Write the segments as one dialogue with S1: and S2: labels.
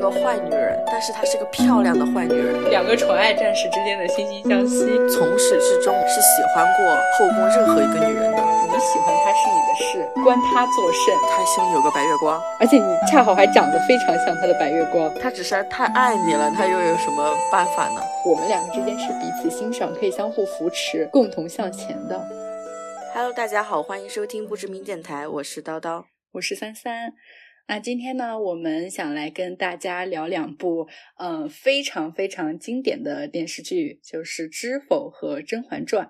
S1: 个坏女人，但是她是个漂亮的坏女人。
S2: 两个纯爱战士之间的惺惺相惜，
S1: 从始至终是喜欢过后宫任何一个女人的。
S2: 你喜欢他是你的事，关他作甚？
S1: 他心里有个白月光，
S2: 而且你恰好还长得非常像他的白月光。
S1: 他只是太爱你了，他又有什么办法呢？
S2: 我们两个之间是彼此欣赏，可以相互扶持，共同向前的。
S1: Hello，大家好，欢迎收听不知名电台，我是叨叨。
S2: 我是三三。那今天呢，我们想来跟大家聊两部嗯、呃、非常非常经典的电视剧，就是《知否》和《甄嬛传》。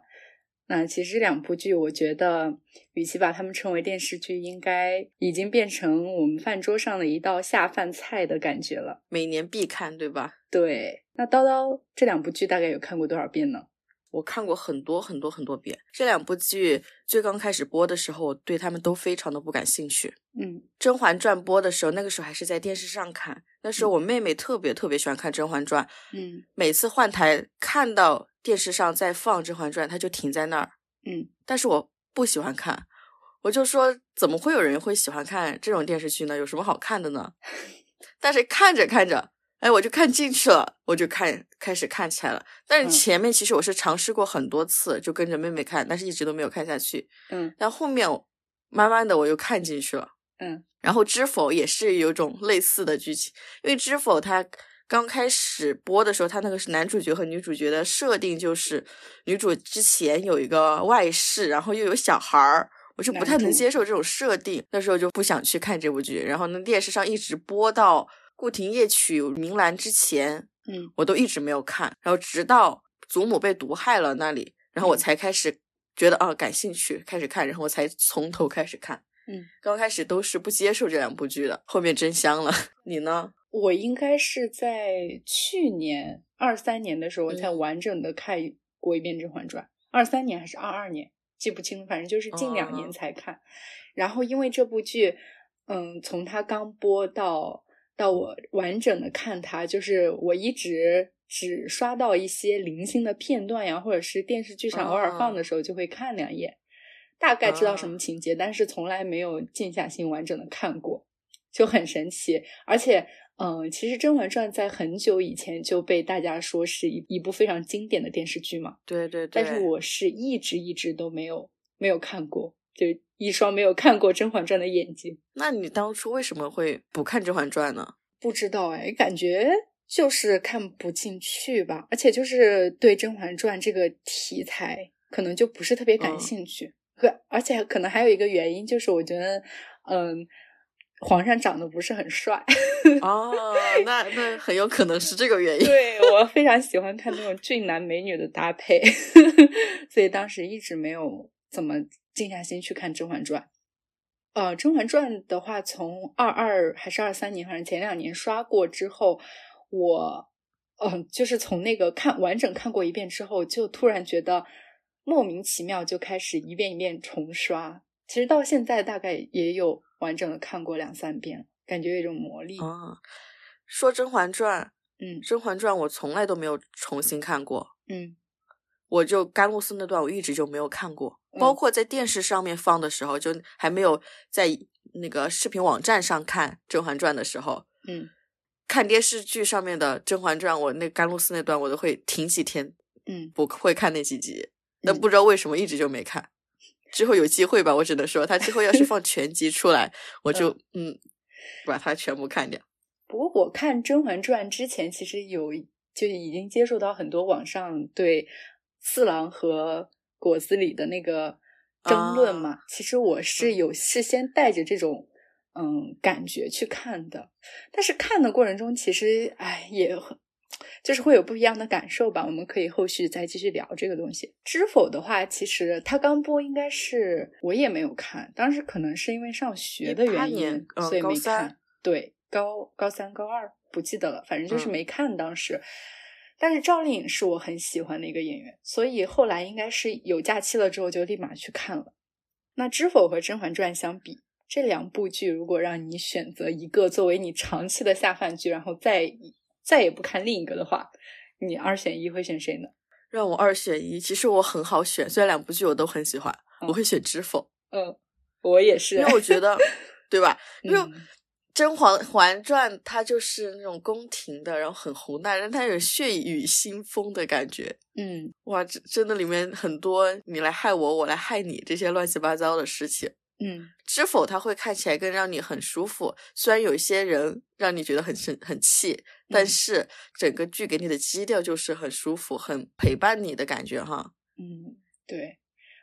S2: 那其实这两部剧，我觉得与其把它们称为电视剧，应该已经变成我们饭桌上的一道下饭菜的感觉了。
S1: 每年必看，对吧？
S2: 对，那叨叨这两部剧大概有看过多少遍呢？
S1: 我看过很多很多很多遍这两部剧。最刚开始播的时候，我对他们都非常的不感兴趣。
S2: 嗯，
S1: 《甄嬛传》播的时候，那个时候还是在电视上看。那时候我妹妹特别特别喜欢看《甄嬛传》，
S2: 嗯
S1: 每次换台看到电视上在放《甄嬛传》，她就停在那儿。
S2: 嗯，
S1: 但是我不喜欢看，我就说怎么会有人会喜欢看这种电视剧呢？有什么好看的呢？ 但是看着看着，哎，我就看进去了，我就看开始看起来了。但
S2: 嗯
S1: 是前面其实我是尝试过很多次，就跟着妹妹看，但是一直都没有看下去。
S2: 嗯
S1: 但后面我慢慢的我又看进去了。
S2: 嗯
S1: 然后《知否》也是有种类似的剧情，因为《知否》它刚开始播的时候，它那个是男主角和女主角的设定就是女主之前有一个外室，然后又有小孩儿。我就不太
S2: 男
S1: 能
S2: 主
S1: 接受这种设定，那时候就不想去看这部剧。然后呢，电视上一直播到《顾廷夜曲明兰》之前，
S2: 嗯
S1: 我都一直没有看。然后直到祖母被毒害了那里，然后我
S2: 嗯
S1: 才开始觉得啊感兴趣，开始看，然后我才从头开始看。
S2: 嗯，
S1: 刚开始都是不接受这两部剧的，后面真香了。 你呢？
S2: 我应该是在去年二三年的时候
S1: 嗯
S2: 才完整的看过一遍《甄嬛传》，二三年还是二二年，记不清了，反正就是近两年
S1: 哦
S2: 才看。然后因为这部剧，嗯，从它刚播到到我完整的看它，就是我一直只刷到一些零星的片段呀，或者是电视剧上偶尔
S1: 哦
S2: 放的时候就会看两眼，大概知道什么
S1: 啊
S2: 情节，但是从来没有静下心完整的看过。就很神奇。而且，嗯，其实《甄嬛传》在很久以前就被大家说是一一部非常经典的电视剧嘛，
S1: 对对对，
S2: 但是我是一直一直都没有没有看过，就一双没有看过《甄嬛传》的眼睛。
S1: 那你当初为什么会不看《甄嬛传》呢？
S2: 不知道哎，感觉就是看不进去吧，而且就是对《甄嬛传》这个题材可能就不是特别感
S1: 嗯
S2: 兴趣，可而且可能还有一个原因就是我觉得，嗯，皇上长得不是很帅。
S1: 哦，那那很有可能是这个原因。
S2: 对我非常喜欢看那种俊男美女的搭配， 所以当时一直没有怎么静下心去看《甄嬛传》。呃，《甄嬛传》的话，从二二还是二三年，反正前两年刷过之后，我嗯、呃就是从那个看完整看过一遍之后，就突然觉得莫名其妙，就开始一遍一遍重刷。其实到现在大概也有完整的看过两三遍了，感觉有一种魔力。
S1: 啊，说《甄嬛传》，
S2: 嗯
S1: 《甄嬛传》我从来都没有重新看过，
S2: 嗯
S1: 我就甘露寺那段我一直就没有看过，
S2: 嗯
S1: 包括在电视上面放的时候，就还没有在那个视频网站上看《甄嬛传》的时候，
S2: 嗯
S1: 看电视剧上面的《甄嬛传》，我那甘露寺那段我都会停几天，
S2: 嗯，
S1: 不会看那几集，但
S2: 嗯
S1: 不知道为什么一直就没看。之后有机会吧，我只能说，他之后 要是放全集出来，我就嗯把它全部看掉。
S2: 不过我看《甄嬛传》之前，其实有就已经接触到很多网上对四郎和果子狸的那个争论嘛。
S1: 啊
S2: 其实
S1: 嗯
S2: 我是有事先带着这种嗯感觉去看的，但是看的过程中，其实哎也很。就是会有不一样的感受吧，我们可以后续再继续聊这个东西。知否的话，其实它刚播应该是我也没有看，当时可能是因为上学的
S1: 18
S2: 原因，
S1: 年嗯
S2: 所以
S1: 高
S2: 没
S1: 三
S2: 看。对，高高三、高二不记得了，反正就是
S1: 嗯
S2: 没看当时。但是赵丽颖是我很喜欢的一个演员，所以后来应该是有假期了之后就立马去看了。那《知否》和《甄嬛传》相比，这两部剧如果让你选择一个作为你长期的下饭剧，然后再再也不看另一个的话，你二选一会选谁呢？
S1: 让我二选一，其实我很好选，虽然两部剧我都很喜欢，我会选《知否
S2: 呃嗯，我也》，是，
S1: 因为我觉得，对吧？因为
S2: 嗯
S1: 《甄嬛嬛传》它就是那种宫廷的，然后很宏大，但它有血雨腥风的感觉。
S2: 嗯，
S1: 哇，这真的里面很多你来害我，我来害你这些乱七八糟的事情。
S2: 嗯，
S1: 知否它会看起来更让你很舒服，虽然有一些人让你觉得很生很气，
S2: 嗯
S1: 但是整个剧给你的基调就是很舒服、很陪伴你的感觉哈。
S2: 嗯，对，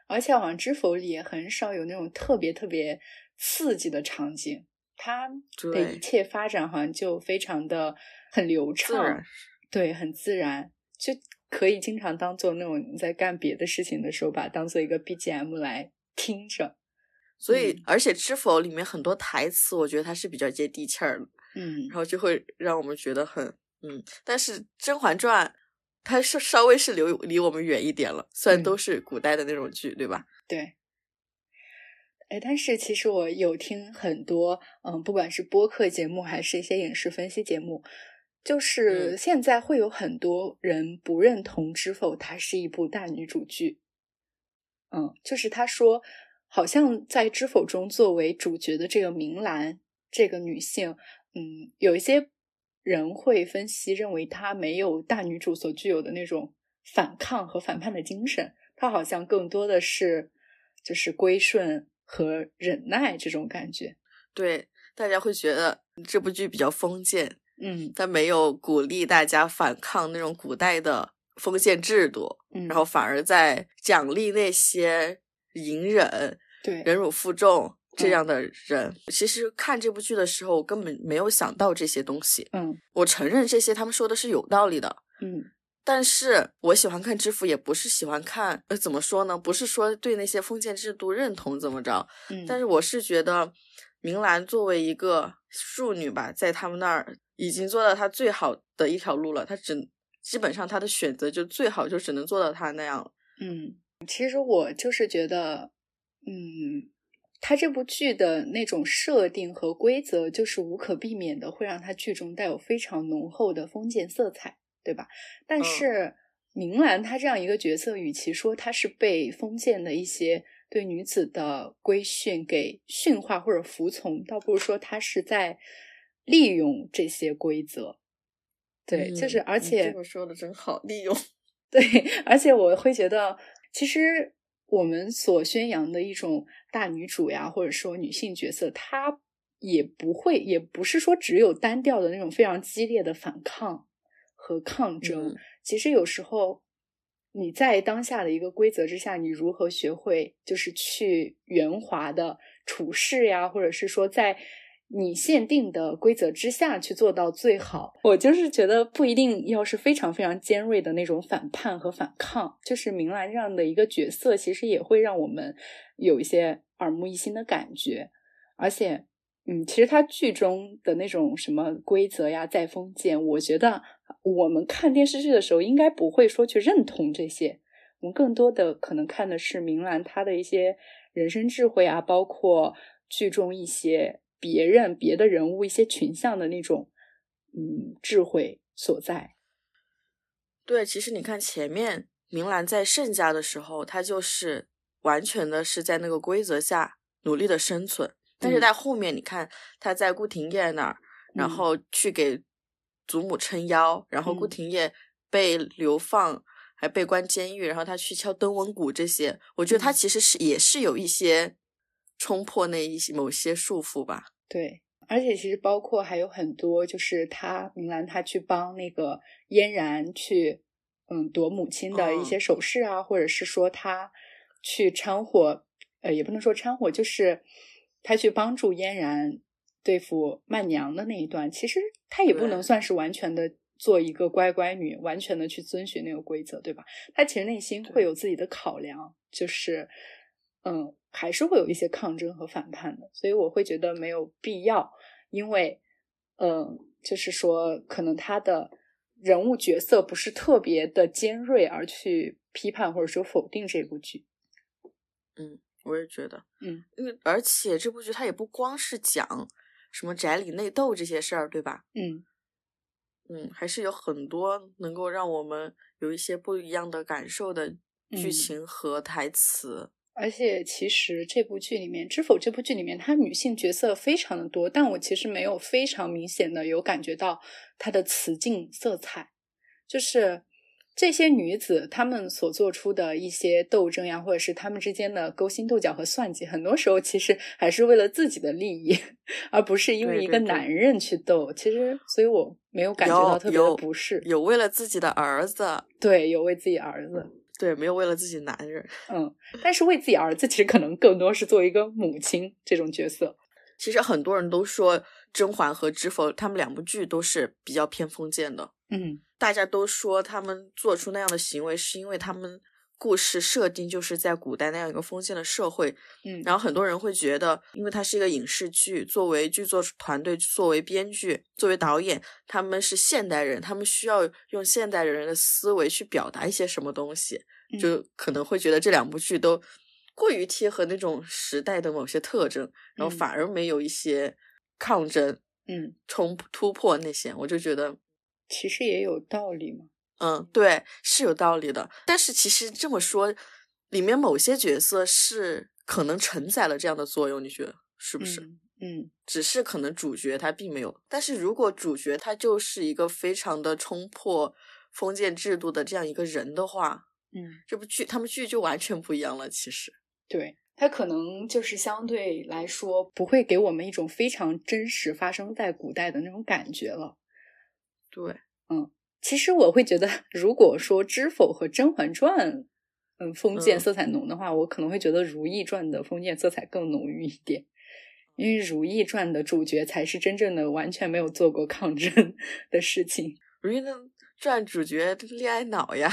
S2: 而且好像《知否》里也很少有那种特别特别刺激的场景，它的
S1: 对
S2: 一切发展好像就非常的很流
S1: 自然
S2: 畅，对，很自然，就可以经常当做那种你在干别的事情的时候，把它当做一个 BGM 来听着。
S1: 所以
S2: 嗯，
S1: 而且《知否》里面很多台词，我觉得它是比较接地气儿的，
S2: 嗯
S1: 然后就会让我们觉得很嗯。但是《甄嬛传》，它是稍微是离离我们远一点了，虽然
S2: 嗯
S1: 都是古代的那种剧，对吧？
S2: 对，哎，但是其实我有听很多，嗯，不管是播客节目还是一些影视分析节目，就是
S1: 嗯
S2: 现在会有很多人不认同《知否》它是一部大女主剧。嗯，就是他说，好像在《知否》中作为主角的这个明兰这个女性，嗯，有一些人会分析认为她没有大女主所具有的那种反抗和反叛的精神，她好像更多的是就是归顺和忍耐这种感觉。
S1: 对，大家会觉得这部剧比较封建，
S2: 嗯
S1: 它没有鼓励大家反抗那种古代的封建制度，
S2: 嗯，
S1: 然后反而在奖励那些隐忍、
S2: 对，
S1: 忍辱负重这
S2: 嗯
S1: 样的人。其实看这部剧的时候，我根本没有想到这些东西。
S2: 嗯
S1: 我承认这些他们说的是有道理的，
S2: 嗯
S1: 但是我喜欢看知府，也不是喜欢看，呃，怎么说呢？不是说对那些封建制度认同怎么着，
S2: 嗯，
S1: 但是我是觉得明兰作为一个庶女吧，在他们那儿已经做到她最好的一条路了，她只基本上她的选择就最好就只能做到她那样了。
S2: 嗯，其实我就是觉得，嗯，它这部剧的那种设定和规则，就是无可避免的会让它剧中带有非常浓厚的封建色彩，对吧？但
S1: 嗯
S2: 是明兰她这样一个角色，与其说她是被封建的一些对女子的规训给驯化或者服从，倒不如说她是在利用这些规则。对，就是
S1: 嗯
S2: 而
S1: 你
S2: 且
S1: 这个说的真好，利用。
S2: 对，而且我会觉得，其实我们所宣扬的一种大女主呀，或者说女性角色，她也不会，也不是说只有单调的那种非常激烈的反抗和抗争。
S1: 嗯
S2: 其实有时候你在当下的一个规则之下，你如何学会就是去圆滑的处事呀，或者是说在你限定的规则之下去做到最好。我就是觉得不一定要是非常非常尖锐的那种反叛和反抗，就是明兰这样的一个角色，其实也会让我们有一些耳目一新的感觉，而且。嗯，其实它剧中的那种什么规则呀、再封建，我觉得我们看电视剧的时候，应该不会说去认同这些，我们更多的可能看的是明兰她的一些人生智慧啊，包括剧中一些别人、别的人物、一些群像的那种嗯智慧所在。
S1: 对，其实你看前面明兰在盛家的时候，她就是完全的是在那个规则下努力的生存，但是
S2: 嗯
S1: 在后面你看她在顾廷烨那儿，然
S2: 嗯
S1: 后去给祖母撑腰，然后顾
S2: 嗯
S1: 廷烨被流放。还被关监狱，然后她去敲登闻鼓这些，我觉得她
S2: 嗯
S1: 其实是也是有一些冲破那一些某些束缚吧。
S2: 对，而且其实包括还有很多，就是她明兰她去帮那个嫣然去嗯夺母亲的一
S1: 嗯
S2: 些首饰啊，或者是说她去掺和，呃，也不能说掺和，就是她去帮助嫣然对付曼娘的那一段，其实她也不
S1: 对
S2: 能算是完全的。做一个乖乖女，完全的去遵循那个规则，对吧？她其实内心会
S1: 对
S2: 有自己的考量，就是，嗯，还是会有一些抗争和反叛的，所以我会觉得没有必要，因为，嗯，就是说，可能他的人物角色不是特别的尖锐，而去批判或者说否定这部剧。
S1: 我也觉得，
S2: 嗯，
S1: 因为而且这部剧它也不光是讲什么宅里内斗这些事儿，对吧？
S2: 嗯
S1: 嗯，还是有很多能够让我们有一些不一样的感受的剧
S2: 嗯
S1: 情和台词。
S2: 而且其实这部剧里面，《知否》这部剧里面，它女性角色非常的多，但我其实没有非常明显的有感觉到它的雌竞色彩，就是这些女子她们所做出的一些斗争呀，或者是她们之间的勾心斗角和算计，很多时候其实还是为了自己的利益， 而不是因为一
S1: 对
S2: 个
S1: 对对
S2: 男人去斗。其实，所以我没有感觉到
S1: 有
S2: 特别的
S1: 有
S2: 不适。
S1: 有为了自己的儿子，
S2: 对，有为自己儿子。
S1: 对，没有为了自己男人。
S2: 嗯，但是为自己儿子，其实可能更多是作为一个母亲这种角色。
S1: 其实很多人都说《甄嬛》和《知否》他们两部剧都是比较偏封建的，
S2: 嗯，
S1: 大家都说他们做出那样的行为是因为他们故事设定就是在古代那样一个封建的社会，
S2: 嗯
S1: 然后很多人会觉得，因为它是一个影视剧，作为剧作团队、作为编剧、作为导演，他们是现代人，他们需要用现代人的思维去表达一些什么东西，
S2: 嗯
S1: 就可能会觉得这两部剧都过于贴合那种时代的某些特征，然后
S2: 嗯
S1: 反而没有一些抗争、
S2: 嗯，
S1: 冲突破那些，我就觉得。
S2: 其实也有道理嘛。
S1: 嗯，对，是有道理的。但是其实这么说，里面某些角色是可能承载了这样的作用，你觉得是不是？
S2: 嗯嗯
S1: 只是可能主角他并没有。但是如果主角他就是一个非常的冲破封建制度的这样一个人的话，
S2: 嗯，
S1: 这部剧他们剧就完全不一样了。其实，
S2: 对，它可能就是相对来说不会给我们一种非常真实发生在古代的那种感觉了。
S1: 对，
S2: 其实我会觉得， 如果说《知否》和《甄嬛传》。嗯，封建
S1: 嗯
S2: 色彩浓的话，我可能会觉得《如懿传》的封建色彩更浓郁一点，因为《如懿传》的主角才是真正的完全没有做过抗争 的事情。
S1: 如懿呢， 传主角恋爱脑呀，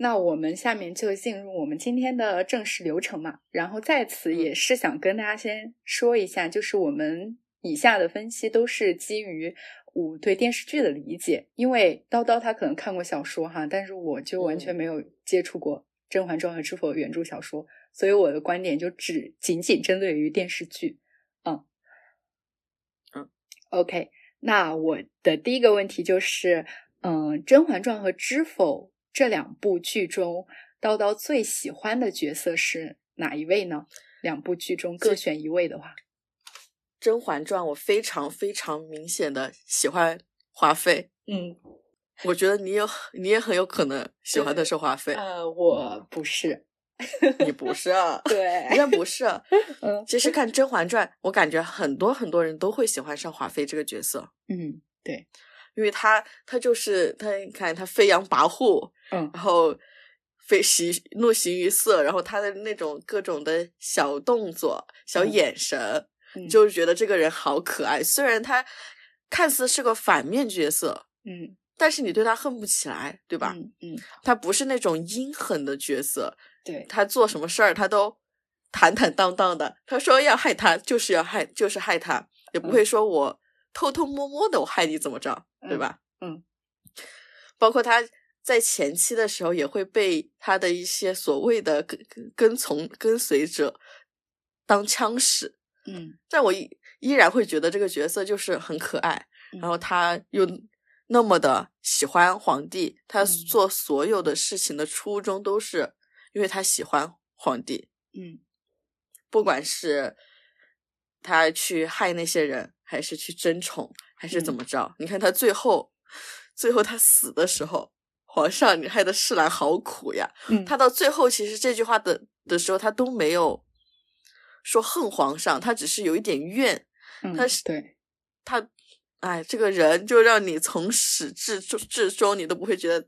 S2: 那我们下面就进入我们今天的正式流程嘛。然后在此也是想跟大家先说一下，就是我们以下的分析都是基于我对电视剧的理解，因为叨叨他可能看过小说哈，但是我就完全没有接触过《甄嬛传》和《知否》原著小说，所以我的观点就只仅仅针对于电视剧。嗯，
S1: 嗯
S2: ，OK。那我的第一个问题就是，嗯，《甄嬛传》和《知否》这两部剧中，叨叨最喜欢的角色是哪一位呢？两部剧中各选一位的话，
S1: 《甄嬛传》我非常非常明显的喜欢华妃。
S2: 嗯，
S1: 我觉得你有，你也很有可能喜欢的是华妃，
S2: 呃，我不是，？
S1: 你不是啊
S2: 对
S1: 应该不是啊。
S2: 嗯
S1: 其实看《甄嬛传》，我感觉很多很多人都会喜欢上华妃这个角色，
S2: 嗯
S1: 因为她她就是她，你看她飞扬跋扈，
S2: 嗯
S1: 然后非喜怒形于色，然后她的那种各种的小动作、小
S2: 嗯
S1: 眼神，
S2: 嗯
S1: 就是觉得这个人好可爱。虽然她看似是个反面角色，
S2: 嗯
S1: 但是你对她恨不起来，对吧？
S2: 嗯嗯，
S1: 她不是那种阴狠的角色，
S2: 对，
S1: 他做什么事儿他都坦坦荡荡的。他说要害他，就是要害，就是害他，也不会说我偷偷摸摸的我害你怎么着，对吧？
S2: 嗯嗯嗯
S1: 包括他在前期的时候也会被他的一些所谓的跟跟跟从跟随者当枪使，
S2: 嗯
S1: 但我依依然会觉得这个角色就是很可爱，
S2: 嗯
S1: 然后他又那么的喜欢皇帝，他
S2: 嗯
S1: 做所有的事情的初衷都是因为他喜欢皇帝，
S2: 嗯
S1: 不管是他去害那些人，还是去争宠，还是
S2: 嗯
S1: 怎么着，你看他最后，最后他死的时候，皇上你害得世兰好苦呀，
S2: 嗯，
S1: 他到最后其实这句话的的时候，他都没有说恨皇上，他只是有一点怨
S2: 嗯
S1: 他是
S2: 对，
S1: 他。哎，这个人就让你从始至终至终，你都不会觉得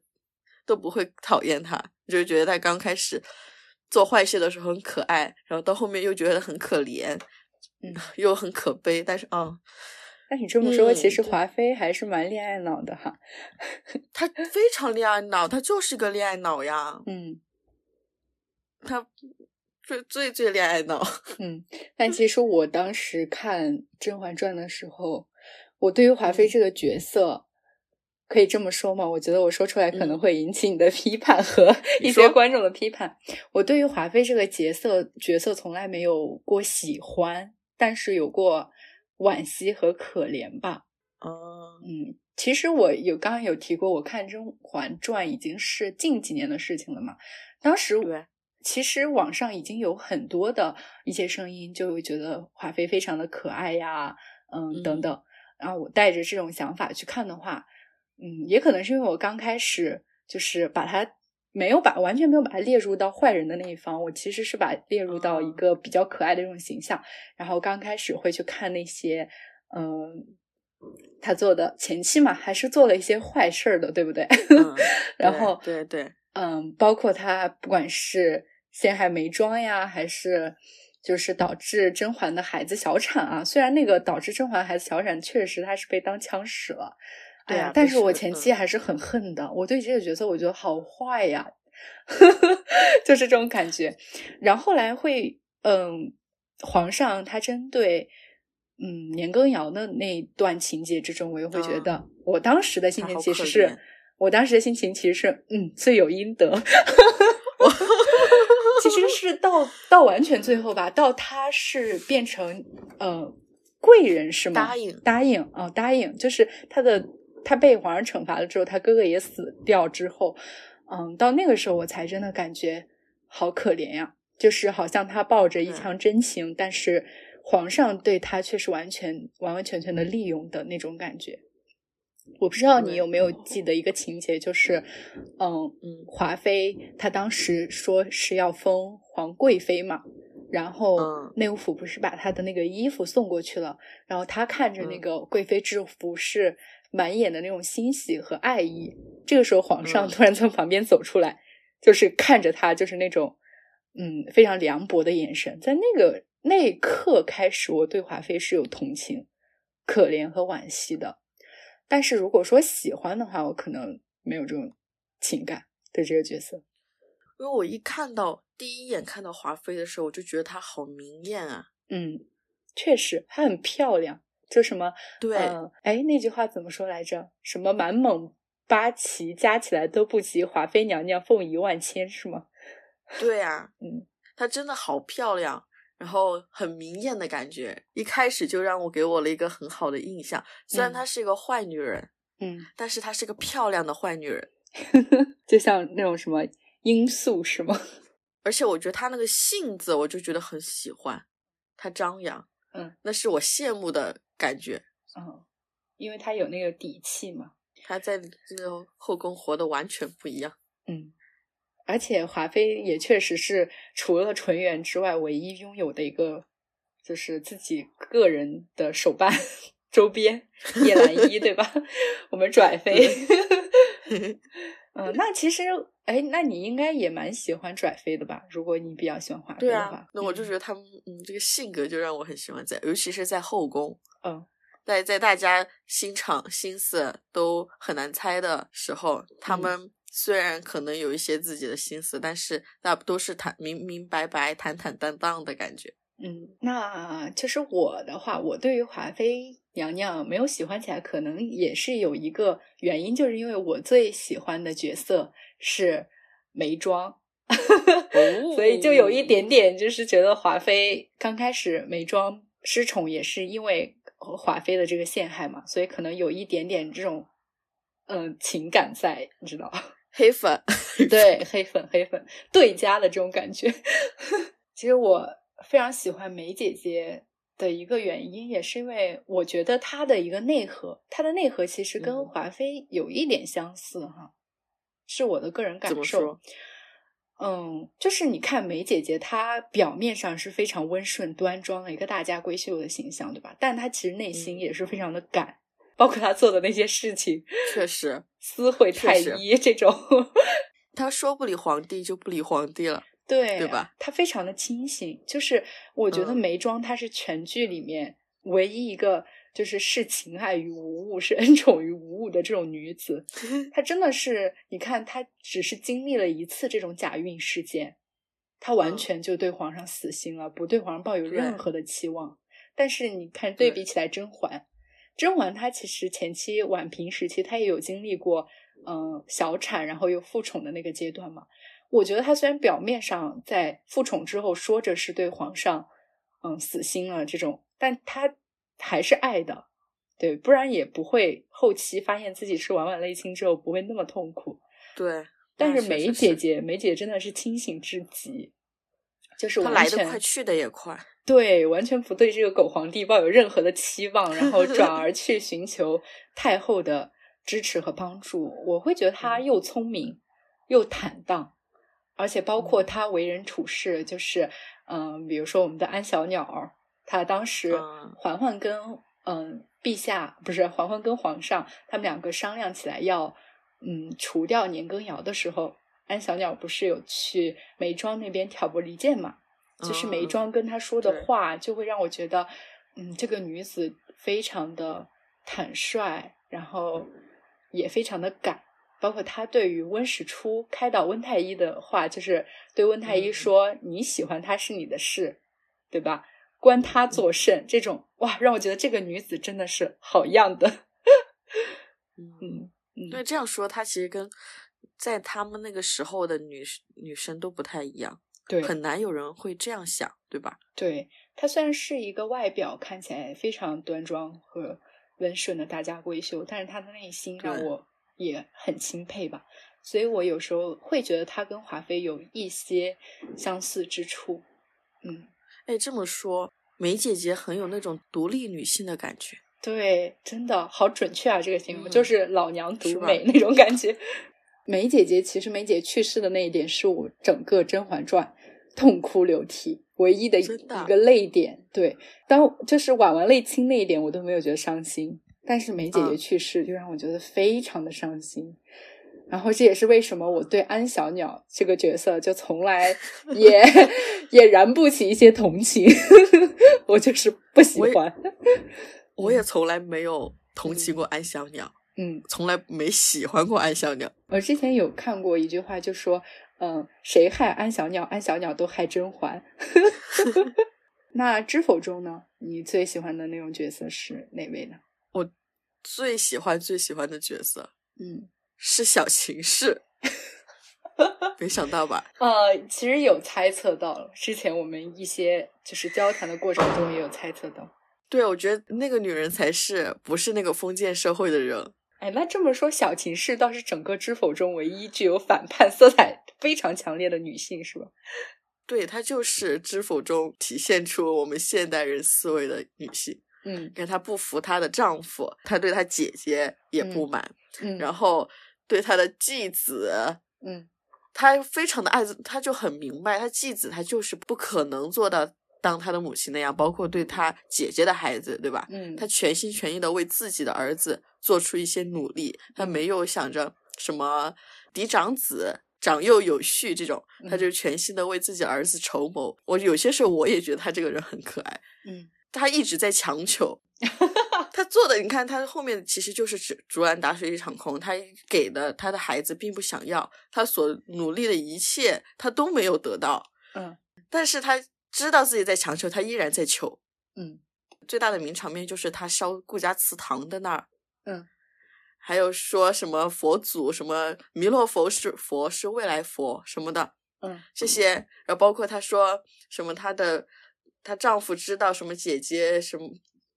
S1: 都不会讨厌他，你就觉得他刚开始做坏事的时候很可爱，然后到后面又觉得很可怜，
S2: 嗯，
S1: 又很可悲。但是，嗯，
S2: 那你这么说，
S1: 嗯
S2: 其实
S1: 对
S2: 华妃还是蛮恋爱脑的哈，
S1: 他非常恋爱脑，他就是个恋爱脑呀，
S2: 嗯。
S1: 他最最最恋爱脑。
S2: 嗯，但其实我当时看《甄嬛传》的时候，我对于华
S1: 嗯
S2: 妃这个角色，可以这么说吗？我觉得我说出来可能会引起你的批判和
S1: 嗯你
S2: 一些
S1: 说
S2: 观众的批判。我对于华妃这个角色角色从来没有过喜欢，但是有过惋惜和可怜吧。
S1: 嗯
S2: 嗯，其实我有刚刚有提过，我看《甄嬛传》已经是近几年的事情了嘛。当时
S1: 对
S2: 其实网上已经有很多的一些声音，就会觉得华妃非常的可爱呀，嗯，等等。然后我带着这种想法去看的话，嗯，也可能是因为我刚开始就是把它没有把完全没有把它列入到坏人的那一方，我其实是把列入到一
S1: 啊
S2: 个比较可爱的这种形象。然后刚开始会去看那些，嗯。他做的前期嘛，还是做了一些坏事儿的，对不对？
S1: 嗯
S2: 然后
S1: 对对，
S2: 嗯，包括他不管是陷害眉庄呀，还是就是导致甄嬛的孩子小产啊。虽然那个导致甄嬛孩子小产，确实他是被当枪使了，
S1: 对
S2: 哎
S1: 啊
S2: 呀
S1: 不，
S2: 但是我
S1: 是
S2: 前
S1: 嗯
S2: 期还是很恨的，我对这个角色我觉得好坏呀， 就是这种感觉。然后后来会，嗯，皇上他针对。嗯，年羹尧的那一段情节之中，我又会觉
S1: 嗯
S2: 得，我当时的心
S1: 他
S2: 情
S1: 好
S2: 其
S1: 可
S2: 实是
S1: 怜，
S2: 我当时的心情其实是，嗯，罪有应得。其实是到到完全最后吧，到他是变成呃贵人是吗？
S1: 答应
S2: 答应啊、哦答应，就是他的他被皇上惩罚了之后，他哥哥也死掉之后，嗯，到那个时候我才真的感觉好可怜呀、就是好像他抱着一
S1: 嗯
S2: 腔真情，但是皇上对他却是完全完完全全的利用的那种感觉。我不知道你
S1: 对
S2: 有没有记得一个情节，就是，嗯
S1: 嗯
S2: 华妃她当时说是要封皇贵妃嘛，然后
S1: 嗯
S2: 内务府不是把她的那个衣服送过去了，然后她看着那个贵妃制服是满眼的那种欣喜和爱意，这个时候皇上
S1: 嗯
S2: 突然从旁边走出来，就是看着她，就是那种嗯非常凉薄的眼神，在那个那一刻开始，我对华妃是有同情、可怜和惋惜的。但是如果说喜欢的话，我可能没有这种情感对这个角色。
S1: 因为我一看到第一眼看到华妃的时候，我就觉得她好明艳啊。
S2: 嗯，确实，她很漂亮。就什么，
S1: 对，
S2: 呃哎、那句话怎么说来着？什么满蒙八旗加起来都不及华妃娘娘凤仪万千，是吗？
S1: 对啊，
S2: 嗯，
S1: 她真的好漂亮，然后很明艳的感觉，一开始就让我给我了一个很好的印象。虽然
S2: 嗯
S1: 她是一个坏女人，
S2: 嗯，
S1: 但是她是个漂亮的坏女人，
S2: 就像那种什么罂粟，是吗？
S1: 而且我觉得她那个性子，我就觉得很喜欢，她张扬，
S2: 嗯，
S1: 那是我羡慕的感觉。
S2: 嗯，因为她有那个底气嘛。
S1: 她在这个后宫活得完全不一样。
S2: 嗯，而且华妃也确实是除了纯元之外，唯一拥有的一个就是自己个人的手办周边叶澜依，对吧？ 我们拽妃。 嗯，那其实，哎，那你应该也蛮喜欢拽妃的吧？如果你比较喜欢华妃
S1: 对
S2: 的话，
S1: 啊，那我就觉得他们，嗯，这个性格就让我很喜欢在，尤其是在后宫，
S2: 嗯
S1: 在在大家心肠心思都很难猜的时候，他
S2: 嗯
S1: 们虽然可能有一些自己的心思，但是那都是坦明明白白、坦坦荡荡的感觉。
S2: 嗯，那就是我的话，我对于华妃娘娘没有喜欢起来，可能也是有一个原因，就是因为我最喜欢的角色是眉庄， 所以就有一点点就是觉得华妃刚开始眉庄失宠也是因为华妃的这个陷害嘛，所以可能有一点点这种嗯、呃情感在，你知道吧？
S1: 黑粉，
S2: 对，黑粉黑粉对家的这种感觉。 其实我非常喜欢梅姐姐的一个原因，也是因为我觉得她的一个内核，她的内核其实跟
S1: 嗯
S2: 华妃有一点相似哈，是我的个人
S1: 怎
S2: 感
S1: 么
S2: 受
S1: 说。
S2: 嗯，就是你看梅姐姐，她表面上是非常温顺端庄的一个大家闺秀的形象，对吧？但她其实内心
S1: 嗯
S2: 也是非常的敢，包括她做的那些事情，
S1: 确实，
S2: 撕毁
S1: 确
S2: 太
S1: 实
S2: 医这种，
S1: 他说不理皇帝就不理皇帝了。
S2: 对
S1: 对吧？
S2: 他非常的清醒，就是我觉得
S1: 嗯
S2: 眉庄她是全剧里面唯一一个就是视情爱于无物，是恩宠于无物的这种 女子。她真的是，你看她只是经历了一次这种假孕事件，她完
S1: 嗯
S2: 全就对皇上死心了，不对皇上抱有
S1: 对
S2: 任何的期望。但是你看对
S1: 对
S2: 比起来，甄嬛，甄嬛她其实前期宛平时期她也有经历过，嗯、小产然后又复宠的那个阶段嘛。我觉得她虽然表面上在复宠之后说着是对皇上，嗯，死心了这种，但她还是爱的，对，不然也不会后期发现自己是晚晚泪清之后不会那么痛苦。
S1: 对，
S2: 但
S1: 啊是
S2: 是梅
S1: 是
S2: 姐
S1: 哎是
S2: 姐，梅姐真的是清醒至极，就是
S1: 他
S2: 完
S1: 来
S2: 全
S1: 得快，去得也快。
S2: 对，完全不对这个狗皇帝抱有任何的期望，然后转而去寻求太后的支持和帮助。我会觉得她又聪明又坦荡，而且包括她为人处事，就是嗯、比如说我们的安小鸟儿，她当时
S1: 嗯
S2: 嬛嬛跟嗯、陛下不是嬛嬛跟皇上，他们两个商量起来要嗯除掉年羹尧的时候，安小鸟不是有去眉庄那边挑拨离间嘛？就是眉
S1: 嗯
S2: 庄跟她说
S1: 对
S2: 的话，就会让我觉得，嗯，这个女子非常的坦率，然后也非常的敢。包括她对于温实初开导温太医的话，就是对温太医
S1: 嗯
S2: 说：“你喜欢他是你的事，对吧？关他作甚？”这种哇，让我觉得这个女子真的是好样的。
S1: 嗯，
S2: 嗯嗯，
S1: 对，这样说，她其实跟在他们那个时候的女女生都不太一样，
S2: 对，
S1: 很难有人会这样想，对吧？
S2: 对，她虽然是一个外表看起来非常端庄和温顺的大家闺秀，但是她的内心让
S1: 对
S2: 我也很钦佩吧。所以我有时候会觉得她跟华妃有一些相似之处。嗯，
S1: 哎，这么说，梅姐姐很有那种独立女性的感觉。
S2: 对，真的好准确啊！这个形容、就
S1: 嗯
S2: 是老娘
S1: 是
S2: 独
S1: 吧
S2: 美那种感觉。 梅姐姐其实梅姐去世的那一点是我整个《甄嬛传》痛哭流涕唯一的一
S1: 真的
S2: 一个泪点。对，当就是婉婉泪清那一点，我都没有觉得伤心。但是梅姐姐
S1: 嗯
S2: 去世就让我觉得非常的伤心。然后这也是为什么我对安小鸟这个角色就从 来也也燃不起一些同情， 我就是不喜
S1: 我也
S2: 欢。
S1: 我也从来没有同情过安小鸟，
S2: 嗯，
S1: 从来没喜欢过安小鸟。
S2: 我呃之前有看过一句话，就说，嗯，谁害安小鸟，安小鸟都害甄嬛。 那知否中呢？你最喜欢的那种角色是哪位呢？
S1: 最喜欢最喜欢的角色
S2: 嗯，
S1: 是小秦氏， 没想到吧？
S2: 呃，其实有猜测到了，之前我们一些就是交谈的过程中也有猜测到。
S1: 对，我觉得那个女人才是不是那个封建社会的人。
S2: 哎，那这么说，小秦氏倒是整个知否中唯一具有反叛色彩非常强烈的女性，是吧？
S1: 对，她就是知否中体现出我们现代人思维的女性。
S2: 嗯
S1: 你看，她不服她的丈夫，她对她姐姐也不满，
S2: 嗯，
S1: 然
S2: 后
S1: 后对她的继子，
S2: 嗯
S1: 她非常的爱，她就很明白，她继子她就是不可能做到当她的母亲那样，包括对她姐姐的孩子，对吧？
S2: 嗯，
S1: 她全心全意的为自己的儿子做出一些努力，她没有想着什么嫡长子。长幼有序这种，她就全心的为自己儿子筹谋。我有些时候我也觉得她这个人很可爱，
S2: 嗯
S1: 她一直在强 求，她做的你看，她后面其实就是竹竹篮打水一场空。她给的她的孩子并不想要，她所努力的一切她都没有得到，
S2: 嗯
S1: 但是她知道自己在强求，她依然在求。
S2: 嗯
S1: 最大的名场面就是她烧顾家祠堂的那儿，
S2: 嗯，
S1: 还有说什么佛祖什么弥勒佛是佛是未来佛什么的，
S2: 嗯
S1: 这些，然后包括她说什么她的她丈夫知道什么姐姐什么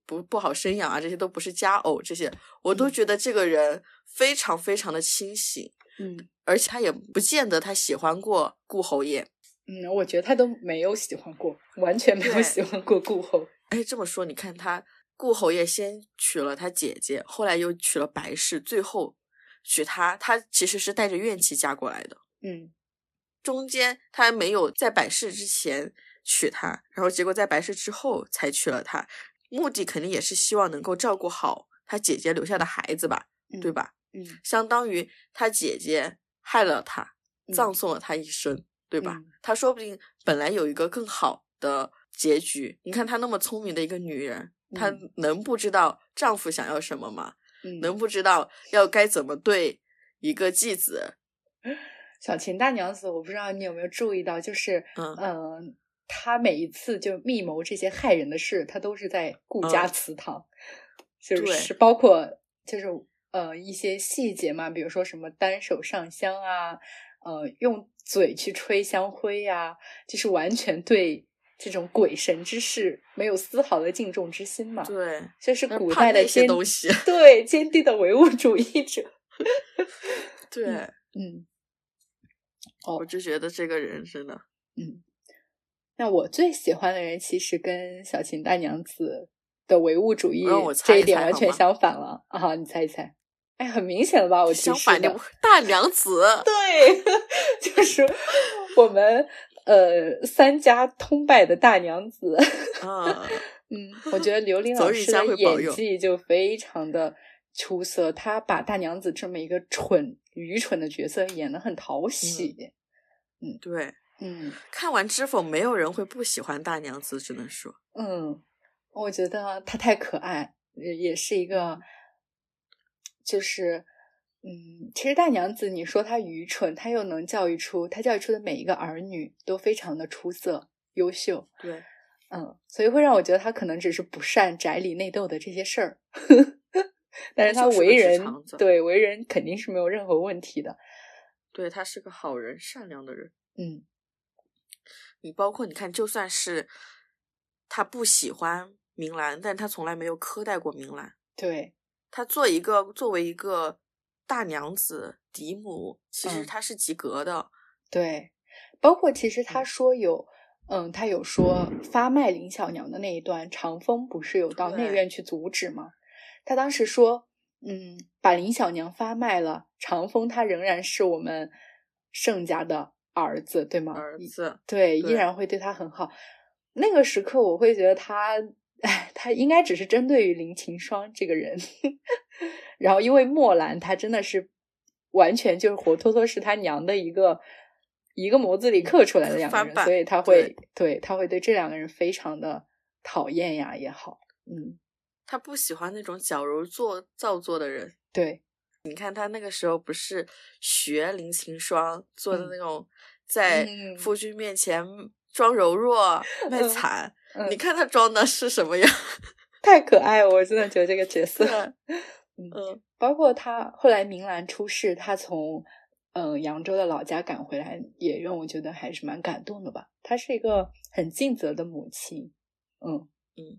S1: 不不好生养啊，这些都不是佳偶，这些我都
S2: 嗯
S1: 觉得这个人非常非常的清醒，
S2: 嗯。
S1: 而且她也不见得她喜欢过顾侯爷。
S2: 嗯，我觉得他都没有喜欢过，完全没有
S1: 对
S2: 喜欢过顾后。
S1: 哎，这么说，你看她顾侯爷先娶了她姐姐，后来又娶了白氏，最后娶她，她其实是带着怨气嫁过来的。
S2: 嗯
S1: 中间她还没有在百事之前娶她，然后结果在百事之后才娶了她，目的肯定也是希望能够照顾好她姐姐留下的孩子吧，
S2: 嗯
S1: 对吧？
S2: 嗯，
S1: 相当于她姐姐害了她，葬送了她一生，对吧
S2: 嗯？
S1: 她说不定本来有一个更好的结局。你看她那么聪明的一个女人，她
S2: 嗯
S1: 能不知道丈夫想要什么吗？
S2: 嗯，
S1: 能不知道要该怎么对一个继子？
S2: 小秦大娘子，我不知道你有没有注意到，就是
S1: 嗯
S2: 呃，她每一次就密谋这些害人的事，她都是在顾家
S1: 嗯
S2: 祠堂，就
S1: 对
S2: 是包括就是呃一些细节嘛，比如说什么单手上香啊，呃，用嘴去吹香灰呀、就是完全对这种鬼神之事没有丝毫的敬重之心嘛。
S1: 对，
S2: 这是
S1: 那
S2: 古
S1: 怕
S2: 代的
S1: 那些
S2: 坚
S1: 东西
S2: 对坚定的唯物主义者。
S1: 对。
S2: 嗯哦
S1: 我就觉得这个人真的，
S2: 嗯，那我最喜欢的人其实跟小秦大娘子的唯物主义
S1: 让嗯我猜
S2: 这
S1: 一
S2: 一点
S1: 猜
S2: 完
S1: 好
S2: 全
S1: 吗
S2: 相反了啊！你猜一猜？哎，很明显了吧？我提
S1: 相
S2: 示
S1: 反
S2: 的
S1: 哦的大娘 子，
S2: 对， 就是我们呃三家通拜的大娘子。
S1: 嗯，
S2: 嗯，我觉得刘琳
S1: 走
S2: 老
S1: 雨
S2: 师
S1: 将
S2: 的
S1: 会保
S2: 演
S1: 佑
S2: 技就非常的出色，她把大娘子这么一个蠢、愚蠢的角色演得很
S1: 嗯
S2: 讨喜。
S1: 对。
S2: 嗯
S1: 看完《知否》，没有人会不喜欢大娘子，只能说，
S2: 嗯，我觉得她太可爱，也也是一
S1: 嗯
S2: 个，就是嗯，其实大娘子，你说她愚蠢，她又能教育出，她教育出的每一个儿女都非常的出色、优秀。
S1: 对，
S2: 嗯，所以会让我觉得他可能只是不善宅里内斗的这些事儿， 但是他
S1: 就是个
S2: 为
S1: 直
S2: 人
S1: 肠子
S2: 对为人肯定是没有任何问题的。
S1: 对他是个好人，善良的人。
S2: 嗯
S1: 你包括你看，就算是他不喜欢明兰，但他从来没有苛待过明兰。
S2: 对，
S1: 他做一个作为一个大娘子嫡母，其实
S2: 嗯
S1: 他是及格的。
S2: 对，包括其实他说有，嗯，他有说发卖林小娘的那一段，长风不是有到内
S1: 对
S2: 院去阻止吗？他当时说，嗯，把林小娘发卖了，长风他仍然是我们盛家的儿子，对吗？
S1: 儿子，
S2: 对，依
S1: 对
S2: 然会对他很好。那个时刻，我会觉得他，哎，他应该只是针对于林晴霜这个人。 然后，因为墨兰，她真的是完全就是活脱脱是他娘的一个一个模子里刻出来的两个
S1: 翻
S2: 人，
S1: 版
S2: 所以他会对他会对这两个人非常的讨厌呀也好，嗯，
S1: 他不喜欢那种矫揉做造作的人。
S2: 对，
S1: 你看他那个时候不是学林晴霜做的
S2: 嗯
S1: 那种，在
S2: 嗯
S1: 夫君面前装柔弱、卖
S2: 嗯
S1: 惨。
S2: 嗯
S1: 你看他装的是什么样？
S2: 太可爱了，我真的觉得这个角色， 嗯
S1: 啊嗯，
S2: 包括他后来明兰出事，他从嗯、呃扬州的老家赶回来，也让我觉得还是蛮感动的吧。她是一个很尽责的母亲，嗯
S1: 嗯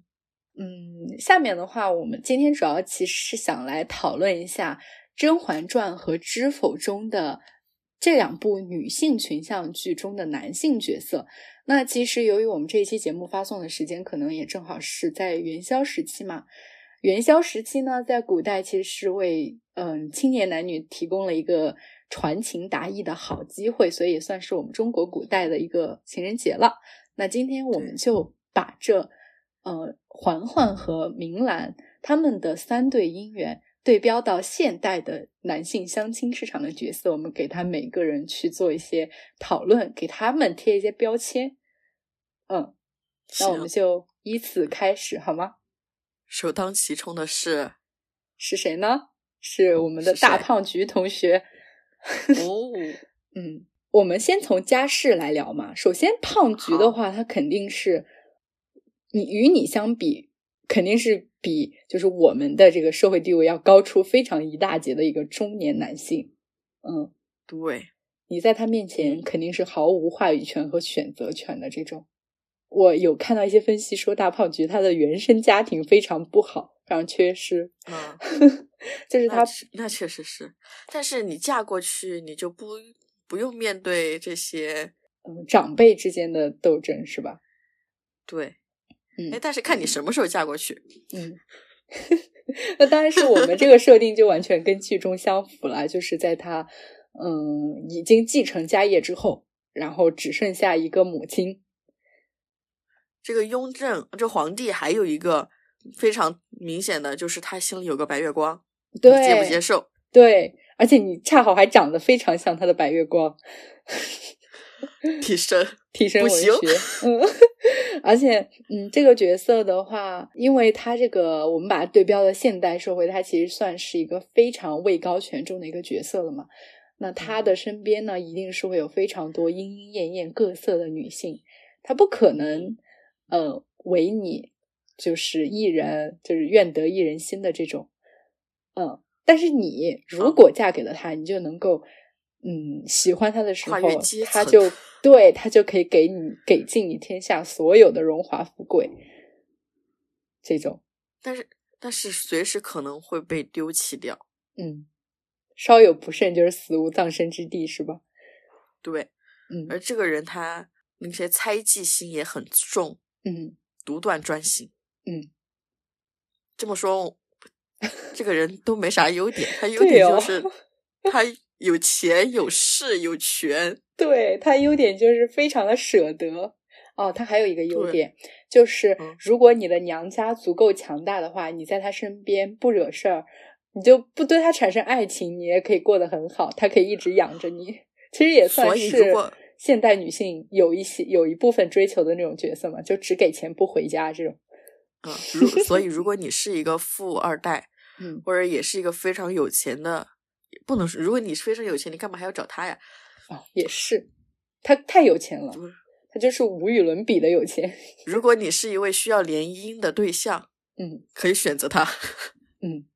S2: 嗯。下面的话，我们今天主要其实是想来讨论一下《甄嬛传》和《知否》中的这两部女性群像剧中的男性角色。那其实由于我们这一期节目发送的时间，可能也正好是在元宵时期嘛，元宵时期呢，在古代其实是为嗯青年男女提供了一个传情达意的好机会，所以也算是我们中国古代的一个情人节了。那今天我们就把这呃嬛嬛和明兰他们的三对姻缘对标到现代的男性相亲市场的角色，我们给他每个人去做一些讨论，给他们贴一些标签。嗯，那我
S1: 行
S2: 们就依次开始好吗？
S1: 首当其冲的 是
S2: 是谁呢？是我们的
S1: 嗯是
S2: 大
S1: 谁
S2: 胖菊同学。
S1: 哦，
S2: 嗯，我们先从家世来聊嘛。首先，胖菊的
S1: 好
S2: 话，她肯定是你与你相比，肯定是比就是我们的这个社会地位要高出非常一大截的一个中年男性。嗯，
S1: 对，
S2: 你在他面前肯定是毫无话语权和选择权的这种。我有看到一些分析说，大胖菊她的原生家庭非常不好，非常缺失，
S1: 嗯，
S2: 就是
S1: 那
S2: 她
S1: 确那确实是，但是你嫁过去，你就不不用面对这些，
S2: 嗯长辈之间的斗争，是吧？
S1: 对，
S2: 嗯
S1: 哎，但是看你什么时候嫁过去，
S2: 嗯， 那当然是我们这个设定就完全跟剧中相符了，就是在他嗯已经继承家业之后，然后只剩下一个母亲。
S1: 这个雍正这皇帝还有一个非常明显的，就是他心里有个白月光，你接不接
S2: 对
S1: 受？
S2: 对，而且你恰好还长得非常像他的白月光，
S1: 替身，
S2: 替身
S1: 不
S2: 文学
S1: 行。
S2: 嗯，而且嗯，这个角色的话，因为他这个我们把它对标到现代社会，他其实算是一个非常位高权重的一个角色了嘛。那他
S1: 嗯
S2: 的身边呢，一定是会有非常多莺莺燕燕各色的女性，他不可能呃唯你就是一人，就是愿得一人心的这种，嗯。但是你如
S1: 好
S2: 果嫁给了他，你就能够，嗯，喜欢他的时候
S1: 跨越阶，
S2: 他
S1: 层
S2: 就对他就可以给你给尽你天下所有的荣华富贵，这种，
S1: 但是但是随时可能会被丢弃掉。
S2: 嗯，稍有不慎就是死无葬身之地，是吧？
S1: 对，
S2: 嗯
S1: 而这个人他那些猜忌心也很重，
S2: 嗯，
S1: 独断专行。
S2: 嗯，
S1: 这么说，这个人都没啥优点，他优
S2: 对
S1: 点
S2: 哦
S1: 就是、他有钱、有势、有权。
S2: 对，他优点就是非常的舍得。哦，他还有一个优
S1: 对
S2: 点，就是
S1: 嗯
S2: 如果你的娘家足够强大的话，你在他身边不惹事儿，你就不对他产生爱情，你也可以过得很好，他可以一直养着你。其实也算
S1: 所以
S2: 是
S1: 如果
S2: 现代女性有一些有一部分追求的那种角色嘛，就只给钱不回家这种。
S1: 嗯，如所以如果你是一个富二代，
S2: 嗯，
S1: 或者也是一个非常有钱的，不能说，如果你是非常有钱，你干嘛还要找他呀？
S2: 哦，也是，他太有钱了
S1: 对，
S2: 他就是无与伦比的有钱。
S1: 如果你是一位需要联姻的对象，
S2: 嗯，
S1: 可以选择他。
S2: 嗯，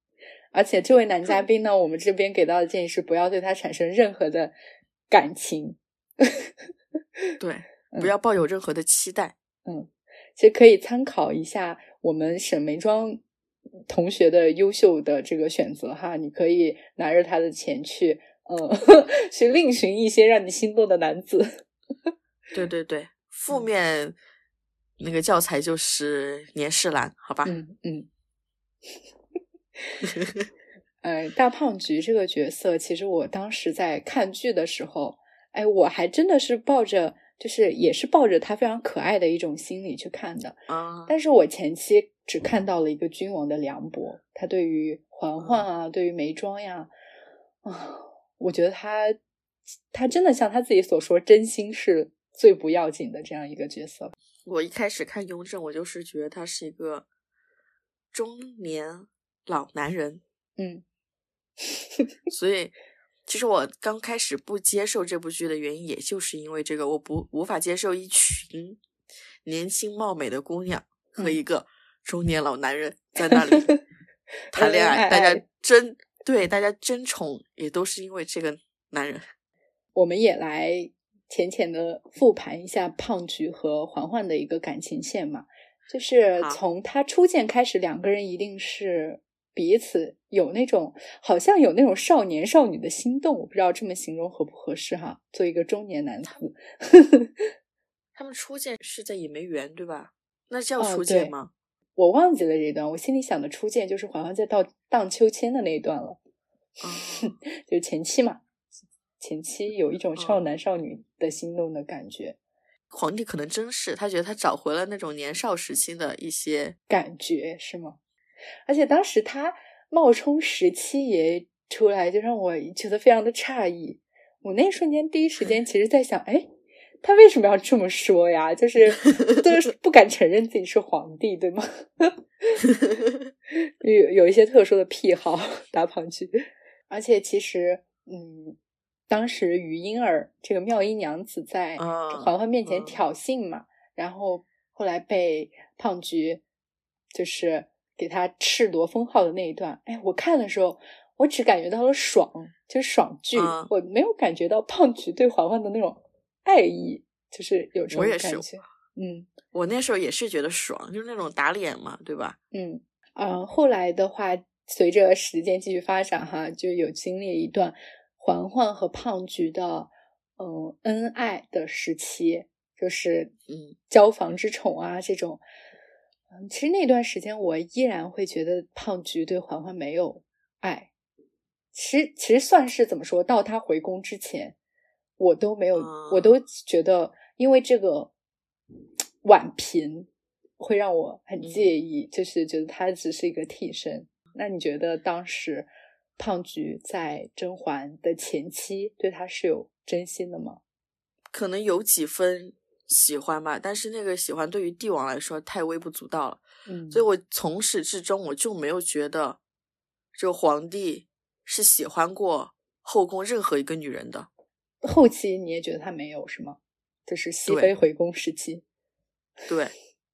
S2: 而且这位男嘉宾呢，我们这边给到的建议是不要对他产生任何的感情。
S1: 对，
S2: 嗯
S1: 不要抱有任何的期待。
S2: 其实可以参考一下我们沈眉庄同学的优秀的这个选择哈，你可以拿着他的钱去，嗯， 去另寻一些让你心动的男子。
S1: 对对对，负
S2: 嗯
S1: 面那个教材就是年世兰，好吧？
S2: 嗯嗯。 呃，大胖菊这个角色，其实我当时在看剧的时候，哎，我还真的是抱着，就是也是抱着他非常可爱的一种心理去看的。
S1: 啊，
S2: 但是我前期只看到了一个君王的凉薄，他对于嬛嬛啊，对于眉庄呀，啊，我觉得他他真的像他自己所说，真心是最不要紧的这样一个角色。
S1: 我一开始看雍正，我就是觉得他是一个中年老男人，
S2: 嗯
S1: 所以其实我刚开始不接受这部剧的原因，也就是因为这个，我不无法接受一群年轻貌美的姑娘和
S2: 嗯
S1: 一个中年老男人在那 里谈恋爱，大
S2: 恩恩爱爱
S1: 家争对大家争宠，也都是因为这个男人。
S2: 我们也来浅浅的复盘一下胖菊和嬛嬛的一个感情线嘛，就是
S1: 好
S2: 从他初见开始，两个人一定是彼此有那种好像有那种少年少女的心动，我不知道这么形容合不合适哈。作为一个中年男子，
S1: 他们初见是在野梅园对吧？那叫
S2: 哦
S1: 初
S2: 对
S1: 见吗？
S2: 我忘记了这一段，我心里想的初见就是嬛嬛在荡荡秋千的那一段了，
S1: 啊、
S2: 就是前期嘛，前期有一种少男少女的心动的感觉，
S1: 皇帝可能真是他觉得他找回了那种年少时期的一些
S2: 感觉是吗？而且当时他冒充十七爷出来，就让我觉得非常的诧异。我那瞬间第一时间其实在想，哎，他为什么要这么说呀？就是 就是不敢承认自己是皇帝，对吗？ 有有一些特殊的癖好，打胖去。而且其实，嗯，当时余莺儿这个妙音娘子在
S1: 啊
S2: 嬛嬛面前
S1: 嗯
S2: 挑衅嘛，然后后来被胖菊就是给他赤裸封号的那一段，哎，我看的时候我只感觉到了爽，就是爽剧，
S1: 嗯
S2: 我没有感觉到胖菊对嬛嬛的那种爱意，就是有这
S1: 我
S2: 种
S1: 也是
S2: 感觉，嗯。
S1: 我那时候也是觉得爽，就是那种打脸嘛，对吧？
S2: 嗯，呃，后来的话，随着时间继续发展，哈，就有经历一段嬛嬛和胖菊的，嗯、恩爱的时期，就是
S1: 嗯
S2: 交房之宠啊这种。嗯，其实那段时间我依然会觉得胖菊对嬛嬛没有爱，其实其实算是怎么说到她回宫之前，我都没有，我
S1: 啊
S2: 都觉得因为这个婉嫔会让我很
S1: 嗯
S2: 介意，就是觉得她只是一个替身。那你觉得当时胖菊在甄嬛的前期对她是有真心的吗？
S1: 可能有几分喜欢吧，但是那个喜欢对于帝王来说太微不足道了，
S2: 嗯
S1: 所以我从始至终我就没有觉得这个皇帝是喜欢过后宫任何一个女人的。
S2: 后期你也觉得她没有是吗？就是熹
S1: 对
S2: 妃回宫时期，
S1: 对，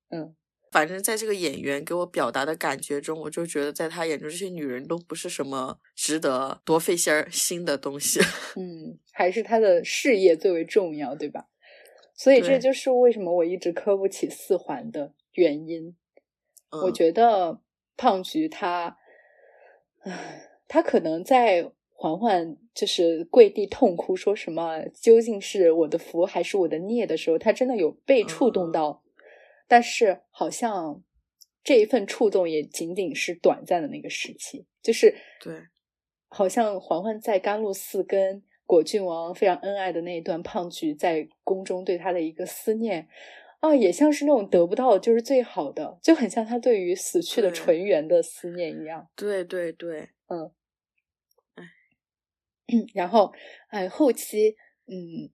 S2: 嗯，
S1: 反正在这个演员给我表达的感觉中，我就觉得在他眼中，这些女人都不是什么值得多费心儿心的东西。
S2: 嗯，还是他的事业最为重要，对吧？所以这
S1: 对
S2: 就是为什么我一直磕不起四环的原因。
S1: 嗯、
S2: 我觉得胖菊他，唉他可能在嬛嬛就是跪地痛哭，说什么究竟是我的福还是我的孽的时候，她真的有被触动到，但是好像这一份触动也仅仅是短暂的那个时期，就是
S1: 嗯对，
S2: 好像嬛嬛在甘露寺跟果郡王非常恩爱的那一段，胖菊在宫中对他的一个思念，啊，也像是那种得不到就是最好的，就很像他对于死去的
S1: 对
S2: 纯元的思念一样。
S1: 对对对，
S2: 然后，哎，后期，嗯，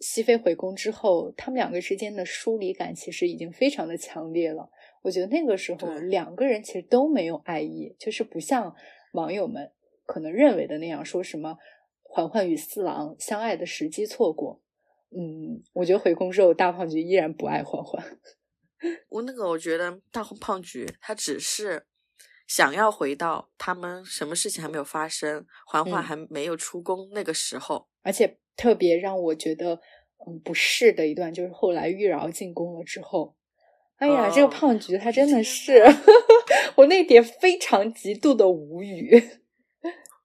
S2: 熹妃回宫之后，他们两个之间的疏离感其实已经非常的强烈了。我觉得那个时候
S1: 对
S2: 两个人其实都没有爱意，就是不像网友们可能认为的那样，说什么嬛嬛与四郎相爱的时机错过。嗯，我觉得回宫之后，大胖菊依然不爱嬛嬛。
S1: 我那个我觉得大红胖菊他只是想要回到他们什么事情还没有发生，嬛嬛
S2: 嗯
S1: 还没有出宫那个时候，
S2: 而且特别让我觉得嗯不适的一段，就是后来玉娆进宫了之后，哎呀，这个
S1: 哦
S2: 胖菊她真的
S1: 天
S2: 是， 我那点非常极度的无语。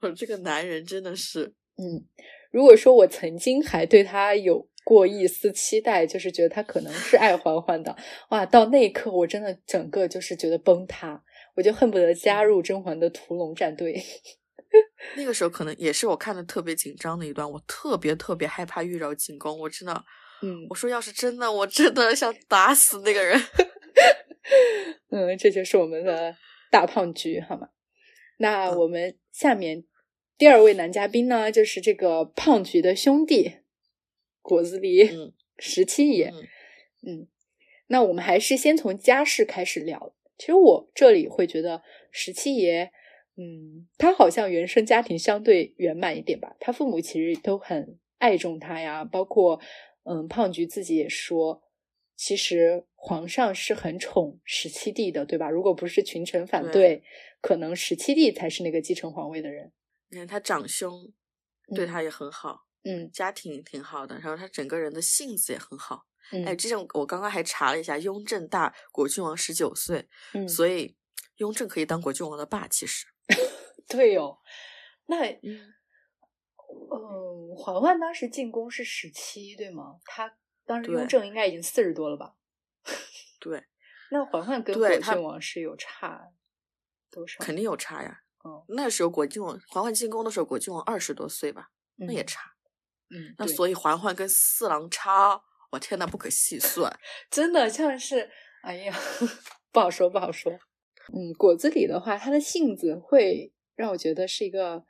S1: 我这个男人真的是，
S2: 嗯，如果说我曾经还对她有过一丝期待，就是觉得她可能是 爱嬛嬛的，哇，到那一刻我真的整个就是觉得崩塌，我就恨不得加入甄嬛的屠龙战队。
S1: 那个时候可能也是我看的特别紧张的一段，我特别特别害怕玉娆进宫，我真的，
S2: 嗯
S1: 我说要是真的，我真的想打死那个人。
S2: 嗯，这就是我们的大胖菊，好吗？那
S1: 嗯
S2: 我们下面第二位男嘉宾呢，就是这个胖菊的兄弟果子狸
S1: 嗯，
S2: 十七爷。
S1: 嗯
S2: 嗯，那我们还是先从家世开始聊。其实我这里会觉得十七爷，嗯，他好像原生家庭相对圆满一点吧。他父母其实都很爱重他呀，包括嗯，胖菊自己也说，其实皇上是很宠十七弟的，对吧？如果不是群臣反对，
S1: 对
S2: 可能十七弟才是那个继承皇位的人。
S1: 你看他长兄对
S2: 嗯
S1: 他也很好，
S2: 嗯
S1: 家庭挺好的，然后他整个人的性子也很好。
S2: 嗯，
S1: 哎，之前我刚刚还查了一下，雍正大果郡王十九岁，
S2: 嗯
S1: 所以雍正可以当果郡王的爸。其实，
S2: 对哦，那
S1: 嗯，
S2: 嗯，嬛嬛当时进宫是十七，对吗？她当时雍
S1: 对
S2: 正应该已经四十多了吧？
S1: 对，
S2: 那嬛嬛跟
S1: 对
S2: 果
S1: 她
S2: 郡王是有差多少？
S1: 肯定有差呀。
S2: 嗯，
S1: 那时候果郡王嬛嬛进宫的时候，果郡王二十多岁吧，那也
S2: 嗯
S1: 差。
S2: 嗯，
S1: 那
S2: 对
S1: 所以嬛嬛跟四郎差，我天呐，不可细算。
S2: 真的像是，哎呀， 不好说，不好说。嗯，果子狸的话，他的性子会让我觉得是一个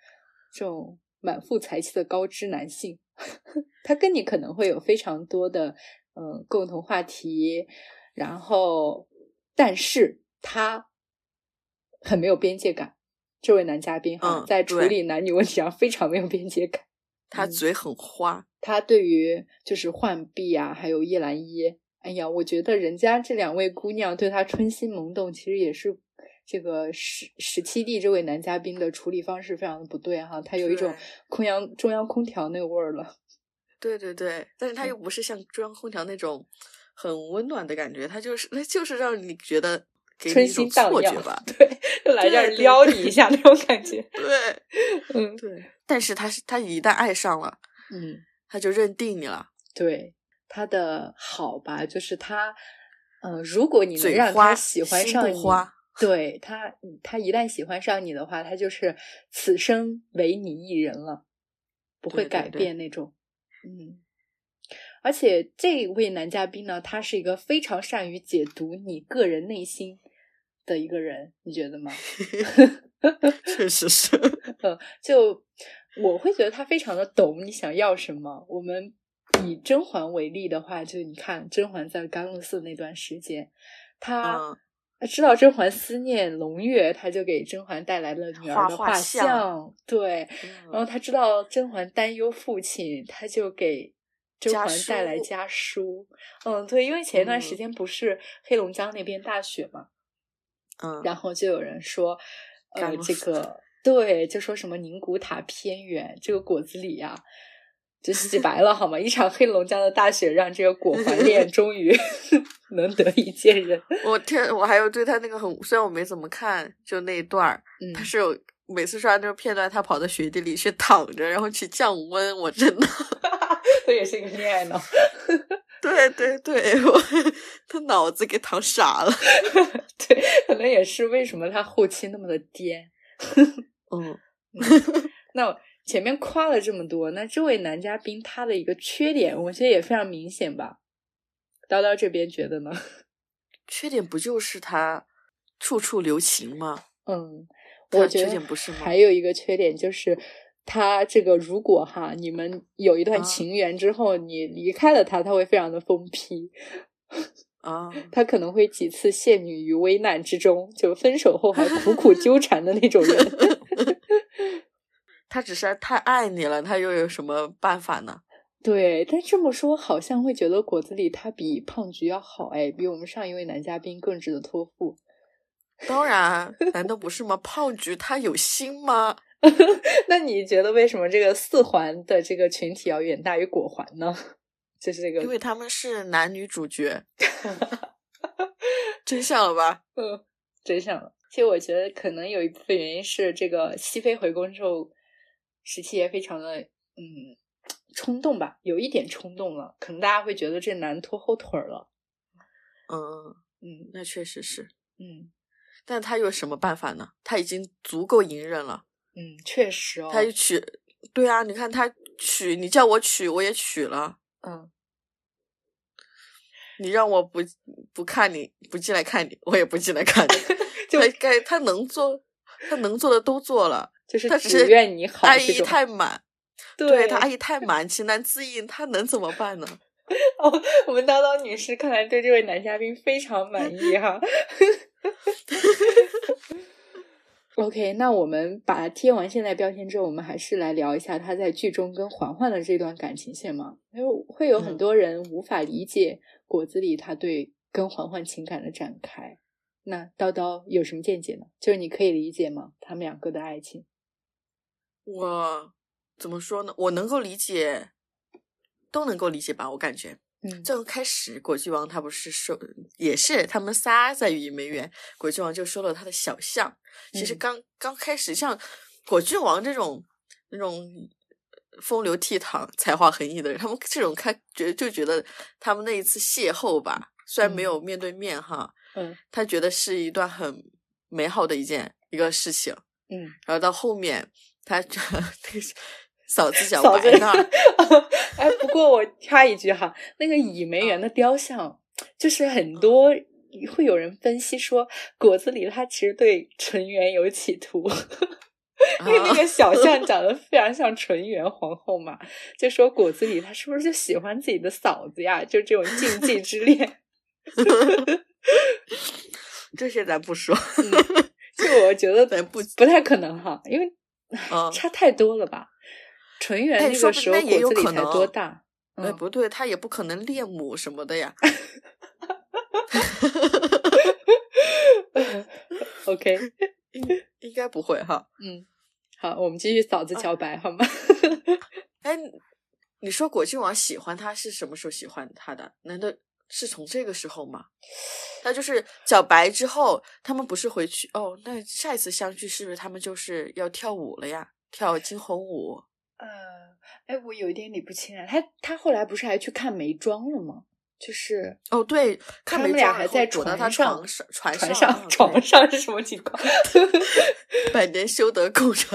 S2: 这种满腹才气的高知男性。 他跟你可能会有非常多的嗯共同话题，然后，但是他很没有边界感。这位男嘉宾哈，
S1: 嗯
S2: 在处
S1: 对
S2: 理男女问题上非常没有边界感。
S1: 他
S2: 嗯
S1: 嘴很花，
S2: 他对于就是浣碧啊，还有叶澜依，哎呀，我觉得人家这两位姑娘对他春心萌动，其实也是这个十十七弟这位男嘉宾的处理方式非常的不对哈、他有一种
S1: 对
S2: 空央中央空调那个味儿了。
S1: 对对对，但是他
S2: 嗯
S1: 又不是像中央空调那种很温暖的感觉，他就是那就是让你觉得给你
S2: 春
S1: 一种
S2: 心荡
S1: 错觉
S2: 漾
S1: 吧，。
S2: 对，就来这儿
S1: 对对
S2: 撩
S1: 对
S2: 你一下那种 感觉。
S1: 对
S2: 嗯
S1: 对，但是他是他一旦爱上了，
S2: 嗯，
S1: 他就认定你了。
S2: 对他的好吧，就是他，呃，如果你能
S1: 嘴
S2: 让他
S1: 花
S2: 喜欢
S1: 心
S2: 上
S1: 不
S2: 你
S1: 花，
S2: 对他，他一旦喜欢上你的话，他就是此生唯你一人了，不会
S1: 对对
S2: 改
S1: 对
S2: 变那种。嗯，而且这位男嘉宾呢，他是一个非常善于解读你个人内心的一个人，你觉得吗？
S1: 确实是，
S2: 呃，就我会觉得他非常的懂你想要什么。我们以甄嬛为例的话，就你看甄嬛在甘露寺那段时间，她
S1: 嗯，
S2: 知道甄嬛思念胧月，她就给甄嬛带来了女儿
S1: 画
S2: 的
S1: 画
S2: 画
S1: 像
S2: 对。
S1: 嗯
S2: 然后她知道甄嬛担忧父亲，她就给。甄
S1: 家
S2: 嬛带来
S1: 书
S2: 家书，嗯，对，因为前一段时
S1: 嗯
S2: 间不是黑龙江那边大雪嘛，
S1: 嗯，
S2: 然后就有人说，呃
S1: 干，了
S2: 这个对，就说什么宁古塔偏远，这个果子狸呀、就洗白了好吗？一场黑龙江的大雪让这个 果怀恋终于 能得以见人。
S1: 我天，我还有对他那个很，虽然我没怎么看，就那一段儿，
S2: 嗯
S1: 他是有每次刷那个片段，他跑到雪地里去躺着，然后去降温，我真的，
S2: 这也是一个恋爱脑。
S1: 对对对， 我他脑子给躺傻了。
S2: 对，可能也是为什么他后期那么的颠。
S1: 嗯，
S2: 那前面夸了这么多，那这位男嘉宾他的一个缺点，我觉得也非常明显吧？叨叨这边觉得呢？
S1: 缺点不就是他处处留情吗？
S2: 嗯，我觉
S1: 缺
S2: 得
S1: 点不是吗
S2: 还有一个缺点就是。他这个如果哈，你们有一段
S1: 啊
S2: 情缘之后，你离开了他，他会非常的疯批，
S1: 啊，
S2: 他可能会几次陷女于危难之中，就分手后还苦苦纠缠的那种人。
S1: 他只是太爱你了，他又有什么办法呢？
S2: 对，但这么说好像会觉得果子狸他比胖菊要好哎，比我们上一位男嘉宾更值得托付。
S1: 当然，难道不是吗？胖菊他有心吗？
S2: 那你觉得为什么这个四环的这个群体要远大于果环呢？ 就是这
S1: 因
S2: 个，
S1: 为他们是男女主 角，真相了吧？
S2: 嗯，真相了。其实我觉得可能有一部分原因是这个熹妃回宫之后，时期也非常的嗯冲动吧，有一点冲动了，可能大家会觉得这男拖后腿儿了。
S1: 嗯，
S2: 嗯
S1: 那确实是，
S2: 嗯
S1: 但他有什么办法呢？他已经足够隐忍了，
S2: 嗯，确实哦，
S1: 他就娶，对啊，你看他娶，你叫我娶我也娶了，
S2: 嗯，
S1: 你让我不不看你不进来看你，我也不进来看你，
S2: 就
S1: 他该他能做，他能做的都做了，
S2: 就是
S1: 他只是
S2: 愿你好
S1: 爱
S2: 这
S1: 意
S2: 种。
S1: 太满，
S2: 对
S1: 他爱意太满，情难自禁，他能怎么办呢？
S2: 哦， 我们叨叨女士看来对这位男嘉宾非常满意哈。OK，那我们把贴完现在标签之后，我们还是来聊一下他在剧中跟环环的这段感情线嘛，因为会有很
S1: 嗯
S2: 多人无法理解果子狸他对跟环环情感的展开。那叨叨有什么见解呢？就是你可以理解吗？他们两个的爱情？
S1: 我怎么说呢？我能够理解，都能够理解吧，我感觉。
S2: 嗯
S1: 最开始，果郡王他不是收，也是他们仨在雨梅园，果郡王就收了他的小象。其实
S2: 嗯
S1: 刚、刚开始，像果郡王这种那种风流倜傥、才华横溢的人，他们这种看觉就觉得他们那一次邂逅吧，虽然没有面对面哈，
S2: 嗯
S1: 他觉得是一段很美好的一件一个事情。
S2: 嗯，
S1: 然后到后面，他 这那个嫂子小
S2: 嫂
S1: 白
S2: 子
S1: 那儿，
S2: 哎，不过我插一句哈，那个倚梅
S1: 嗯
S2: 园的雕像，就是很多会有人分析说，果子狸他其实对纯元有企图，因为 那
S1: 啊
S2: 个小象长得非常像纯元皇后嘛，就说果子狸他是不是就喜欢自己的嫂子呀？就这种禁忌之恋，
S1: 这些咱不说，
S2: 嗯就我觉得
S1: 咱不
S2: 不太可能哈，因为
S1: 啊。
S2: 差太多了吧？纯元
S1: 但哎
S2: 那
S1: 说
S2: 个
S1: 不定
S2: 时候
S1: 那也有
S2: 果子
S1: 可
S2: 狸才
S1: 能
S2: 多大？
S1: 哎，
S2: 嗯，
S1: 不对，他也不可能恋母什么的 呀。
S2: OK，
S1: 应应该不会哈。
S2: 嗯，好，我们继续嫂
S1: 啊
S2: 子桥白、好吗？
S1: 哎，你说果郡王喜欢他是什么时候喜欢他的？难道是从这个时候吗？他就是小白之后，他们不是回去哦？那下一次相聚是不是他们就是要跳舞了呀？跳惊鸿舞？
S2: 呃，哎，我有一点理不清啊，他他后来不是还去看梅庄了吗？就是
S1: 哦，对，看
S2: 他
S1: 没
S2: 们俩
S1: 抓，
S2: 还
S1: 然后
S2: 在
S1: 躲到
S2: 船
S1: 他
S2: 上
S1: 床上、船
S2: 船
S1: 上
S2: 上、啊 床，上是什么情况？
S1: 啊对百年修得共枕。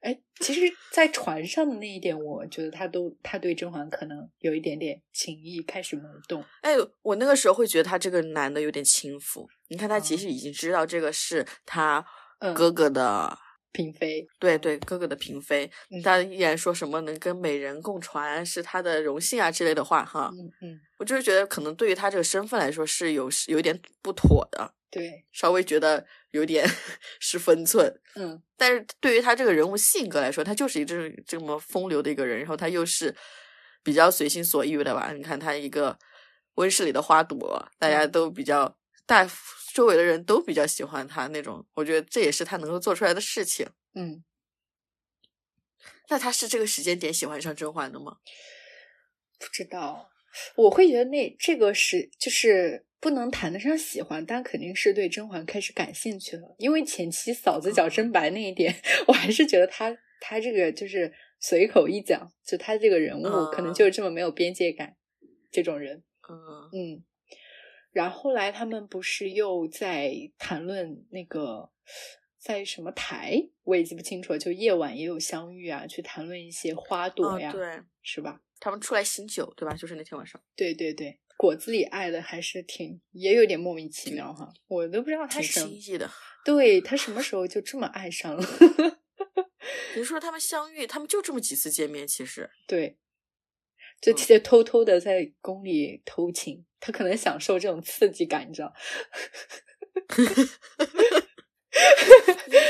S2: 哎，其实，在船上的那一点，我觉得他都他对甄嬛可能有一点点情意开始萌动。
S1: 哎，我那个时候会觉得他这个男的有点轻浮。你看，他其
S2: 嗯
S1: 实已经知道这个是他
S2: 嗯
S1: 哥哥的，
S2: 嫔妃，
S1: 对对，哥哥的嫔妃
S2: 嗯，
S1: 他依然说什么能跟美人共船是他的荣幸啊之类的话哈。
S2: 嗯嗯，
S1: 我就是觉得，可能对于他这个身份来说是有是有点不妥的，
S2: 对，
S1: 稍微觉得有点 失分寸。
S2: 嗯
S1: 但是对于他这个人物性格来说，他就是一个这这么风流的一个人，然后他又是比较随心所欲的吧？你看他一个温室里的花朵，大
S2: 嗯
S1: 家都比较，大周围的人都比较喜欢他那种，我觉得这也是他能够做出来的事情。
S2: 嗯，
S1: 那他是这个时间点喜欢上甄嬛的吗？
S2: 不知道，我会觉得那这个是就是不能谈得上喜欢，但肯定是对甄嬛开始感兴趣了。因为前期嫂子脚真白那一点， 我还是觉得她她这个就是随口一讲，就她这个人物可能就是这么没有边界感，这种人。
S1: 嗯
S2: 嗯，然后后来他们不是又在谈论那个在什么台，我也记不清楚了，就夜晚也有相遇啊，去谈论一些花朵呀，
S1: 嗯，对
S2: 是吧？
S1: 他们出来醒酒，对吧？就是那天晚上，
S2: 对对对，果子里爱的还是挺也有点莫名其妙哈，我都不知道他
S1: 挺
S2: 什
S1: 新意的。
S2: 对他什么时候就这么爱上了，
S1: 你说他们相遇，他们就这么几次见面，其实
S2: 对，就
S1: 嗯
S2: 直接偷偷的在宫里偷情，他可能享受这种刺激感，你知道？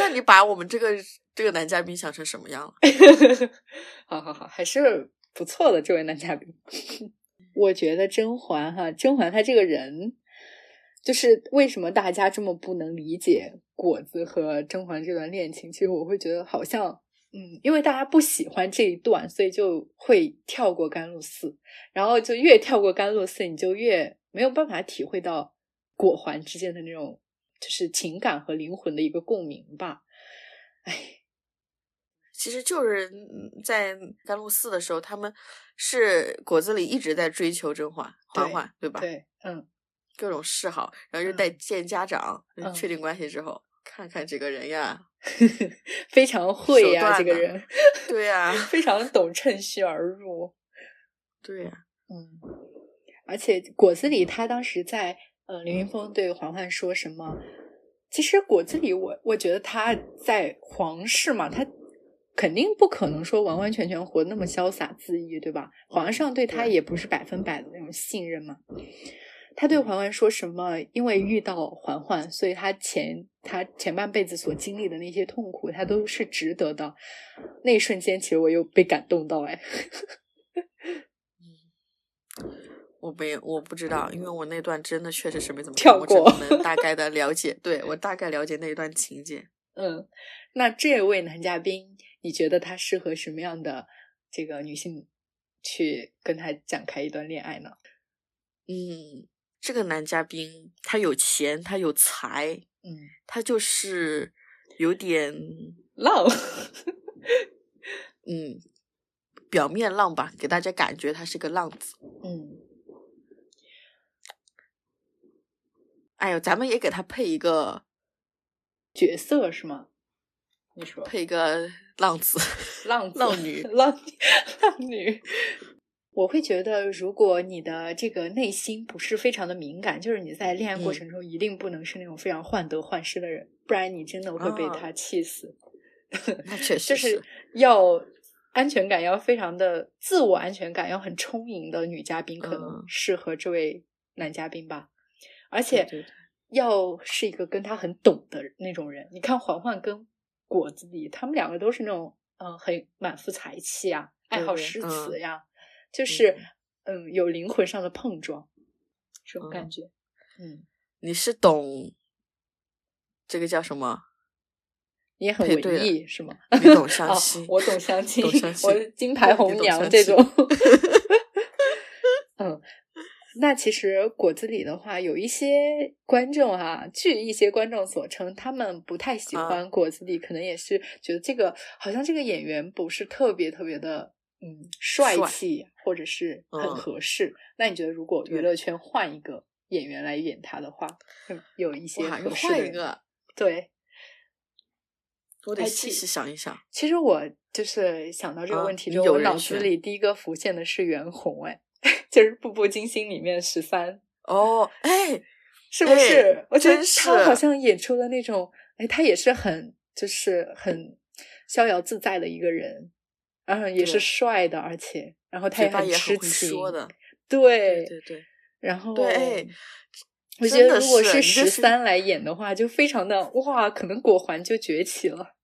S1: 那你把我们这个这个男嘉宾想成什么样了？
S2: 好好好，还是不错的这位男嘉宾。 我觉得甄嬛哈，甄嬛她这个人，就是为什么大家这么不能理解果子和甄嬛这段恋情？其实我会觉得好像，嗯，因为大家不喜欢这一段，所以就会跳过甘露寺，然后就越跳过甘露寺，你就越没有办法体会到果环之间的那种就是情感和灵魂的一个共鸣吧。哎，
S1: 其实就是嗯在甘露寺的时候，他们是果子里一直在追求甄嬛、
S2: 对
S1: 嬛嬛，对吧？
S2: 对，嗯。
S1: 各种示好，然后就
S2: 嗯
S1: 带见家长，
S2: 嗯
S1: 确定关系之后，看看这个人呀，
S2: 非常会呀、
S1: 手段
S2: 这个
S1: 呢
S2: 人
S1: 对 呀、
S2: 非常懂趁虚而入。
S1: 对呀、
S2: 嗯，而且果子狸他当时在呃，刘云峰对嬛嬛说什么？其实果子狸我我觉得他在皇室嘛，他肯定不可能说完完全全活得那么潇洒恣意，对吧？皇上对他
S1: 对
S2: 也不是百分百的那种信任嘛。他对嬛嬛说什么？因为遇到嬛嬛，所以他前他前半辈子所经历的那些痛苦，他都是值得的。那一瞬间，其实我又被感动到，哎，
S1: 我没我不知道，因为我那段真的确实是没怎么看
S2: 跳
S1: 我
S2: 过
S1: 只 能大概的了解，对我大概了解那一段情节。
S2: 嗯，那这位男嘉宾，你觉得他适合什么样的这个女性去跟他展开一段恋爱呢？
S1: 嗯，这个男嘉宾他有钱，他有才，
S2: 嗯，
S1: 他就是有点
S2: 浪，
S1: 嗯，表面浪吧，给大家感觉他是个浪子。
S2: 嗯，
S1: 哎呦，咱们也给他配一个
S2: 角色是吗？你说
S1: 配一个浪子，
S2: 浪子
S1: 浪女
S2: 浪浪女。我会觉得，如果你的这个内心不是非常的敏感，就是你在恋爱过
S1: 嗯
S2: 程中一定不能是那种非常患得患失的人，不然你真的会被
S1: 啊
S2: 他气死。
S1: 那确实
S2: 就是要安全感要非常的自我安全感要很充盈的女嘉宾，可能
S1: 嗯
S2: 适合这位男嘉宾吧。而且
S1: 对对对
S2: 要是一个跟他很懂的那种人。你看嬛嬛跟果子狸，他们两个都是那种嗯、呃很满腹才气啊，爱好
S1: 对
S2: 诗
S1: 嗯
S2: 词呀，就是嗯有灵魂上的碰撞，这种
S1: 嗯
S2: 感觉。嗯，
S1: 你是懂这个叫什么？
S2: 你也很
S1: 配
S2: 文
S1: 对了
S2: 艺是吗？
S1: 你懂相
S2: 哦
S1: 亲、，
S2: 我懂相亲，
S1: 懂相亲
S2: 我是金牌红娘这种
S1: 你。
S2: 嗯，那其实果子狸的话，有一些观众哈、据一些观众所称，他们不太喜
S1: 啊
S2: 欢果子狸，可能也是觉得这个好像这个演员不是特别特别的。嗯，帅
S1: 帅
S2: 气或者是很
S1: 嗯
S2: 合适。那你觉得，如果娱
S1: 对
S2: 乐圈换一个演员来演他的话，会有一些
S1: 哇，又
S2: 合适的
S1: 换一
S2: 人
S1: 个，
S2: 对，
S1: 我得
S2: 哎
S1: 细
S2: 其
S1: 细想一想。
S2: 其实我就是想到这个
S1: 啊
S2: 问题
S1: 你
S2: 之后，
S1: 有
S2: 我
S1: 人
S2: 脑子
S1: 选
S2: 里第一个浮现的是袁弘，哎， 就是《步步惊心》里面十三，
S1: 哦，哎，
S2: 是不是
S1: 哎？
S2: 我觉得
S1: 真是
S2: 他好像演出了那种，哎，他也是很就是很逍遥自在的一个人，嗯，也是
S1: 对
S2: 帅的，而且然后他
S1: 嘴巴
S2: 很
S1: 也
S2: 痴
S1: 很会
S2: 情，
S1: 说的，
S2: 对，
S1: 对对，
S2: 然后
S1: 对哎
S2: 我觉
S1: 真
S2: 得
S1: 的
S2: 如果
S1: 是你这
S2: 十
S1: 是
S2: 三来演的话，就非常的哇，可能果环就崛起了。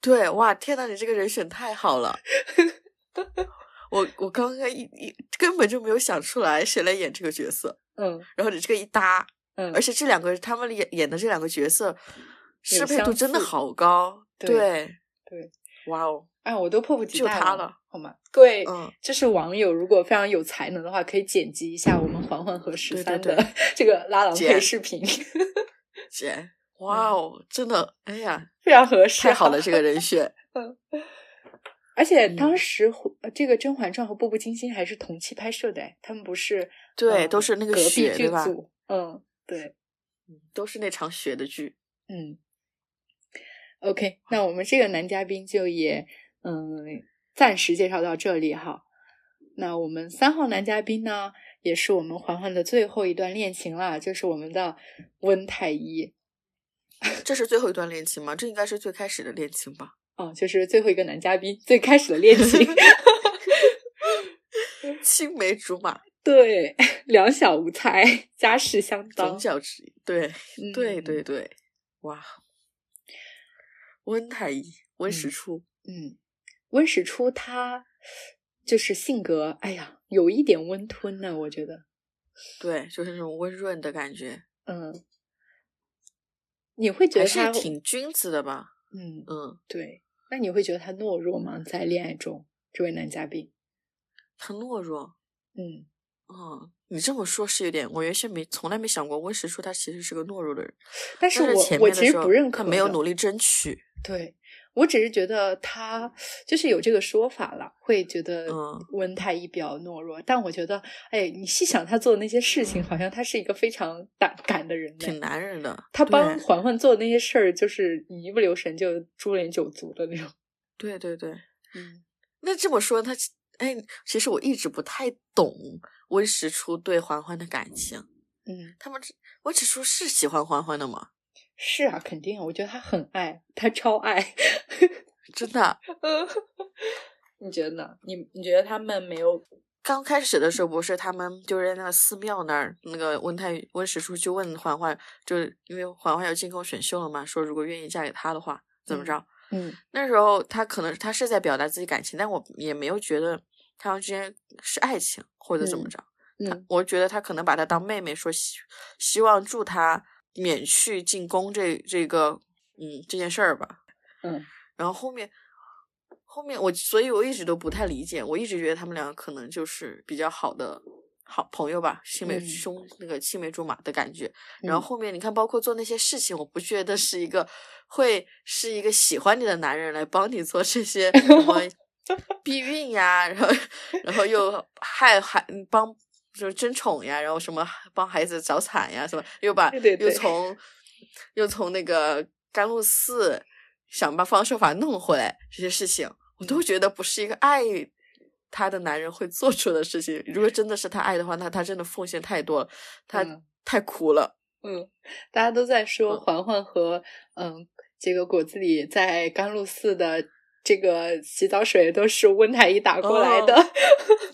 S1: 对，哇，天呐，你这个人选太好了！我我刚刚一一根本就没有想出来谁来演这个角色，
S2: 嗯
S1: 然后你这个一搭，
S2: 嗯
S1: 而，且这两个他们演演的这两个角色
S2: 有
S1: 适配度
S2: 相
S1: 真的
S2: 似
S1: 好高，
S2: 对
S1: 对
S2: 对，
S1: 哇哦，
S2: 哎，我都迫不及
S1: 就
S2: 待
S1: 他
S2: 了
S1: 了，
S2: 好吗？各位，
S1: 嗯，
S2: 就是网友如果非常有才能的话，可以剪辑一下我们环环和十
S1: 对对
S2: 三
S1: 对
S2: 的 这个拉郎配
S1: 剪
S2: 视频，
S1: 姐，哇
S2: 嗯
S1: 哦，真的，哎呀，
S2: 非常合适，
S1: 太好了，这个人 选，
S2: 而且
S1: 嗯
S2: 当时胡、呃这个《甄嬛传》和《步步惊心》还是同期拍摄的，哎他们不是
S1: 对
S2: 呃
S1: 都是那个
S2: 隔壁
S1: 雪
S2: 剧
S1: 对吧
S2: 组，嗯，对，
S1: 都是那场雪的剧，
S2: 嗯，OK，那我们这个男嘉宾就也嗯暂时介绍到这里哈。那我们三号男嘉宾呢，也是我们环环的最后一段恋情啦，就是我们的温太医，
S1: 这是最后一段恋情吗？这应该是最开始的恋情吧？
S2: 哦，就是最后一个男嘉宾最开始的恋 情，
S1: 青梅竹马，
S2: 对，两小无猜，家世相当
S1: 总，角之一，对，对
S2: 嗯
S1: 对对，哇，温太医，温实
S2: 嗯
S1: 初，
S2: 嗯，温实初他就是性格，哎呀，有一点温吞呢，我觉得。
S1: 对，就是那种温润的感觉，
S2: 嗯，你会觉
S1: 还
S2: 得
S1: 是
S2: 他，
S1: 挺君子的吧？
S2: 嗯，
S1: 嗯，
S2: 对。那你会觉得他懦弱吗？在恋爱中，这位男嘉宾，
S1: 他懦弱，
S2: 嗯，
S1: 嗯，你这么说是有点，我原先没从来没想过温实初他其实是个懦弱的人，
S2: 但
S1: 但
S2: 我
S1: 前
S2: 我
S1: 面的
S2: 其实
S1: 时候
S2: 不认可
S1: 他
S2: 的，
S1: 没有努力争取，
S2: 对，我只是觉得他就是有这个说法了，会觉得
S1: 嗯
S2: 温太医比较懦弱。但我觉得，哎，你细想他做的那些事情，好像他是一个非常胆敢的人呢。
S1: 挺男人的，
S2: 他
S1: 对
S2: 帮环环做的那些事儿，就是你一不留神就株连九族的那种。
S1: 对对对，
S2: 嗯
S1: 那这么说他其，哎，其实我一直不太懂温实初对环环的感情。
S2: 嗯，
S1: 他们只温实初是喜欢欢欢的吗？
S2: 是啊，肯定啊，我觉得他很爱，他超爱。
S1: 真的，
S2: 你觉得呢？你你觉得他们没有？
S1: 刚开始的时候不是他们就在那个寺庙那儿，那个温太温实初就问环环，就是因为环环要进宫选秀了嘛，说如果愿意嫁给他的话，怎么着？
S2: 嗯
S1: 那时候他可能他是在表达自己感情，但我也没有觉得他们之间是爱情或者怎么
S2: 嗯
S1: 着。
S2: 嗯
S1: 我觉得他可能把她当妹妹，说希希望助她免去进宫这这个嗯这件事儿吧。
S2: 嗯
S1: 然后后面后面我所以我一直都不太理解，我一直觉得他们两个可能就是比较好的好朋友吧，青梅
S2: 嗯
S1: 兄、那个青梅竹马的感觉。然后后面你看，包括做那些事情，我不觉得是一个会是一个喜欢你的男人来帮你做这些什么避孕呀，然后然后又害孩嗯帮就是争宠呀，然后什么帮孩子找惨呀，什么又把
S2: 对对对
S1: 又从又从那个甘露寺想办法设法弄回来这些事情，我
S2: 嗯
S1: 都觉得不是一个爱。他的男人会做出的事情，如果真的是他爱的话，那他真的奉献太多了，他
S2: 嗯
S1: 太苦了。
S2: 嗯，大家都在说
S1: 嗯
S2: 环环和嗯这个果子狸在甘露寺的这个洗澡水都是温太医打过来的。
S1: 哦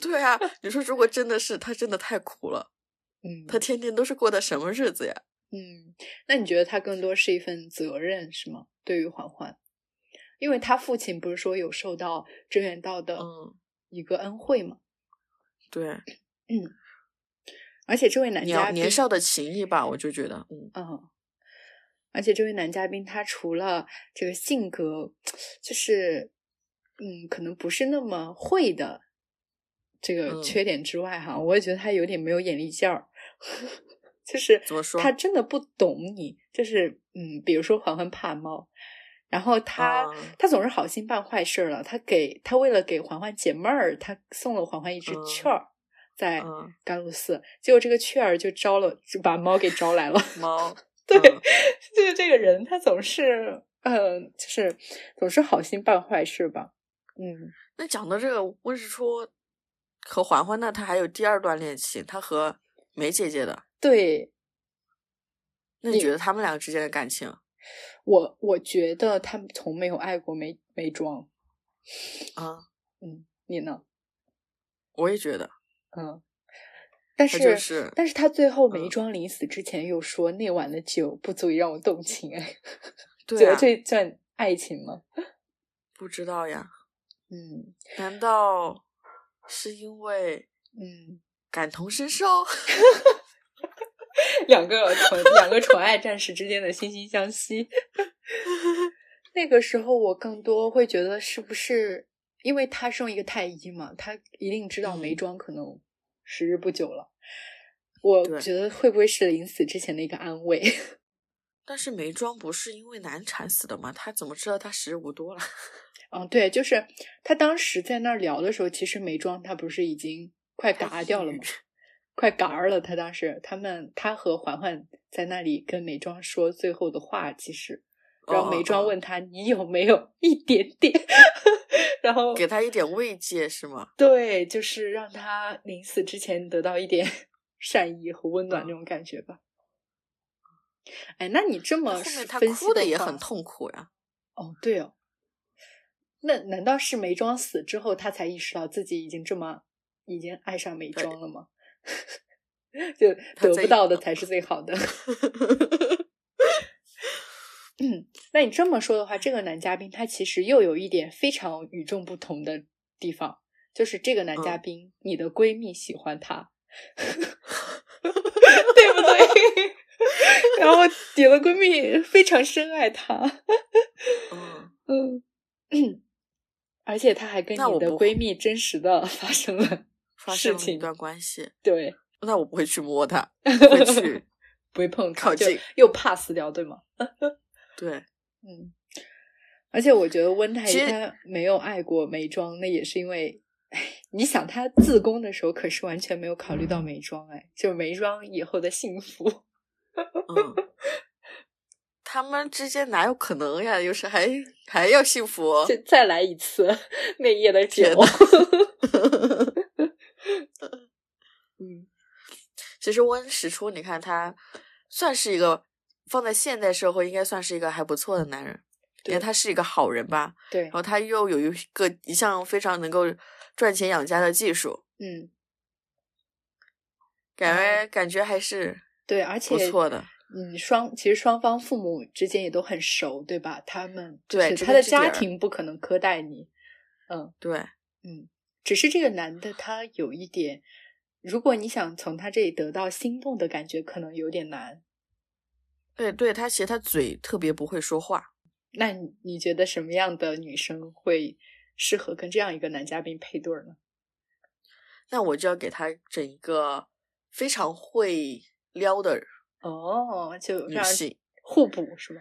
S1: 对啊，你说如果真的是他，真的太苦了，
S2: 嗯，
S1: 他天天都是过的什么日子呀？
S2: 嗯，那你觉得他更多是一份责任是吗？对于环环，因为他父亲不是说有受到郑元道的
S1: 嗯，
S2: 一个恩惠嘛，
S1: 对，
S2: 而且这位男嘉
S1: 年
S2: 宾
S1: 年少的情谊吧，我就觉得，嗯，
S2: 嗯，而且这位男嘉宾他除了这个性格，就是嗯，可能不是那么会的这个
S1: 嗯
S2: 缺点之外哈，我也觉得他有点没有眼力劲儿， 就是
S1: 怎么说
S2: 他真的不懂你，就是嗯，比如说环环怕猫。然后他、
S1: 啊
S2: 他总是好心办坏事儿了。他给他为了给环环解闷儿，他送了环环一只
S1: 嗯
S2: 雀儿，在
S1: 嗯
S2: 甘露寺。结果这个雀儿就招了，就把猫给招来了。
S1: 猫，
S2: 对，
S1: 嗯
S2: 就是这个人，他总是，呃，就是总是好心办坏事吧。嗯，
S1: 那讲到这个温实初和环环呢，他还有第二段恋情，他和梅姐姐的。
S2: 对
S1: 那你觉得他们两个之间的感情
S2: 我，我觉得他们从没有爱过梅梅庄。
S1: 啊？
S2: 嗯，你呢？
S1: 我也觉得，
S2: 嗯，但
S1: 他
S2: 是，
S1: 就是
S2: 但是他最后梅
S1: 嗯
S2: 庄临死之前又说，那晚的酒不足以让我动情。哎，
S1: 对
S2: 觉得
S1: 啊，
S2: 这算爱情吗？
S1: 不知道呀？
S2: 嗯
S1: 难道是因为
S2: 嗯，
S1: 感同身受？
S2: 两个纯两个纯爱战士之间的惺惺相惜。 那个时候我更多会觉得是不是因为他身为一个太医嘛，他一定知道
S1: 嗯
S2: 眉庄可能时日不久了。我
S1: 对
S2: 觉得会不会是临死之前的一个安慰？
S1: 但是梅庄不是因为难产死的吗？他怎么知道他时日无多了？
S2: 嗯，对，就是他当时在那儿聊的时候，其实眉庄他不是已经快
S1: 他
S2: 嘎
S1: 抑
S2: 掉了
S1: 郁
S2: 吗？快嘎儿了！他当时他们他和环环在那里跟眉庄说最后的话，其实，然后
S1: 哦
S2: 眉
S1: 哦
S2: 庄
S1: 哦
S2: 问他你有没有一点点，然后
S1: 给他一点慰藉是吗？
S2: 对，就是让他临死之前得到一点 善意和温暖
S1: 嗯
S2: 那种感觉吧。哎，那你这么
S1: 后面他
S2: 分析
S1: 哭的也
S2: 话
S1: 很痛苦呀、
S2: 哦，对哦，那难道是眉庄死之后，他才意识到自己已经这么已经爱上眉庄了吗？ 就
S1: 他
S2: 得
S1: 在
S2: 不到的才是 最好的。嗯，那你这么说的话，这个男嘉宾他其实又有一点非常与众不同的地方，就是这个男嘉
S1: 嗯
S2: 宾，你的闺蜜喜欢 他，对不对？ 然后你的闺蜜非常深爱他。
S1: 嗯，
S2: 嗯， 而且她还跟
S1: 那
S2: 你
S1: 我
S2: 的
S1: 不
S2: 闺蜜真实的 发生了，
S1: 发
S2: 事
S1: 生了一
S2: 情
S1: 段关系，
S2: 对，
S1: 那我不会去摸他，不会去
S2: 不会碰她
S1: 靠
S2: 就
S1: 近
S2: 又怕死掉，对吗？
S1: 对。
S2: 嗯，而且我觉得温太医
S1: 其实
S2: 她没有爱过眉庄，那也是因为，哎，你想她自宫的时候可是完全没有考虑到眉庄，哎，就是眉庄以后的幸福，
S1: 嗯，他们之间哪有可能呀？有时还还要幸福哦？
S2: 就再来一次 那夜的酒
S1: 天。
S2: 嗯，
S1: 其实温实初，你看他算是一个放在现代社会，应该算是一个还不错的男人。你
S2: 对
S1: 看他是一个好人吧，
S2: 对
S1: 然，后他又有一个一项非常能够赚钱养家的技术，
S2: 嗯。
S1: 感觉、
S2: 哦
S1: 感觉还是
S2: 对，而且
S1: 不错的。
S2: 嗯，双其实双方父母之间也都很熟，对吧？他们就
S1: 对
S2: 是
S1: 知
S2: 他
S1: 根
S2: 的
S1: 知
S2: 家
S1: 底儿
S2: 庭不可能苛待你，嗯
S1: 对，
S2: 嗯，只是这个男的他有一点，如果你想从他这里得到心动的感觉，可能有点难。
S1: 对对，他其实他嘴特别不会说话，
S2: 那你你觉得什么样的女生会适合跟这样一个男嘉宾配对儿呢？
S1: 那我就要给他整一个非常会撩的
S2: 哦，就
S1: 女
S2: 让人
S1: 性。
S2: 互补是吗？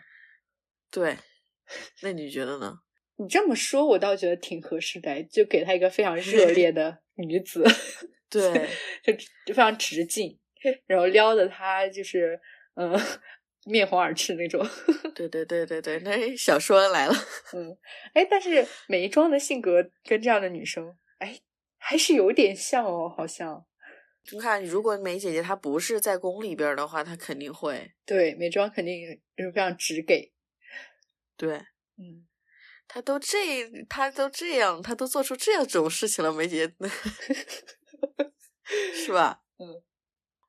S1: 对， 那你觉得呢？
S2: 你这么说，我倒觉得挺合适的，就给他一个 非常热烈的女子。
S1: 对，
S2: 就就非常直径，然后撩的他就是嗯、呃面红耳赤那种。
S1: 对对对对对，那小说来了，
S2: 嗯，哎，但是美妆的性格跟这样的女生，哎，还是有点像哦，好像。
S1: 你看，如果梅姐姐她不是在宫里边儿的话，她肯定会
S2: 对，美妆肯定就是非常直给。
S1: 对。
S2: 嗯，
S1: 她都这，她都这样，她都做出这样种事情了，梅姐， 是吧？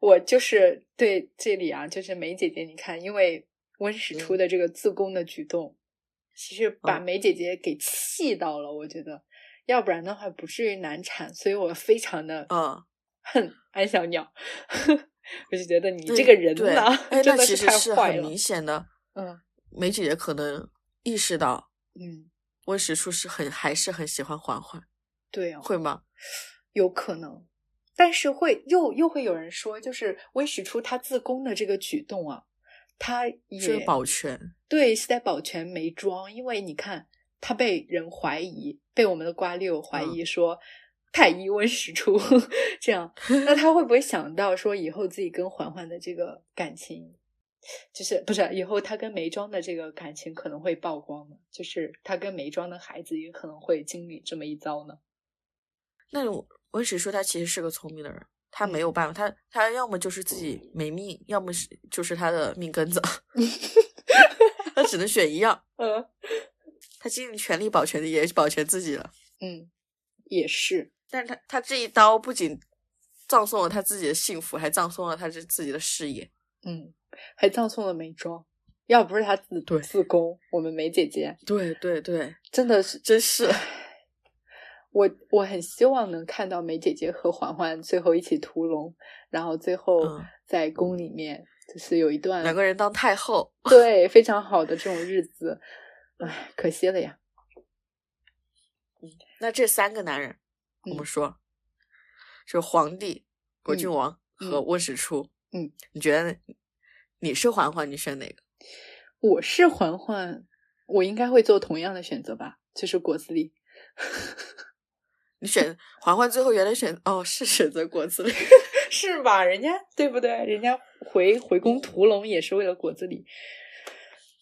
S2: 我就是对这里啊，就是梅姐姐，你看，因为温实初的这个自宫的举动，其实把
S1: 嗯
S2: 梅姐姐给气到了，我觉得。要不然的话不至于难产，所以我非常的
S1: 嗯，
S2: 恨安小鸟， 我就觉得你
S1: 那
S2: 这个人
S1: 对
S2: 呐，
S1: 哎， 那
S2: 真的
S1: 其实
S2: 太
S1: 是
S2: 坏
S1: 很
S2: 了
S1: 明。显的，
S2: 嗯
S1: 梅姐姐可能意识到
S2: 嗯，
S1: 温实初是很还是很喜欢嬛嬛，
S2: 对哦，
S1: 会吗？
S2: 有可能，但是会又又会有人说，就是温实初他自宫的这个举动啊，他
S1: 是
S2: 也
S1: 保全，
S2: 对是在保全眉庄，因为你看他被人怀疑，被我们的瓜六怀疑说。太医温实初 这样，那他会不会想到说以后自己跟嬛嬛的这个感情，就是不是以后他跟眉庄的这个感情可能会曝光呢？就是他跟眉庄的孩子也可能会经历这么一遭呢？
S1: 那我温实初他其实是个聪明的人，他没
S2: 嗯
S1: 有办法，他他要么就是自己没命，要么是就是他的命根 子， 他只能选一样。
S2: 嗯
S1: 他尽全力保全也保全自己了，
S2: 嗯，也是，
S1: 但是他他这一刀不仅葬送了他自己的幸福，还葬送了他这自己的事业。
S2: 嗯，还葬送了眉庄，要不是他自
S1: 对
S2: 自宫，我们梅姐姐
S1: 对对对，
S2: 真的是
S1: 真是
S2: 我我很希望能看到梅姐姐和嬛嬛最后一起屠龙，然后最后
S1: 嗯
S2: 在宫里面就是有一段
S1: 两个人当太后，
S2: 对非常好的这种日子。唉，可惜了呀。
S1: 嗯，那这三个男人，我们说，就是皇帝、博郡王
S2: 嗯嗯
S1: 和温实初。
S2: 嗯，
S1: 你觉得你是嬛嬛，你选哪个？
S2: 我是嬛嬛，我应该会做同样的选择吧，就是果子狸。
S1: 你选嬛嬛，最后原来选哦是选择果 子狸。
S2: 是吧？人家对不对？人家回回宫屠龙也是为了果子狸。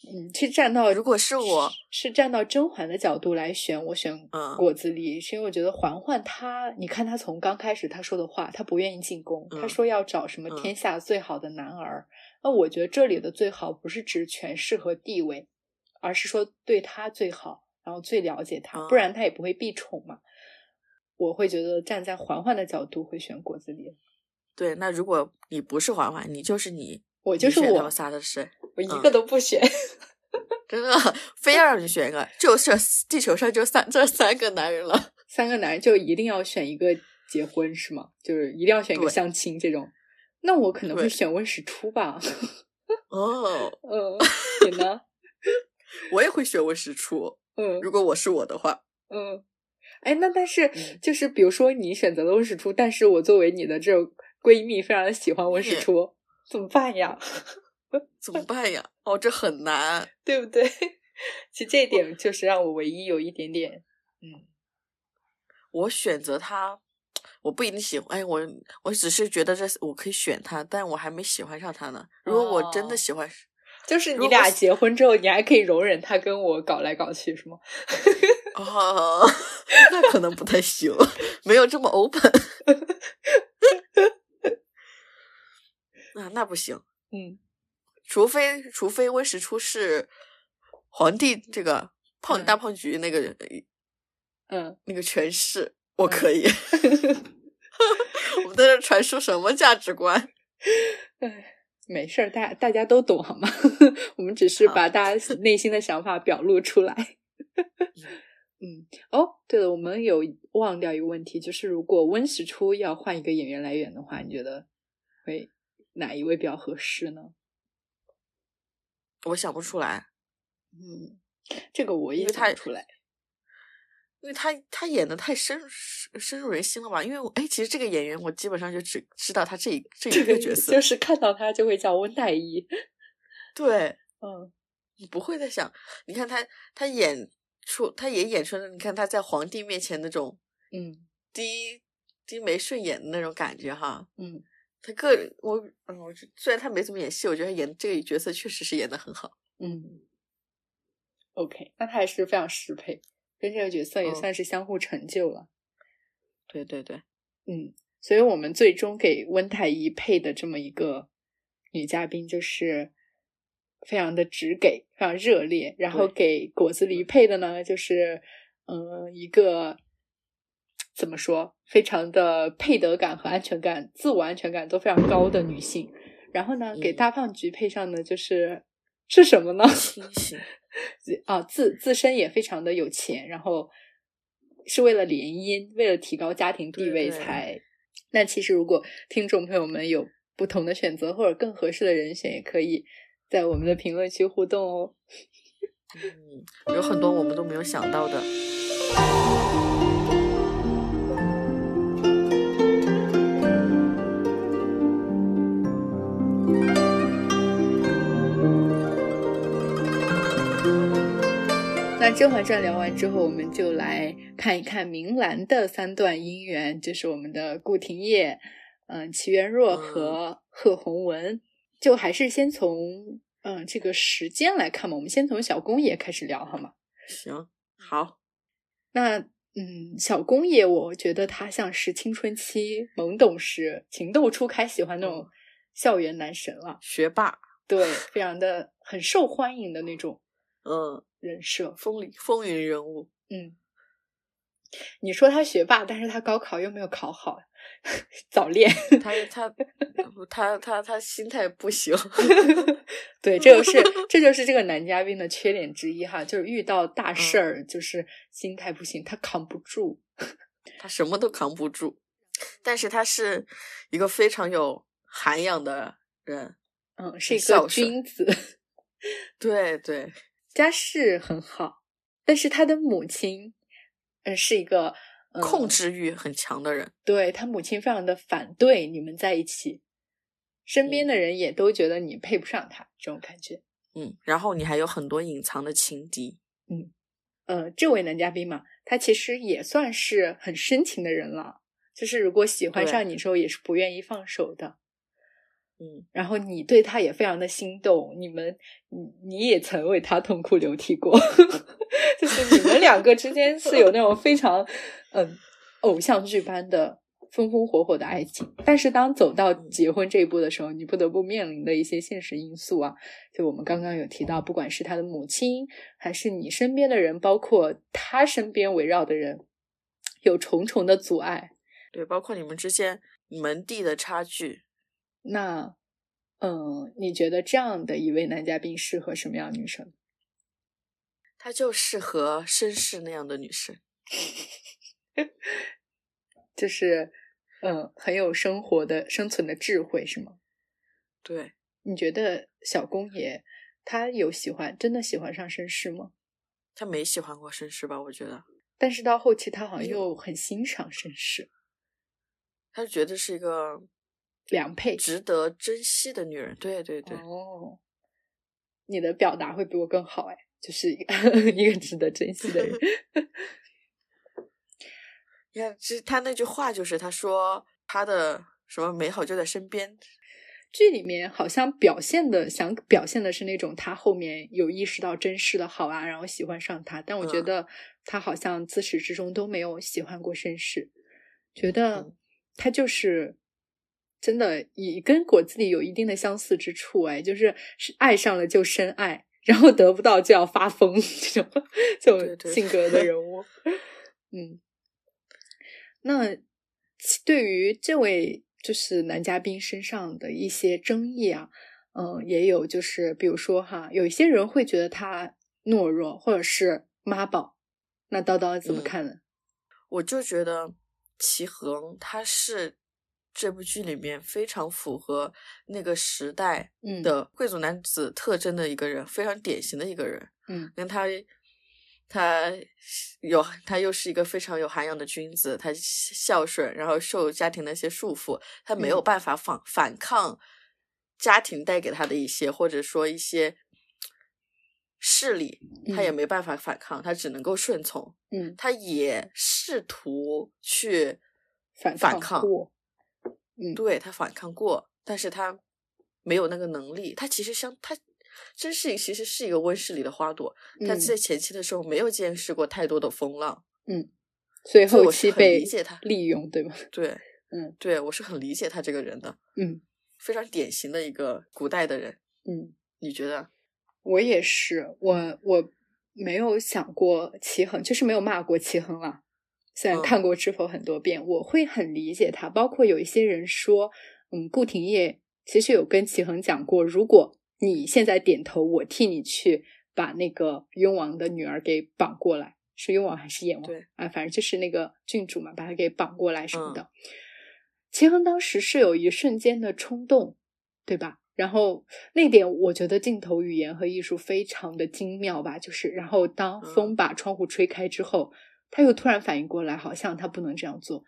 S2: 嗯，去站到
S1: 哦如果是我，
S2: 是站到甄嬛的角度来选，我选
S1: 嗯
S2: 果子狸，是因为我觉得嬛嬛她，你看她从刚开始她说的话，她不愿意进宫，
S1: 嗯
S2: 她说要找什么
S1: 嗯
S2: 天下最好的男儿。那我觉得这里的最好不是指权势和地位，而是说对她最好，然后最了解她，
S1: 嗯
S2: 不然她也不会避宠嘛。我会觉得站在嬛嬛的角度会选果子狸。
S1: 对，那如果你不是嬛嬛，你就是你，
S2: 我就是
S1: 你选他
S2: 我
S1: 们，仨的是谁？
S2: 我一个都不选。
S1: 真的非要让你选一个，就这地球上就三这三个男人了。
S2: 三个男人就一定要选一个结婚是吗？就是一定要选一个
S1: 对
S2: 相亲这种。那我可能会
S1: 对
S2: 选温实初吧。
S1: 哦，
S2: 嗯，你呢？
S1: 我也会选温实初，
S2: 嗯
S1: 如果我是我的话。
S2: 嗯。哎，那但是
S1: 嗯
S2: 就是比如说你选择了温实初，但是我作为你的这种闺蜜，非常的喜欢温实初，怎么办呀？
S1: 怎么办呀？哦，这很难。
S2: 对不对？ 其实这一点就是让我唯一有一点点，嗯
S1: 我选择他，我不一定喜欢。哎，我我只是觉得这我可以选他，但我还没喜欢上他呢。如果我真
S2: 哦
S1: 的喜欢，
S2: 就是你
S1: 如果
S2: 俩
S1: 是
S2: 结婚之后，你还可以容忍他跟我搞来搞去，是吗？
S1: 哦， 那可能不太 行，没有这么 open。那那不行，
S2: 嗯，
S1: 除非除非温实初是皇帝这个胖
S2: 嗯
S1: 大胖菊那个、
S2: 嗯，
S1: 那个权势，我可以。嗯 我们在这传输什么价值观？
S2: 哎，没事儿，大大家都懂好吗？ 我们只是把大家内心的想法表露出来。 嗯，哦，对了，我们有忘掉一个问题，就是如果温实初要换一个演员来演的话，你觉得会哪一位比较合适呢？
S1: 我想不出来。
S2: 嗯，这个我
S1: 因
S2: 也
S1: 为
S2: 想
S1: 他
S2: 不出来。
S1: 因为他他演的太深深入人心了吧？因为我哎，其实这个演员我基本上就只知道他这一这一个角色
S2: 就，是看到他就会叫温太医。
S1: 对
S2: 嗯
S1: 你不会再想，你看他他演出他也演出了，你看他在皇帝面前那种
S2: 嗯
S1: 低低眉顺眼的那种感觉哈。
S2: 嗯，
S1: 他个人我嗯，我觉虽然他没怎么演戏，我觉得他演这个角色确实是演的很好。
S2: 嗯，OK，那他也是非常适配，跟这个角色也
S1: 嗯
S2: 算是相互成就了。
S1: 对对对，
S2: 嗯，所以我们最终给温太医配的这么一个女嘉宾，就是非常的直给，非常热烈。然后给果子狸配的呢，就是嗯、呃一个怎么说，非常的配得感和安全感、自我安全感都非常高的女性。然后呢，给
S1: 嗯
S2: 大胖菊配上的就是是什么呢？
S1: 清醒。
S2: 自啊自自身也非常的有钱，然后是为了联姻，为了提高家庭地
S1: 对
S2: 位
S1: 对
S2: 才。那其实如果听众朋友们有不同的选择或者更合适的人选，也可以在我们的评论区互动哦。
S1: 嗯，有很多我们都没有想到的。
S2: 那《甄嬛传》聊完之后，我们就来看一看明兰的三段姻缘，就是我们的顾廷烨、嗯齐元若和贺弘文。就还是先从嗯这个时间来看嘛，我们先从小公爷开始聊好吗？
S1: 行，好，
S2: 那嗯，小公爷，我觉得他像是青春期懵懂时情窦初开喜欢那种校园男神了，
S1: 学霸，
S2: 对，非常的很受欢迎的那种
S1: 嗯，
S2: 人设。
S1: 风里风云人物。
S2: 嗯，你说他学霸，但是他高考又没有考好，早恋。
S1: 他他他他他心态不行，
S2: 对，这就是这就是这个男嘉宾的缺点之一哈，就是遇到大事儿就是心态不行，他扛不住。
S1: 他什么都扛不住。但是他是一个非常有涵养的人，
S2: 嗯，是一个
S1: 孝顺
S2: 君子。
S1: 对对，
S2: 家世很好，但是他的母亲，呃，是一个、呃、
S1: 控制欲很强的人。
S2: 对他母亲非常的反对你们在一起，身边的人也都觉得你配不上他，这种感觉。
S1: 嗯，然后你还有很多隐藏的情敌。
S2: 嗯，呃，这位男嘉宾嘛，他其实也算是很深情的人了，就是如果喜欢上你之后，也是不愿意放手的。
S1: 嗯，
S2: 然后你对他也非常的心动，你们你你也曾为他痛哭流涕过， 就是你们两个之间是有那种非常嗯偶像剧般的风风火火的爱情。但是当走到结婚这一步的时候，你不得不面临的一些现实因素啊，就我们刚刚有提到，不管是他的母亲，还是你身边的人，包括他身边围绕的人，有重重的阻碍。
S1: 对，包括你们之间门第的差距。
S2: 那，嗯，你觉得这样的一位男嘉宾适合什么样的女生？
S1: 他就适合绅士那样的女生，
S2: 就是嗯，很有生活的生存的智慧，是吗？
S1: 对，
S2: 你觉得小公爷他有喜欢真的喜欢上绅士吗？
S1: 他没喜欢过绅士吧？我觉得，
S2: 但是到后期他好像又很欣赏绅士，
S1: 他觉得是一个。
S2: 良配，
S1: 值得珍惜的女人，对对对。
S2: 哦，你的表达会比我更好哎，就是一个 一个值得珍惜的人。
S1: 你看，这他那句话就是他说他的什么美好就在身边。
S2: 剧里面好像表现的想表现的是那种他后面有意识到真实的好啊，然后喜欢上他，但我觉得他好像自始至终都没有喜欢过绅士，觉得
S1: 嗯
S2: 他就是。真的，也跟果子狸有一定的相似之处，哎，就是是爱上了就深爱，然后得不到就要发疯这种这种性格 的人物。
S1: 对对
S2: 嗯，那对于这位就是男嘉宾身上的一些争议啊，嗯，也有就是比如说哈，有一些人会觉得他懦弱或者是妈宝，那叨叨怎么看呢？
S1: 嗯、我就觉得齐衡他是。这部剧里面非常符合那个时代的贵族男子特征的一个人，
S2: 嗯、
S1: 非常典型的一个人。
S2: 嗯，
S1: 那他他有他又是一个非常有涵养的君子，他孝顺，然后受家庭的一些束缚，他没有办法反、
S2: 嗯、
S1: 反抗家庭带给他的一些，或者说一些势力，他也没办法反抗，他只能够顺从。
S2: 嗯，
S1: 他也试图去
S2: 反
S1: 反
S2: 抗。嗯，
S1: 对他反抗过，但是他没有那个能力。他其实像他，真是其实是一个温室里的花朵。他、
S2: 嗯、
S1: 在前期的时候没有见识过太多的风浪，
S2: 嗯，所以后期被
S1: 理解他
S2: 利用，对吗？
S1: 对，
S2: 嗯，
S1: 对我是很理解他这个人的，
S2: 嗯，
S1: 非常典型的一个古代的人，
S2: 嗯，
S1: 你觉得？
S2: 我也是，我我没有想过齐衡，就是没有骂过齐衡了。虽然看过《知否》很多遍，
S1: 嗯、
S2: 我会很理解他。包括有一些人说，嗯，顾廷烨其实有跟齐衡讲过，如果你现在点头，我替你去把那个雍王的女儿给绑过来，是雍王还是燕王？
S1: 对
S2: 啊，反正就是那个郡主嘛，把她给绑过来什么的。
S1: 嗯、
S2: 齐衡当时是有一瞬间的冲动，对吧？然后那点我觉得镜头语言和艺术非常的精妙吧，就是然后当风把窗户吹开之后。
S1: 嗯
S2: 他又突然反应过来，好像他不能这样做。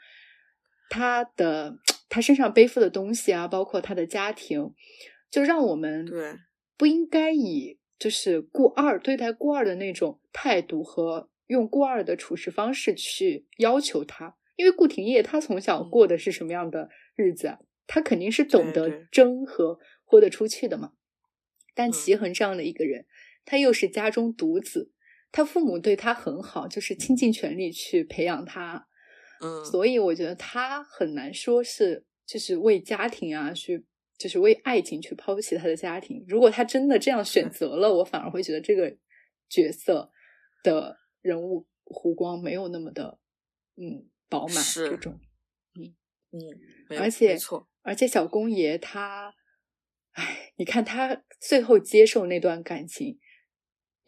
S2: 他的他身上背负的东西啊，包括他的家庭，就让我们
S1: 对
S2: 不应该以就是过二对待过二的那种态度和用过二的处事方式去要求他。因为顾廷烨他从小过的是什么样的日子啊？他肯定是懂得争和豁得出去的嘛。但齐衡这样的一个人，
S1: 嗯、
S2: 他又是家中独子。他父母对他很好，就是倾尽全力去培养他，
S1: 嗯，
S2: 所以我觉得他很难说是就是为家庭啊去，就是为爱情去抛弃他的家庭。如果他真的这样
S1: 嗯
S2: 选择了，我反而会觉得这个角色的人物弧光没有那么的嗯饱满
S1: 是
S2: 这种，嗯
S1: 嗯，
S2: 而且
S1: 没错，
S2: 而且小公爷他，哎，你看他最后接受那段感情。
S1: 嗯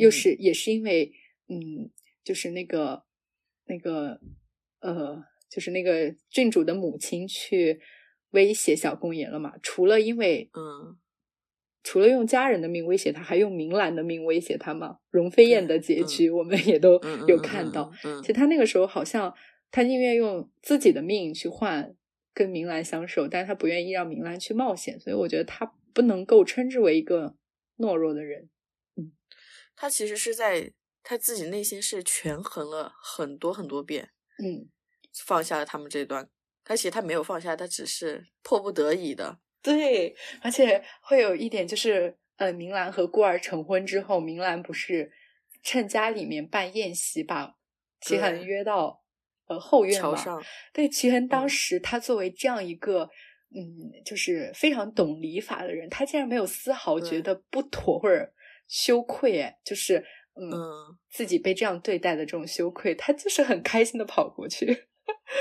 S2: 又是也是因为，嗯，就是那个那个呃，就是那个郡主的母亲去威胁小公爷了嘛。除了因为
S1: 嗯，
S2: 除了用家人的命威胁他，还用明兰的命威胁他嘛？容飞燕的结局我们也都有看到。
S1: 嗯
S2: 其实他那个时候好像他宁愿用自己的命去换跟明兰相守，但是他不愿意让明兰去冒险，所以我觉得他不能够称之为一个懦弱的人。
S1: 他其实是在他自己内心是权衡了很多很多遍，
S2: 嗯，
S1: 放下了他们这段。他其实他没有放下，他只是迫不得已的。
S2: 对，而且会有一点就是，呃，明兰和顾儿成婚之后，明兰不是趁家里面办宴席把齐
S1: 对
S2: 恒约到呃后院
S1: 桥
S2: 嘛，
S1: 上，
S2: 对，齐恒
S1: 嗯
S2: 当时他作为这样一个，嗯，就是非常懂礼法的人，他竟然没有丝毫
S1: 对
S2: 觉得不妥或者羞愧，哎，就是嗯，
S1: 嗯，
S2: 自己被这样对待的这种羞愧，他就是很开心的跑过去，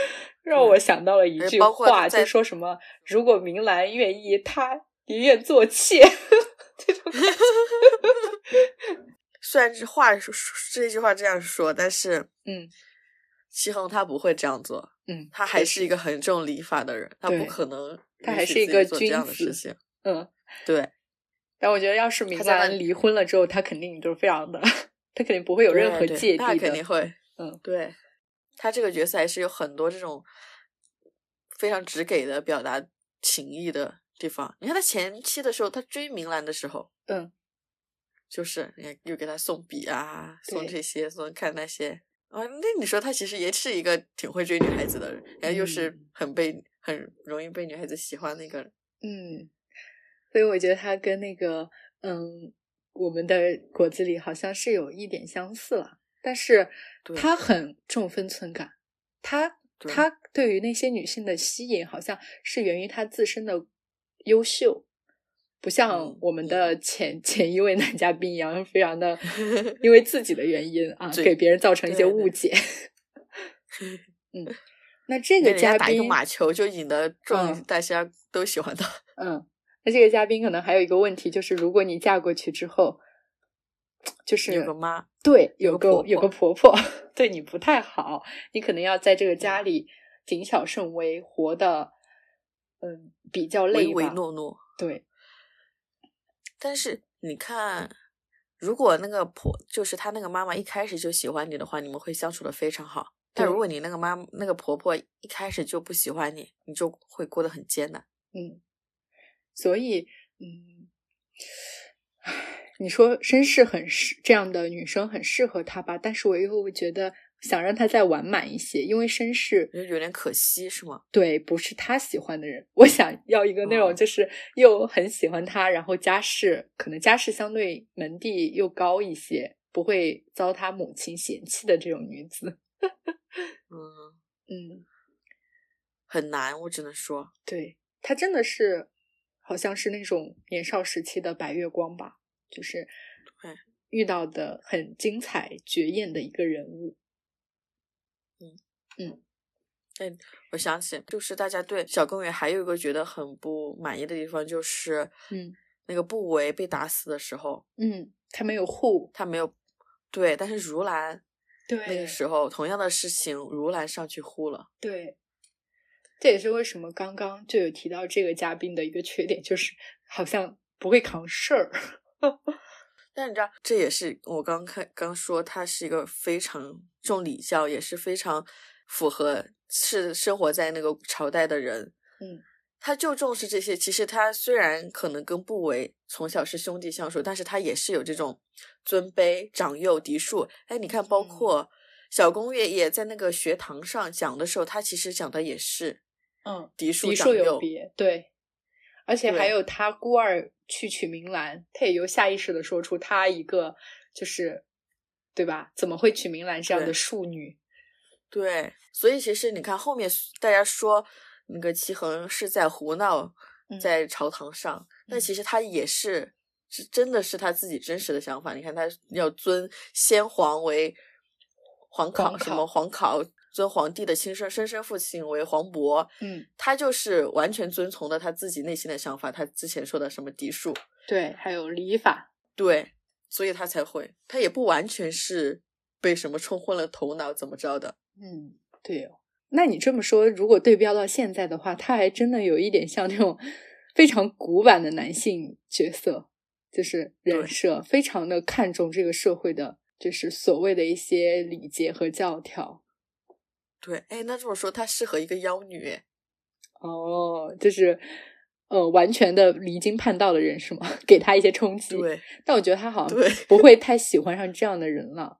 S2: 让我想到了一
S1: 而且
S2: 句
S1: 包括他
S2: 话，
S1: 在
S2: 就说什么如果明兰愿意，他也愿做妾。
S1: 虽然这话是这句话这样说，但是
S2: 嗯
S1: 齐衡他不会这样做，
S2: 嗯，
S1: 他还是一个很重礼法的人，他不可能
S2: 他
S1: 允
S2: 还
S1: 许
S2: 是一
S1: 自己
S2: 个
S1: 做
S2: 君
S1: 这样的事
S2: 子
S1: 情。
S2: 嗯，
S1: 对，
S2: 但我觉得要是明
S1: 他在那
S2: 兰
S1: 里
S2: 离婚了之后，他肯定就是非常的， 他肯定不会有任
S1: 对
S2: 何
S1: 对
S2: 芥蒂
S1: 那
S2: 的。
S1: 肯定会，
S2: 嗯，
S1: 对他这个角色还是有很多这种非常直给的表达情意的地方。你看他前期的时候，他追明兰的时候，
S2: 嗯，
S1: 就是你看又给他送笔啊，送
S2: 对
S1: 这些，送看那些。啊，那你说他其实也是一个挺会追女孩子的人，然后又是
S2: 嗯
S1: 很被、很容易被女孩子喜欢的一个人。
S2: 嗯，所以我觉得他跟那个嗯，我们的果子狸好像是有一点相似了，但是
S1: 对
S2: 他很重分寸感，他
S1: 对
S2: 他对于那些女性的吸引好像是源于他自身的优秀，不像
S1: 嗯
S2: 我们的前、前一位男嘉宾一样，非常 的因为自己的原因啊，
S1: 对
S2: 给别人造成一些
S1: 对对
S2: 误解。 嗯，那 这
S1: 给
S2: 个
S1: 人家
S2: 嘉
S1: 打一个
S2: 宾
S1: 马球就引得众
S2: 嗯
S1: 大家都喜欢他。
S2: 嗯，那这个嘉宾可能还有一个问题，就是如果你嫁过去之后，就是
S1: 有个妈，
S2: 对
S1: 有
S2: 有
S1: 个婆
S2: 个有个婆婆 对你不太好，你可能要在这个
S1: 嗯
S2: 家里谨小慎微，活的嗯比较累
S1: 唯
S2: 吧。
S1: 唯诺诺。
S2: 对，
S1: 但是你看，如果那个婆就是她那个妈妈一开始就喜欢你的话，你们会相处的非常好。但
S2: 对
S1: 如果你那个妈那个婆婆一开始就不喜欢你，你就会过得很艰难。
S2: 嗯，所以嗯，唉你说绅士很适这样的女生很适合他吧，但是我又会觉得想让他再完满一些，因为绅士
S1: 就有点可惜，是吗？
S2: 对，不是他喜欢的人。我想要一个那种
S1: 嗯
S2: 就是又很喜欢他，然后家世可能家世相对门第又高一些，不会遭他母亲嫌弃的这种女子。
S1: 嗯，
S2: 嗯，
S1: 很难，我只能说，
S2: 对，她真的是好像是那种年少时期的白月光吧，就是
S1: 对
S2: 遇到的很精彩绝艳的一个人物。
S1: 我想起就是大家对小公园还有一个觉得很不满意的地方，就是
S2: 嗯
S1: 那个不为被打死的时候，
S2: 嗯，她没有护，
S1: 他没有对，但是如兰
S2: 对
S1: 那个时候同样的事情，如兰上去呼了。
S2: 对，这也是为什么刚刚就有提到这个嘉宾的一个缺点，就是好像不会扛事儿。
S1: 但你知道，这也是我刚看刚说，他是一个非常重礼教，也是非常符合是生活在那个朝代的人。
S2: 嗯，
S1: 他就重视这些。其实他虽然可能跟不为从小是兄弟相处，但是他也是有这种尊卑、长幼、嫡庶。哎，你看，包
S2: 嗯
S1: 括小公爷也在那个学堂上讲的时候，他其实讲的也是
S2: 嗯，
S1: 嫡庶
S2: 嫡
S1: 长
S2: 庶
S1: 幼
S2: 有。别，对，而且还
S1: 对
S2: 有他孤儿去娶明兰，他也有下意识的说出他一个就是，对吧？怎么会娶明兰这样
S1: 对
S2: 的庶女？
S1: 对，所以其实你看后面大家说那个齐衡是在胡闹，
S2: 嗯
S1: 在朝堂上，但
S2: 嗯
S1: 其实他也是，是真的是他自己真实的想法。你看他要尊先皇为皇
S2: 皇
S1: 考，什么
S2: 考
S1: 皇考，尊皇帝的亲生生身父亲为皇伯，
S2: 嗯，
S1: 他就是完全遵从了他自己内心的想法，他之前说的什么嫡庶，
S2: 对，还有礼法，
S1: 对，所以他才会，他也不完全是被什么冲昏了头脑怎么着的。
S2: 嗯，对哦。那你这么说，如果对标到现在的话，他还真的有一点像那种非常古板的男性角色，就是人设，非常的看重这个社会的，就是所谓的一些礼节和教条。
S1: 对，哎，那这么说，她适合一个妖女哎，
S2: 哦，就是呃，完全的离经叛道的人是吗？ 给她一些冲击。
S1: 对，
S2: 但我觉得她好像
S1: 对
S2: 不会太喜欢上这样的人了。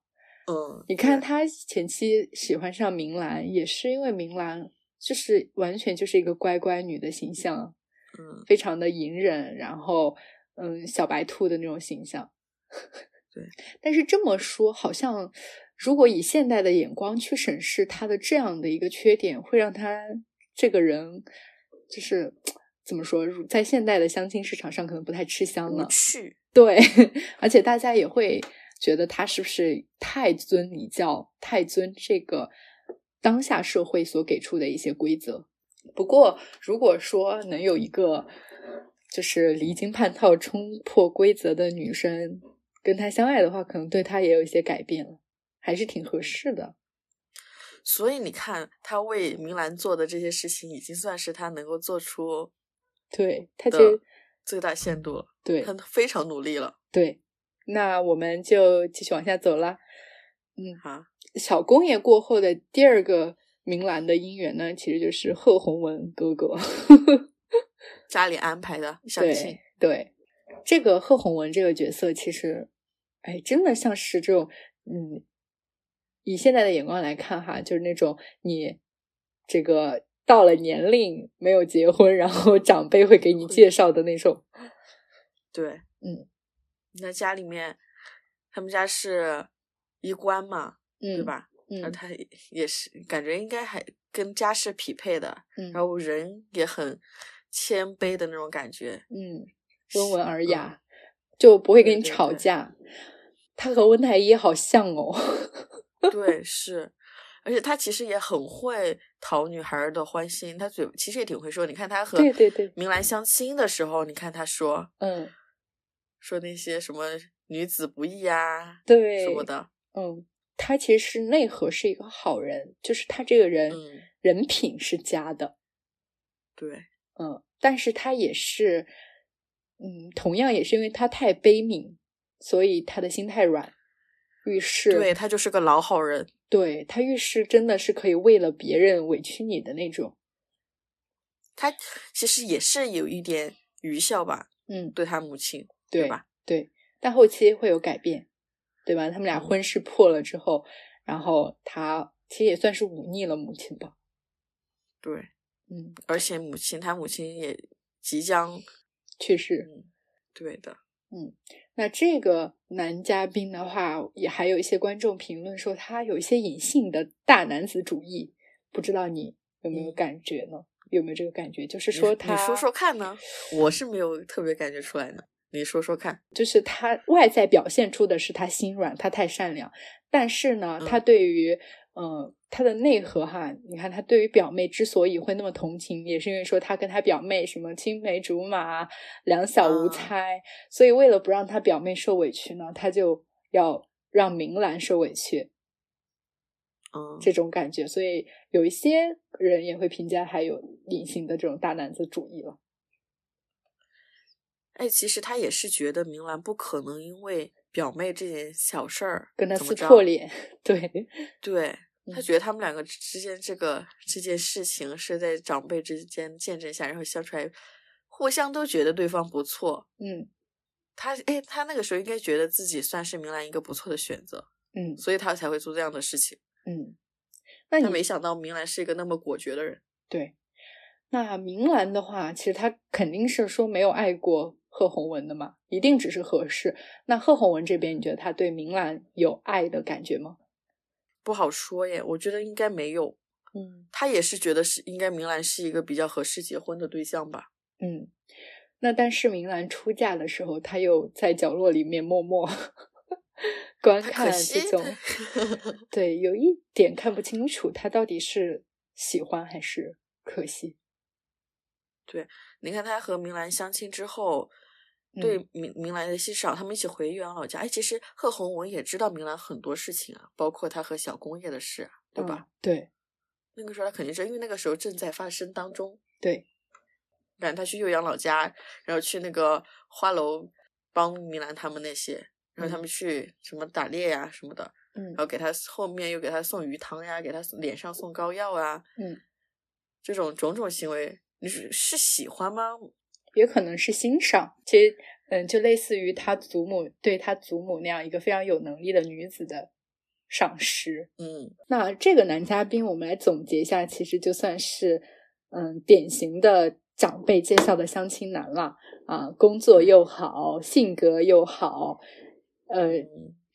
S1: 嗯，
S2: 你看
S1: 对，
S2: 她前期喜欢上明兰，也是因为明兰就是完全就是一个乖乖女的形象，
S1: 嗯，
S2: 非常的隐忍，然后嗯小白兔的那种形象。
S1: 对，
S2: 但是这么说，好像如果以现代的眼光去审视他的这样的一个缺点，会让他这个人就是怎么说，如在现代的相亲市场上可能不太吃香
S1: 无
S2: 呢。
S1: 趣，
S2: 对， 而且大家也会觉得他是不是太遵礼教，太遵这个当下社会所给出的一些规则。不过，如果说能有一个就是离经叛道、冲破规则的女生跟他相爱的话，可能对他也有一些改变了，还是挺合适的。
S1: 所以你看，她为明兰做的这些事情，已经算是她能够做出
S2: 对，他
S1: 的
S2: 就
S1: 最大限度了。
S2: 对
S1: 她非常努力了
S2: 对。那我们就继续往下走啦。嗯，
S1: 啊！
S2: 小公爷过后的第二个明兰的姻缘呢，其实就是贺弘文哥哥。
S1: 家里安排的相亲
S2: 对，对，这个贺弘文这个角色，其实，哎，真的像是这种，嗯，以现在的眼光来看哈，就是那种你这个到了年龄没有结婚，然后长辈会给你介绍的那种。
S1: 对，
S2: 嗯，
S1: 那家里面他们家是医官嘛，对
S2: 嗯，？
S1: 吧？那
S2: 嗯
S1: 他也是感觉应该还跟家世匹配的，
S2: 嗯，
S1: 然后人也很谦卑的那种感觉。
S2: 嗯，温文尔雅，就不会
S1: 嗯
S2: 跟
S1: 对
S2: 你
S1: 对
S2: 吵
S1: 对
S2: 架。他和温太医好像哦。
S1: 对，是，而且他其实也很会讨女孩儿的欢心，他嘴其实也挺会说。你看他和
S2: 对对对
S1: 明兰相亲的时候，你看他说
S2: 嗯，
S1: 说那些什么女子不易啊
S2: 对，
S1: 什么的，
S2: 嗯，他其实是内核是一个好人，就是他这个人、
S1: 嗯，
S2: 人品是佳的，
S1: 对，
S2: 嗯，但是他也是，嗯，同样也是因为他太悲悯，所以他的心太软，遇事
S1: 对他就是个老好人，
S2: 对他遇事真的是可以为了别人委屈你的那种，
S1: 他其实也是有一点愚孝吧，
S2: 嗯，
S1: 对他母亲，
S2: 对
S1: 吧？
S2: 对，但后期会有改变，对吧？他们俩
S1: 嗯
S2: 婚事破了之后，然后他其实也算是忤逆了母亲吧，
S1: 对，
S2: 嗯，
S1: 而且母亲，他母亲也即将嗯
S2: 确实，
S1: 对的，
S2: 那这个男嘉宾的话，也还有一些观众评论说他有一些隐性的大男子主义，不知道你有没有
S1: 嗯
S2: 感觉呢？有没有这个感觉？就是
S1: 你
S2: 说
S1: 你
S2: 他，
S1: 说说看呢？我是没有特别感觉出来呢，你说说看，
S2: 就是他外在表现出的是他心软，他太善良，但是呢，
S1: 嗯
S2: 他对于嗯、呃他的内核哈，你看他对于表妹之所以会那么同情，也是因为说他跟他表妹什么青梅竹马，两小无
S1: 啊
S2: 猜，所以为了不让他表妹受委屈呢，他就要让明兰受委屈。
S1: 嗯，
S2: 这种感觉，所以有一些人也会评价还有隐形的这种大男子主义了。
S1: 哎，其实他也是觉得明兰不可能因为表妹这件小事儿
S2: 跟他
S1: 怎么
S2: 撕
S1: 着
S2: 破，脸， 对，
S1: 对他
S2: 嗯
S1: 觉得他们两个之之间这个这件事情是在长辈之间见证下，然后相出来，互相都觉得对方不错。
S2: 嗯
S1: 他哎，他那个时候应该觉得自己算是明兰一个不错的选择，
S2: 嗯
S1: 所以他才会做这样的事情。
S2: 嗯。那
S1: 他
S2: 你
S1: 没想到明兰是一个那么果决的人。
S2: 对，那明兰的话，其实她肯定是说没有爱过贺弘文的嘛，一定只是合适。那贺弘文这边，你觉得他对明兰有爱的感觉吗？
S1: 不好说耶，我觉得应该没有。
S2: 嗯
S1: 他也是觉得是应该明兰是一个比较合适结婚的对象吧。
S2: 嗯。那但是明兰出嫁的时候，她又在角落里面默默 观
S1: 他
S2: 看
S1: 可
S2: 这
S1: 惜
S2: 种，
S1: 他
S2: 对，有一点看不清楚，他到底是喜欢还是可惜。
S1: 你看他和明兰相亲之后，
S2: 嗯
S1: 对明明兰的欣赏，他们一起回元老家。哎，其实贺弘文也知道明兰很多事情啊，包括他和小公爷的事啊，对吧？
S2: 嗯？对
S1: 那个时候他肯定是因为那个时候正在发生当中，
S2: 对，
S1: 赶他去岳阳老家，然后去那个花楼。帮米兰他们那些，然后他们去什么打猎呀、什么的，
S2: 嗯
S1: 然后给他后面又给他送鱼汤呀，给他脸上送膏药啊，
S2: 嗯，
S1: 这种种种行为，你是是喜欢吗？
S2: 也可能是欣赏。其实，嗯，就类似于他祖母对他祖母那样一个非常有能力的女子的赏识。
S1: 嗯
S2: 那这个男嘉宾，我们来总结一下，其实就算是嗯典型的长辈介绍的相亲男了啊，工作又好，性格又好，呃，
S1: 嗯，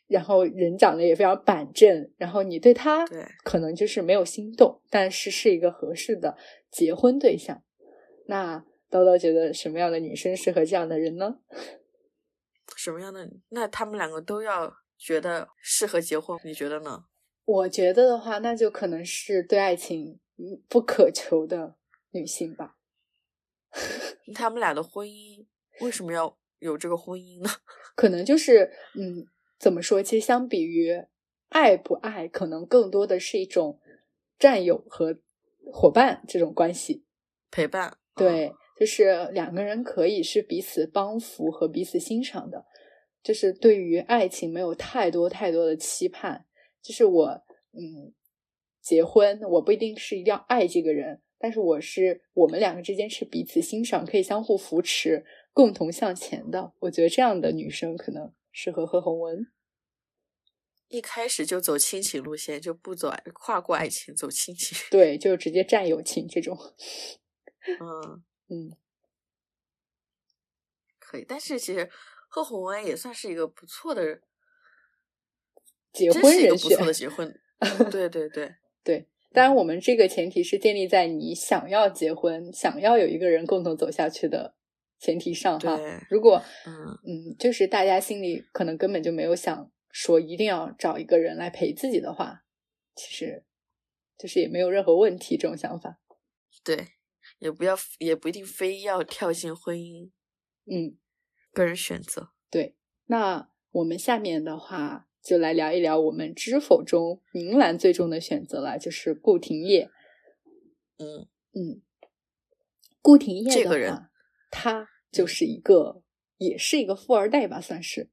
S2: 然后人长得也非常板正，然后你对他
S1: 对
S2: 可能就是没有心动，但是是一个合适的结婚对象。那叨叨觉得什么样的女生适合这样的人呢？
S1: 什么样的？那他们两个都要觉得适合结婚，你觉得呢？
S2: 我觉得的话，那就可能是对爱情嗯不渴求的女性吧。
S1: 他们俩的婚姻为什么要有这个婚姻呢？
S2: 可能就是嗯，怎么说？其实相比于爱不爱，可能更多的是一种战友和伙伴这种关系。
S1: 陪伴，嗯
S2: 对，就是两个人可以是彼此帮扶和彼此欣赏的，就是对于爱情没有太多太多的期盼。就是我，嗯，结婚我不一定是一定要爱这个人，但是我是我们两个之间是彼此欣赏，可以相互扶持，共同向前的。我觉得这样的女生可能适合何鸿燊。
S1: 一开始就走亲情路线，就不走爱跨过爱情，走亲情。
S2: 对，就直接战友情这种。
S1: 嗯，
S2: 嗯，
S1: 可以。但是其实贺红燊也算是一个不错的人，
S2: 结
S1: 真
S2: 婚
S1: 是一个
S2: 人
S1: 不
S2: 选
S1: 错。的结 婚。对对对，
S2: 当然，我们这个前提是建立在你想要结婚、想要有一个人共同走下去的前提上哈
S1: 对。
S2: 如果
S1: 嗯，
S2: 嗯，就是大家心里可能根本就没有想说一定要找一个人来陪自己的话，其实就是也没有任何问题这种想法。
S1: 对，也不要也不一定非要跳进婚姻，
S2: 嗯，
S1: 个人选择。
S2: 那我们下面的话就来聊一聊我们知否中明兰最终的选择了，就是顾廷烨。
S1: 嗯，
S2: 嗯，顾廷烨
S1: 这
S2: 的
S1: 个人嗯
S2: 话他就是一个，也是一个富二代吧，算是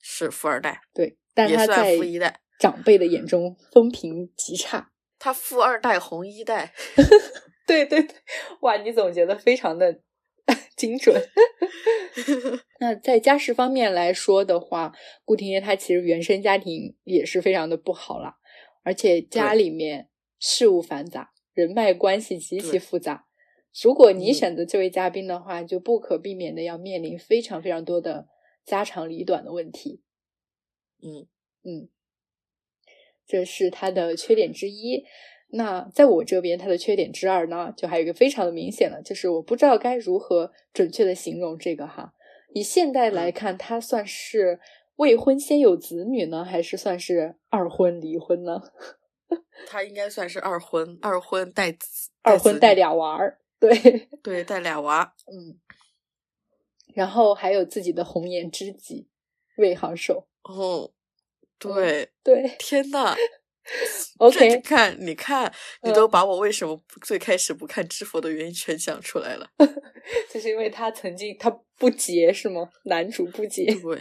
S1: 是富二代，
S2: 对，但
S1: 也
S2: 他
S1: 算
S2: 在
S1: 富一代
S2: 长辈的眼中风评极差。
S1: 他富二代红一代。
S2: 对对对，哇，你总结的非常的精准。 那在家世方面来说的话，顾廷烨他其实原生家庭也是非常的不好啦，而且家里面事务繁杂，人脉关系极其
S1: 对
S2: 复杂。如果你
S1: 嗯
S2: 选择这位嘉宾的话，就不可避免的要面临非常非常多的家长里短的问题。
S1: 嗯
S2: 嗯，这是他的缺点之一。那在我这边，他的缺点之二呢，就还有一个非常的明显了，就是我不知道该如何准确的形容这个哈。以现代来看，他算是未婚先有子女呢，还是算是二婚离婚呢？
S1: 他应该算是二婚，二婚带子，
S2: 二婚
S1: 子
S2: 带
S1: 女，
S2: 俩娃儿，对。
S1: 对，带俩娃，
S2: 嗯，然后还有自己的红颜知己魏好手，嗯
S1: 哦，对，
S2: 对
S1: 天呐这你
S2: ，OK，
S1: 看，你看，你
S2: 嗯
S1: 都把我为什么不最开始不看《知否》的原因全讲出来了。
S2: 就是因为他曾经他不结是吗？男主不结，
S1: 对，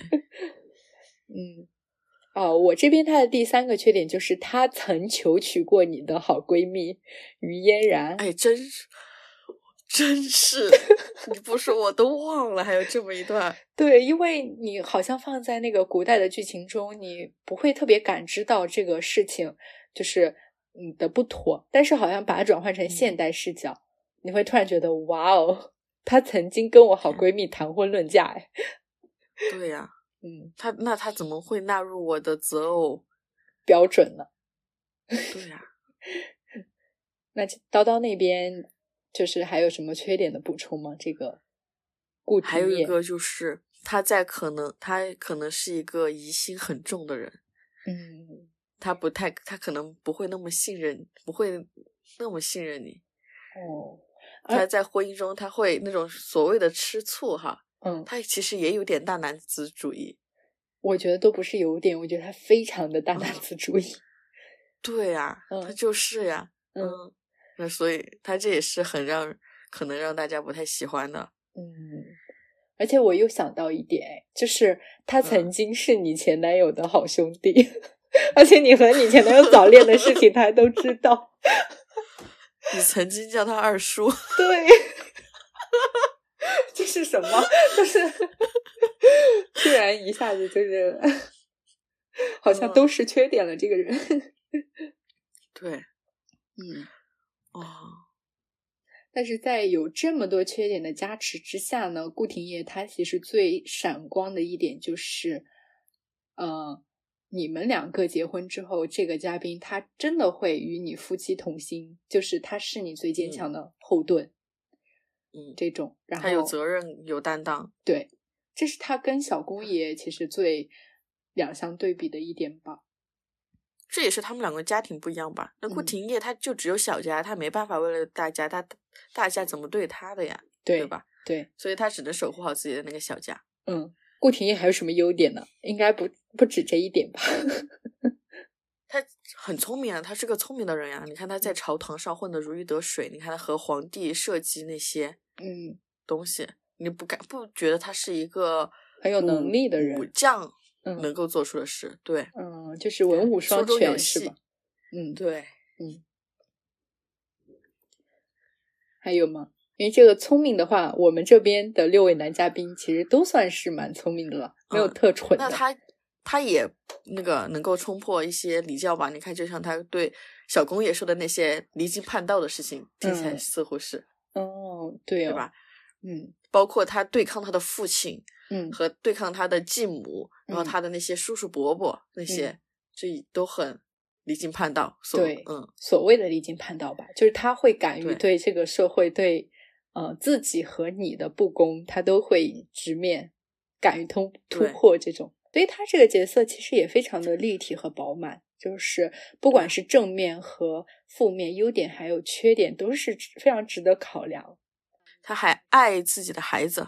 S2: 嗯，哦，我这边他的第三个缺点就是他曾求娶过你的好闺蜜于嫣然，
S1: 哎，真是，真 是，你不说我都忘了还有这么一段。
S2: 对，因为你好像放在那个古代的剧情中，你不会特别感知到这个事情就是你的不妥，但是好像把它转换成现代视角，你会突然觉得哇哦，她曾经跟我好闺蜜谈婚论嫁，哎，
S1: 对呀、
S2: 嗯，
S1: 他那他怎么会纳入我的择偶？
S2: 标准了。
S1: 对呀、
S2: 那就叨叨那边就是还有什么缺点的补充吗？这个顾
S1: 还
S2: 廷
S1: 有一
S2: 烨，
S1: 个就是他在可能他可能是一个疑心很重的人。
S2: 嗯，
S1: 他不太，他可能不会那么信任，不会那么信任你。
S2: 哦，而
S1: 他在婚姻中，他会那种所谓的吃醋哈，
S2: 嗯，
S1: 他其实也有点大男子主义。
S2: 我觉得都不是有点，我觉得他非常的大男
S1: 嗯
S2: 子主义，
S1: 对呀、
S2: 嗯
S1: 他就是呀、
S2: 嗯
S1: 那所以他这也是很让可能让大家不太喜欢的。
S2: 嗯，而而且我又想到一点，就是他曾经是你前男友的好兄弟， 而且你和你前男友早恋的事情，他都知道。
S1: 你曾经叫他二叔，
S2: 对， 这是什么？ 就是突然一下子就是， 好像都是缺点了。这个人，
S1: 对，
S2: 嗯，
S1: 哦，
S2: 但是在有这么多缺点的加持之下呢，顾廷烨他其实最闪光的一点就是，呃，你们两个结婚之后，这个嘉宾他真的会与你夫妻同心，就是他是你最坚强的后盾。
S1: 嗯，
S2: 这种，然后
S1: 他有责任，有担当，
S2: 对，这是他跟小公爷其实最两相对比的一点吧。
S1: 这也是他们两个家庭不一样吧？那顾
S2: 嗯
S1: 廷烨他就只有小家，他没办法为了大家，他大家怎么对他的呀？
S2: 对
S1: 对吧？
S2: 对，
S1: 所以他只能守护好自己的那个小家。
S2: 嗯，顾廷烨还有什么优点呢？应该不不止这一点吧？
S1: 他很聪明啊，他是个聪明的人呀、你看他
S2: 嗯
S1: 在朝堂上混得如鱼得水，你看他和皇帝设计那些
S2: 嗯，
S1: 东西，你不敢不觉得他是一个
S2: 很有能
S1: 武
S2: 力的人
S1: 武将
S2: 嗯
S1: 能够做出的事。对
S2: 嗯，就是文武双
S1: 书中有
S2: 全是
S1: 戏
S2: 吧？嗯，
S1: 对，
S2: 还有吗？因为这个聪明的话，我们这边的六位男嘉宾其实都算是蛮聪明的了，没有
S1: 嗯
S2: 特蠢的。
S1: 那他他也那个能够冲破一些礼教吧？你看，就像他对小公爷说的那些离经叛道的事情，听起来
S2: 嗯
S1: 似乎是、
S2: 哦，对哦，
S1: 对吧？
S2: 嗯
S1: 包括他对抗他的父亲
S2: 嗯
S1: 和对抗他的继母，然后
S2: 嗯
S1: 他的那些叔叔伯伯那些，这都很离经叛道。所
S2: 对
S1: 嗯，
S2: 所谓的离经叛道吧，就是他会敢于
S1: 对
S2: 对这个社会、对呃自己和你的不公，他都会直面，敢于突突
S1: 对
S2: 破这种。所以他这个角色其实也非常的立体和饱满，就是不管是正面和负面，优点还有缺点都是值非常值得考量。
S1: 他还爱自己的孩子，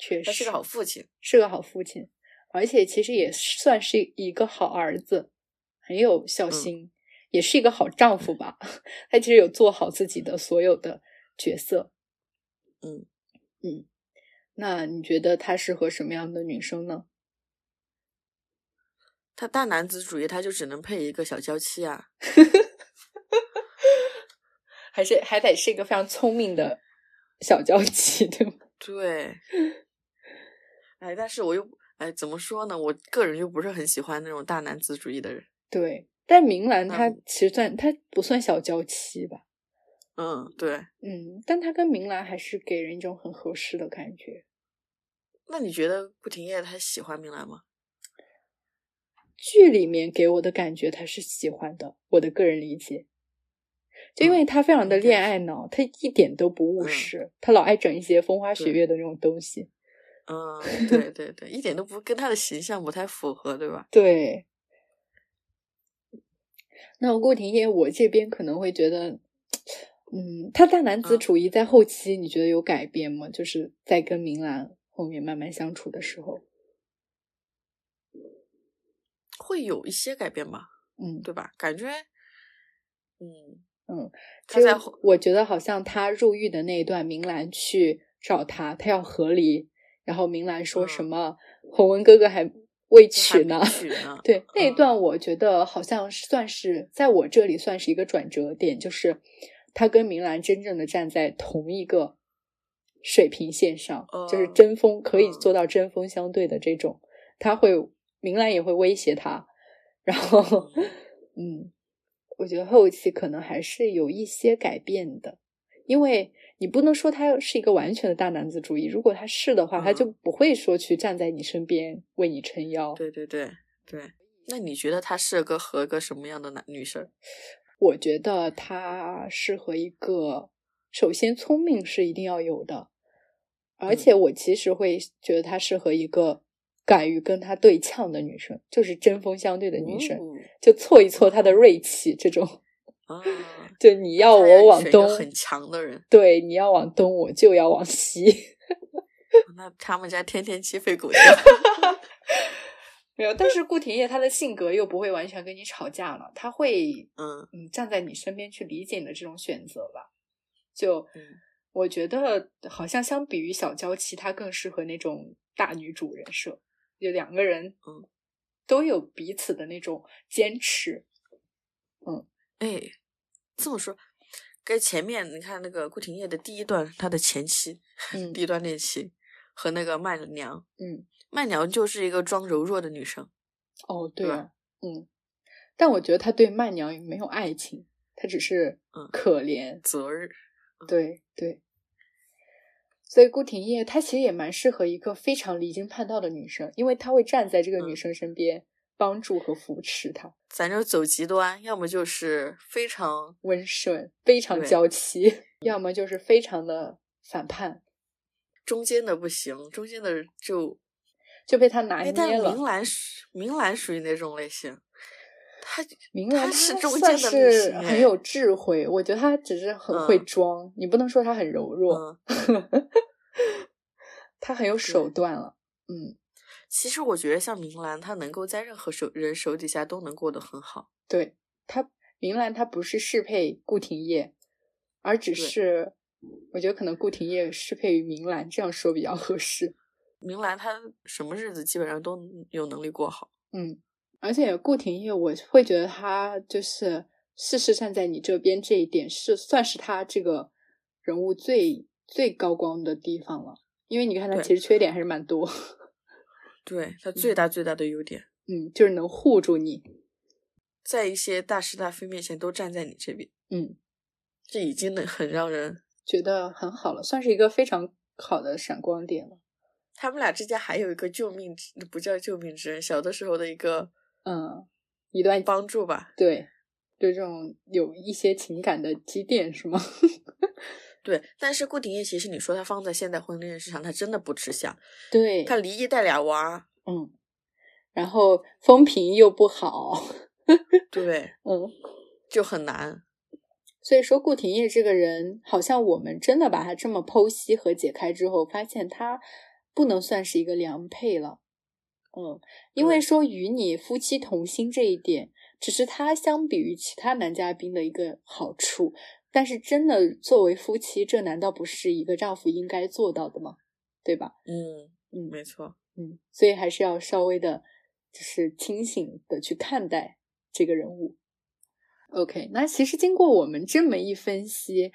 S2: 确
S1: 他
S2: 实
S1: 是个好父亲。
S2: 是个好父亲，而且其实也算是一个好儿子，很有孝心，也是一个好丈夫吧。 他其实有做好自己的所有的角色。
S1: 嗯
S2: 嗯，那你觉得他适合什么样的女生呢？
S1: 他大男子主义，他就只能配一个小娇妻啊。
S2: 还是还得是一个非常聪明的小娇妻， 对吗？
S1: 对，哎，但是我又哎，怎么说呢？我个人又不是很喜欢那种大男子主义的人。
S2: 对，但明兰她
S1: 嗯
S2: 其实算她不算小娇妻吧？
S1: 嗯，对。
S2: 嗯，但她跟明兰还是给人一种很合适的感觉。
S1: 那你觉得顾廷烨他喜欢明兰吗？
S2: 剧里面给我的感觉他是喜欢的，我的个人理解。就因为他非常的恋爱脑，他一点都不务实，他老爱整一些风花雪月的那种东西。
S1: 嗯，对对对，一点都不跟他的形象不太符合，对吧？
S2: 对。那顾廷烨，我这边可能会觉得，嗯，他大男子
S1: 嗯
S2: 主义在后期你觉得有改变吗？就是在跟明兰后面慢慢相处的时候，
S1: 会有一些改变吧，
S2: 嗯，
S1: 对吧？感觉，嗯
S2: 嗯，
S1: 他
S2: 其实
S1: 在
S2: 我我觉得好像他入狱的那一段，明兰去找他，他要和离，然后明兰说
S1: 嗯
S2: 什么“洪文哥哥还未
S1: 就还
S2: 娶呢，”，
S1: 没娶呢
S2: 对那一
S1: 嗯
S2: 段，我觉得好像是算是在我这里算是一个转折点，就是他跟明兰真正的站在同一个水平线上，就是
S1: 哦
S2: 针锋可以
S1: 嗯
S2: 做到针锋相对的这种，他会明兰也会威胁他，然后。
S1: 嗯
S2: 嗯，我觉得后期可能还是有一些改变的，因为你不能说他是一个完全的大男子主义。如果他是的话，他
S1: 嗯
S2: 就不会说去站在你身边为你撑腰。
S1: 对对对对。那你觉得他是个合格什么样的男女生？
S2: 我觉得他适合一个，首先聪明是一定要有的，而
S1: 嗯
S2: 且我其实会觉得他适合一个敢于跟他对呛的女生，就是针锋相对的 女生，
S1: 哦
S2: 就挫一挫他的锐气。这种，
S1: 哦啊，
S2: 就你要
S1: 看来
S2: 我
S1: 你
S2: 往
S1: 选一个
S2: 东，
S1: 很强的 人，
S2: 对，你要往东，我就要往西。
S1: 那他们家天天鸡飞狗跳。
S2: 没有，但是顾廷烨他的性格又不会完全跟你吵架了，他会
S1: 嗯
S2: 嗯站在你身边去理解你的这种选择吧。就
S1: 嗯
S2: 我觉得好像相比于小娇妻，她更适合那种大女主人设，就两个人
S1: 嗯
S2: 都有彼此的那种坚持。
S1: 哎，这么说，跟前面你看那个顾廷烨的第一段，他的前妻
S2: 嗯
S1: 第一段恋情和那个曼娘，
S2: 嗯，
S1: 曼娘就是一个装柔弱的女生，
S2: 哦对
S1: 对
S2: 啊，嗯，但我觉得他对曼娘没有爱情，他只是
S1: 嗯
S2: 可怜。
S1: 择日
S2: 对对，所以顾廷烨他其实也蛮适合一个非常离经叛道的女生，因为他会站在这个女
S1: 嗯
S2: 生身边，帮助和扶持她，
S1: 咱就走极端，要么就是非常
S2: 温顺，非常
S1: 对
S2: 娇妻，要么就是非常的反叛，
S1: 中间的不行，中间的就
S2: 就被他拿
S1: 哎，但
S2: 捏
S1: 明
S2: 了。
S1: 兰属明兰属于哪种类型？她
S2: 明兰
S1: 她是
S2: 她
S1: 中间
S2: 算
S1: 的类
S2: 是
S1: 型
S2: 很
S1: 哎
S2: 有智慧，我觉得她只是很会
S1: 嗯
S2: 装，你不能说她很柔弱，
S1: 嗯，
S2: 她很有手段了。嗯，
S1: 其实我觉得像明兰，她能够在任何手人手底下都能过得很好。
S2: 对她，明兰她不是适配顾廷烨，而只
S1: 对
S2: 是我觉得可能顾廷烨适配于明兰，这样说比较合适。
S1: 明兰她什么日子基本上都有能力过好。
S2: 嗯，而且顾廷烨，我会觉得他就是事事站在你这边这一点是算是他这个人物最最高光的地方了，因为你看他
S1: 对
S2: 其实缺点还是蛮多，
S1: 对她最大最大的优点，
S2: 嗯，就是能护住你，
S1: 在一些大是大非面前都站在你这边，
S2: 嗯，
S1: 这已经能很让人。
S2: 觉得很好了，算是一个非常好的闪光点了。
S1: 他们俩之间还有一个救命之，不叫救命之恩，小的时候的一个
S2: 嗯，一段
S1: 帮助吧。
S2: 对，就这种有一些情感的积淀是吗？
S1: 对，但是顾廷烨其实你说他放在现代婚恋市场，他真的不吃香。
S2: 对，
S1: 他离异带俩娃，
S2: 嗯，然后风评又不好，
S1: 对，
S2: 嗯。
S1: 就很难。
S2: 所以说，顾廷烨这个人，好像我们真的把他这么剖析和解开之后，发现他不能算是一个良配了。嗯，因为
S1: 对
S2: 说与你夫妻同心这一点，只是他相比于其他男嘉宾的一个好处，但是真的作为夫妻，这难道不是一个丈夫应该做到的吗？对吧？
S1: 嗯
S2: 嗯
S1: 没错，
S2: 嗯，所以还是要稍微的，就是清醒的去看待这个人物。OK，那其实经过我们这么一分析，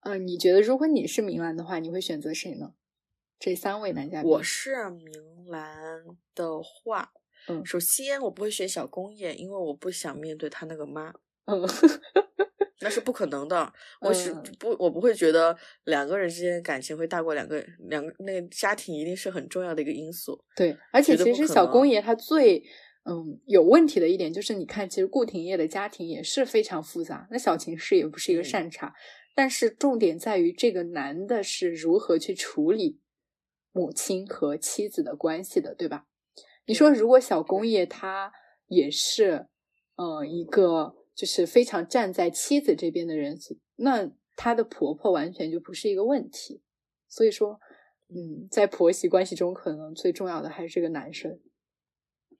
S2: 嗯、你觉得如果你是明兰的话，你会选择谁呢？这三位男嘉宾，
S1: 我是啊明兰的话，
S2: 嗯
S1: 首先我不会选小公爷，因为我不想面对他那个妈，
S2: 嗯
S1: 那 是不可能的。我是
S2: 嗯
S1: 不，我不会觉得两个人之间的感情会大过两个两个那个家庭，一定是很重要的一个因素。
S2: 对，而且
S1: 觉得
S2: 其
S1: 不
S2: 实
S1: 可
S2: 小
S1: 能
S2: 公爷他最嗯有问题的一点就是，你看，其实顾廷烨的家庭也是非常复杂，那小秦氏也不是一个
S1: 嗯
S2: 善茬，但是重点在于这个男的是如何去处理母亲和妻子的关系的，对吧？你说，如果小公爷他也是，呃，一个就是非常站在妻子这边的人，那他的婆婆完全就不是一个问题。所以说，嗯，在婆媳关系中，可能最重要的还是这个男生。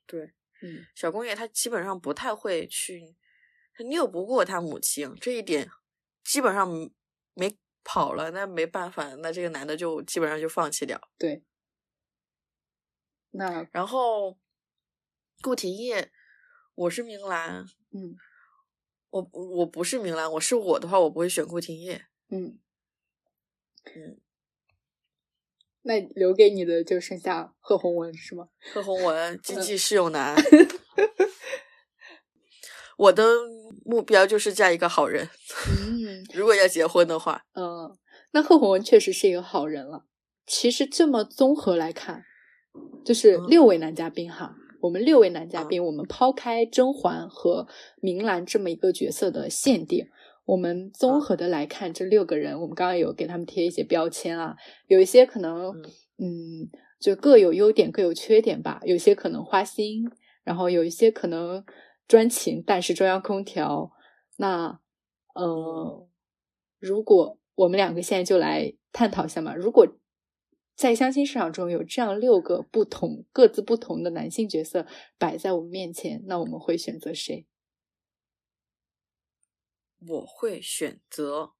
S1: 对，
S2: 嗯，
S1: 小公爷他基本上不太会去，他拗不过他母亲这一点，基本上没跑了，那没办法，那这个男的就基本上就放弃掉。
S2: 对。那
S1: 然后顾廷烨，我是明兰，
S2: 嗯
S1: 我我不是明兰，我是我的话，我不会选顾廷烨。
S2: 嗯
S1: 嗯，
S2: 那留给你的就剩下贺宏文是吗？
S1: 贺宏文、经济适用男，我的目标就是嫁一个好人。
S2: 嗯，
S1: 如果要结婚的话，
S2: 嗯，那贺宏文确实是一个好人了。其实这么综合来看，就是
S1: 嗯
S2: 六位男嘉宾哈，我们六位男嘉宾，我们抛开甄嬛和明兰这么一个角色的限定，我们综
S1: 嗯
S2: 合的来看这六个人，我们刚刚有给他们贴一些标签啊，有一些可能
S1: 嗯
S2: 嗯，就各有优点各有缺点吧，有些可能花心，然后有一些可能专情，但是中央空调。那呃，如果我们两个现在就来探讨一下嘛，如果在相亲市场中有这样六个不同、各自不同的男性角色摆在我们面前，那我们会选择谁？
S1: 我会选择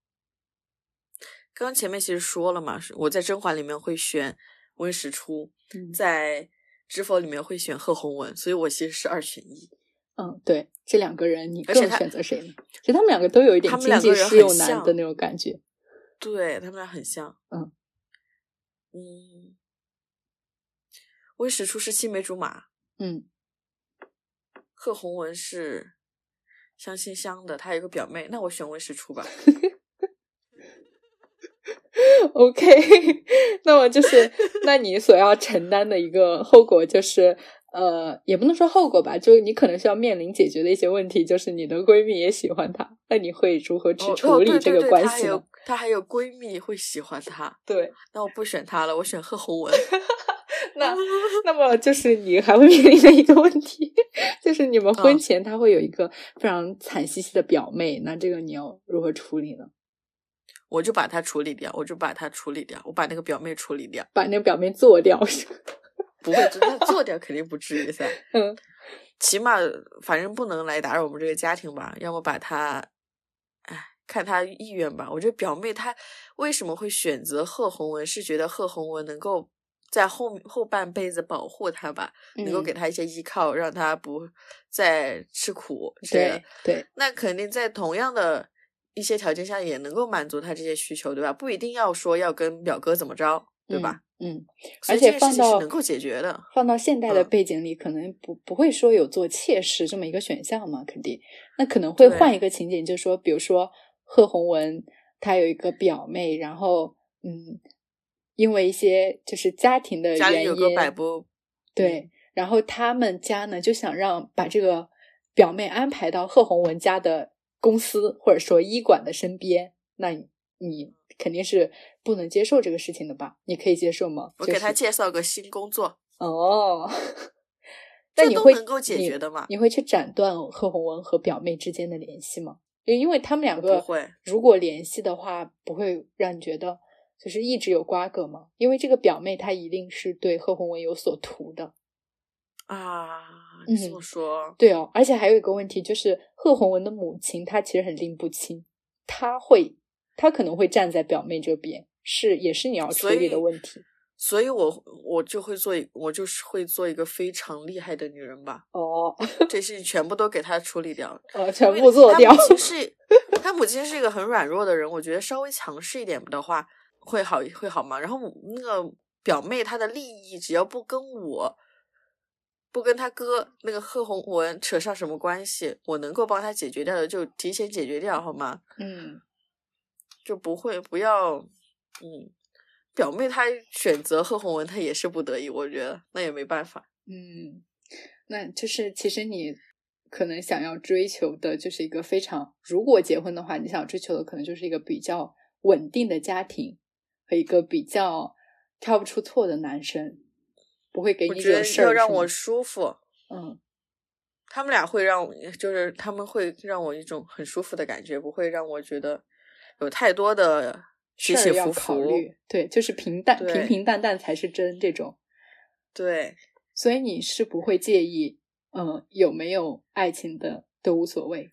S1: 刚刚前面其实说了嘛，是我在《甄嬛》里面会选温实初，
S2: 嗯
S1: 在《知否》里面会选贺红文，所以我其实是二选一。
S2: 嗯，对，这两个人你
S1: 而且
S2: 更
S1: 他
S2: 选择谁呢？其实他们两个都有一点
S1: 他们
S2: 经
S1: 两
S2: 济
S1: 个人
S2: 适用
S1: 很
S2: 男
S1: 像
S2: 的那种感觉。
S1: 对他们俩很像。
S2: 嗯
S1: 嗯，温实初是青梅竹马，
S2: 嗯
S1: 贺红文是相亲相的，他有个表妹，那我选温实初 吧。
S2: ，OK，那 么就是，那你所要承担的一个后果就是。呃，也不能说后果吧，就是你可能需要面临解决的一些问题，就是你的闺蜜也喜欢他，那你会如何去
S1: 哦
S2: 处理这个关系呢？
S1: 哦对对对她还有她还有闺蜜会喜欢她，
S2: 对，
S1: 那我不选她了，我选贺红文。
S2: 那那么就是你还会面临的一个问题，就是你们婚
S1: 嗯
S2: 前他会有一个非常惨兮兮的表妹，那这个你要如何处理呢？
S1: 我就把她处理掉，我就把她处理掉，我把那个表妹处理掉，
S2: 把那个表妹做掉是吧？
S1: 不会真的做掉，肯定不至于噻。
S2: 嗯
S1: 起码反正不能来打扰我们这个家庭吧，要么把她，哎，看她意愿吧。我觉得表妹她为什么会选择贺红文，是觉得贺红文能够在后后半辈子保护她吧，能够
S2: 嗯
S1: 给她一些依靠，让她不再吃苦之类的。
S2: 对对，
S1: 那肯定在同样的一些条件下也能够满足他这些需求，对吧？不一定要说要跟表哥怎么着，对吧？
S2: 嗯？嗯，
S1: 所
S2: 而
S1: 以这
S2: 且
S1: 件事
S2: 放
S1: 情是
S2: 到
S1: 能够解决的。
S2: 放到现代的
S1: 嗯
S2: 背景里，可能不不会说有做妾室这么一个选项嘛，肯定。那可能会
S1: 对
S2: 换一个情景，就是说，比如说贺红文她有一个表妹，然后嗯，因为一些就是家庭的
S1: 家
S2: 呃原
S1: 里有个
S2: 因，
S1: 摆布，嗯
S2: 对，然后他们家呢就想让把这个表妹安排到贺红文家的公司或者说医馆的身边，那你你肯定是不能接受这个事情的吧？你可以接受吗？
S1: 我
S2: 就
S1: 给他
S2: 是
S1: 介绍个新工作，
S2: 哦，那
S1: 这
S2: 你
S1: 都
S2: 会
S1: 能够解决的嘛
S2: 你？你会去斩断贺红文和表妹之间的联系吗？因为因为他们两
S1: 我不
S2: 个
S1: 会
S2: 如果联系的话，不会让你觉得就是一直有瓜葛吗？因为这个表妹她一定是对贺红文有所图的。
S1: 啊，你这
S2: 嗯
S1: 么说，
S2: 对哦，而且还有一个问题就是，贺红文的母亲她其实很拎不清，她会，她可能会站在表妹这边，是也是你要处
S1: 所
S2: 理
S1: 以
S2: 的问题。
S1: 所以我我就会做一，我就是会做一个非常厉害的女人吧，
S2: 哦，
S1: 这事情全部都给他处理掉。
S2: 呃，
S1: 因
S2: 全
S1: 为
S2: 部做掉
S1: 他。 母亲 是，他母亲是一个很软弱的人，我觉得稍微强势一点的话会好会好嘛。然后母那个表妹她的利益只要不跟我，不跟他哥那个贺红文扯上什么关系，我能够帮他解决掉的就提前解决掉好吗？
S2: 嗯
S1: 就不会不要，嗯，表妹她选择贺红文，她也是不得已，我觉得那也没办法。
S2: 嗯，那就是其实你可能想要追求的就是一个非常，如果结婚的话，你想追求的可能就是一个比较稳定的家庭和一个比较挑不出错的男生，不会给
S1: 我
S2: 你
S1: 觉
S2: 惹
S1: 得
S2: 事儿。
S1: 要让
S2: 是
S1: 我
S2: 吗
S1: 舒服，
S2: 嗯。
S1: 他们俩会让我，就是他们会让我一种很舒服的感觉，不会让我觉得有太多的起
S2: 事
S1: 起
S2: 儿要
S1: 伏
S2: 考
S1: 伏。
S2: 虑，对，就是平淡
S1: 对
S2: 平平淡淡才是真这种。
S1: 对，
S2: 所以你是不会介意，嗯，有没有爱情的都无所谓。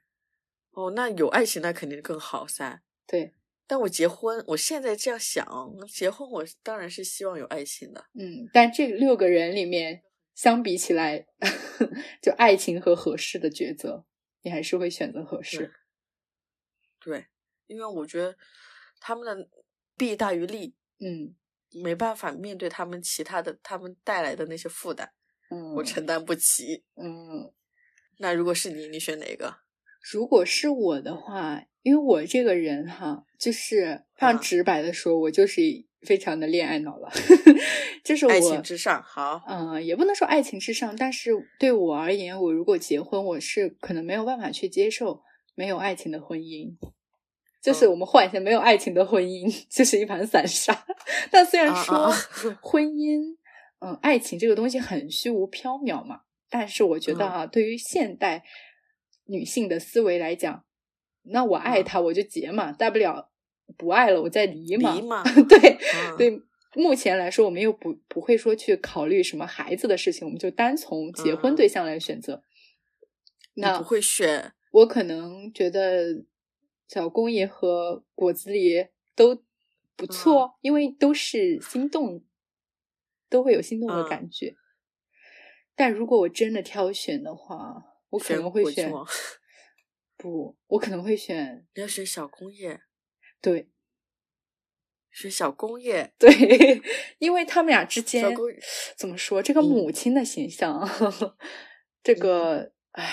S1: 哦，那有爱情那肯定更好噻。
S2: 对，
S1: 但我结婚，我现在这样想，结婚我当然是希望有爱情的。
S2: 嗯，但这六个人里面，相比起来， 就爱情和合适的抉择，你还是会选择合适。
S1: 对，因为我觉得他们的弊大于利，
S2: 嗯
S1: 没办法面对他们其他的他们带来的那些负担，
S2: 嗯，
S1: 我承担不起。
S2: 嗯，
S1: 那如果是你，你选哪个？
S2: 如果是我的话，因为我这个人哈，就是非常
S1: 啊
S2: 直白的说，我就是非常的恋爱脑了， 就是我
S1: 爱情至上，好，
S2: 嗯，也不能说爱情至上，但是对我而言，我如果结婚，我是可能没有办法去接受没有爱情的婚姻。就是
S1: 嗯
S2: 我们换一下，没有爱情的婚姻 就是一盘散沙。 但虽然
S1: 啊啊
S2: 说
S1: 啊
S2: 婚姻，嗯，爱情这个东西很虚无缥缈嘛，但是我觉
S1: 嗯
S2: 得啊，对于现代女性的思维来讲，那我爱
S1: 嗯
S2: 他我就结嘛，大不了不爱了我再离嘛。
S1: 离嘛，
S2: 对，
S1: 嗯
S2: 对，目前来说，我们又不不会说去考虑什么孩子的事情，我们就单从结婚对象来选择。
S1: 嗯你不
S2: 那
S1: 会选
S2: 我可能觉得小公爷和果子狸都
S1: 嗯
S2: 不错，因为都是心动，都会有心动
S1: 嗯
S2: 的感觉。但如果我真的挑选的话，我可能会
S1: 国际
S2: 选
S1: 网
S2: 不，我可能会选
S1: 你要选小工业，
S2: 对
S1: 选小工业，
S2: 对，因为他们俩之间
S1: 小工业
S2: 怎么说这个
S1: 嗯
S2: 母亲的形象， 这个唉，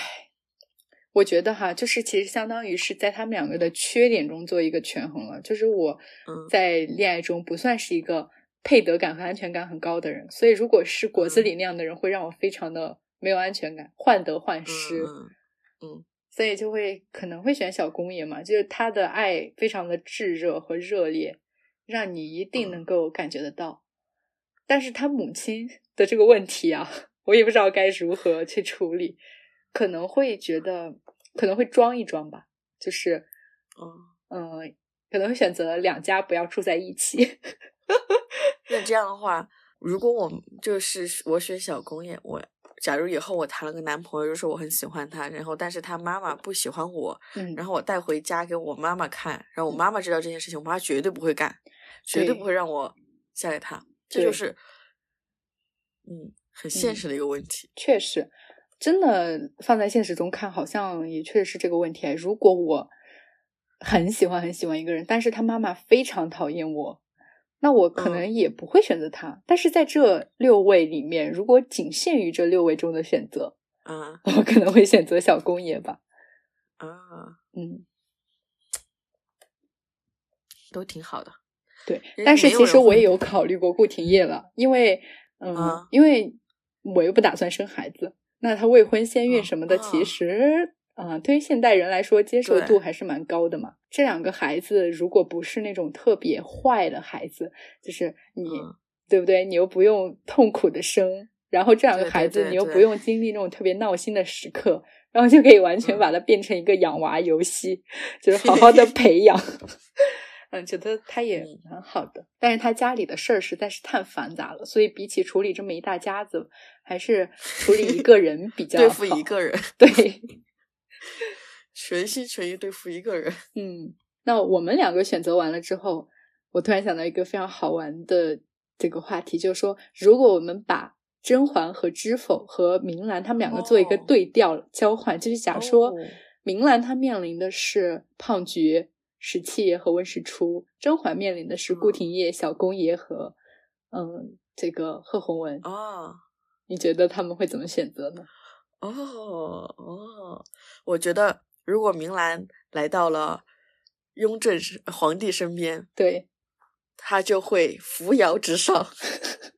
S2: 我觉得哈，就是其实相当于是在他们两个的缺点中做一个权衡了。就是我
S1: 嗯
S2: 在恋爱中不算是一个配得感和安全感很高的人，所以如果是果子
S1: 嗯
S2: 狸那样的人，会让我非常的没有安全感，患得患失。
S1: 嗯
S2: 所以就会可能会选小公爷嘛，就是他的爱非常的炙热和热烈，让你一定能够感觉得到。但是他母亲的这个问题啊， 我也不知道该如何去处理，可能会觉得可能会装一装吧，就是
S1: 嗯，
S2: 嗯、呃可能会选择两家不要住在一起。
S1: 那这样的话，如果我就是我选小工业，我假如以后我谈了个男朋友，就说我很喜欢他，然后但是他妈妈不喜欢我，
S2: 嗯，
S1: 然后我带回家给我妈妈看，然后我妈妈知道这件事情，我妈绝对不会干，绝对
S2: 对
S1: 不会让我嫁给他。这
S2: 对
S1: 就是，嗯，很现
S2: 嗯
S1: 实的一个问题。
S2: 确实，真的放在现实中看，好像也确实是这个问题。啊如果我很喜欢很喜欢一个人，但是他妈妈非常讨厌我，那我可能也不会选择他。但是在这六位里面，如果仅限于这六位中的选择，
S1: 啊
S2: 我可能会选择小公爷吧。
S1: 啊，
S2: 嗯，
S1: 都挺好的。
S2: 对
S1: 人。
S2: 但是
S1: 没有
S2: 其
S1: 人
S2: 实我
S1: 会
S2: 也有考虑过顾廷烨了，因为嗯，
S1: 啊
S2: 因为我又不打算生孩子，那他未婚先孕
S1: 啊
S2: 什么的，
S1: 啊
S2: 其实啊、对于现代人来说，接受
S1: 对
S2: 度还是蛮高的嘛。这两个孩子如果不是那种特别坏的孩子，就是你、
S1: 嗯
S2: 对不对？你又不用痛苦的生，然后这两
S1: 对对
S2: 个孩子
S1: 对
S2: 你又
S1: 对
S2: 不用经历那种特别闹心的时刻，然后就可以完全
S1: 嗯
S2: 把它变成一个养娃游戏，就是好好 的培养。嗯，觉得他也
S1: 嗯
S2: 蛮好的，但是他家里的事儿实在是太繁杂了，所以比起处理这么一大家子，还是处理一个人比较
S1: 对付
S2: 好
S1: 一个人，
S2: 对，
S1: 全心全意对付一个人。
S2: 嗯，那我们两个选择完了之后，我突然想到一个非常好玩的这个话题，就是说，如果我们把甄嬛和知否和明兰他们两个做一个
S1: 哦
S2: 对调、交换，就是假说、
S1: 哦
S2: 明兰她面临的是胖菊、石七爷和温实初，甄嬛面临的是
S1: 嗯
S2: 顾廷烨、小公爷和嗯这个贺弘文，
S1: 哦
S2: 你觉得他们会怎么选择呢？
S1: 哦哦，我觉得如果明兰来到了雍正身皇帝身边，
S2: 对，
S1: 他就会扶摇直上。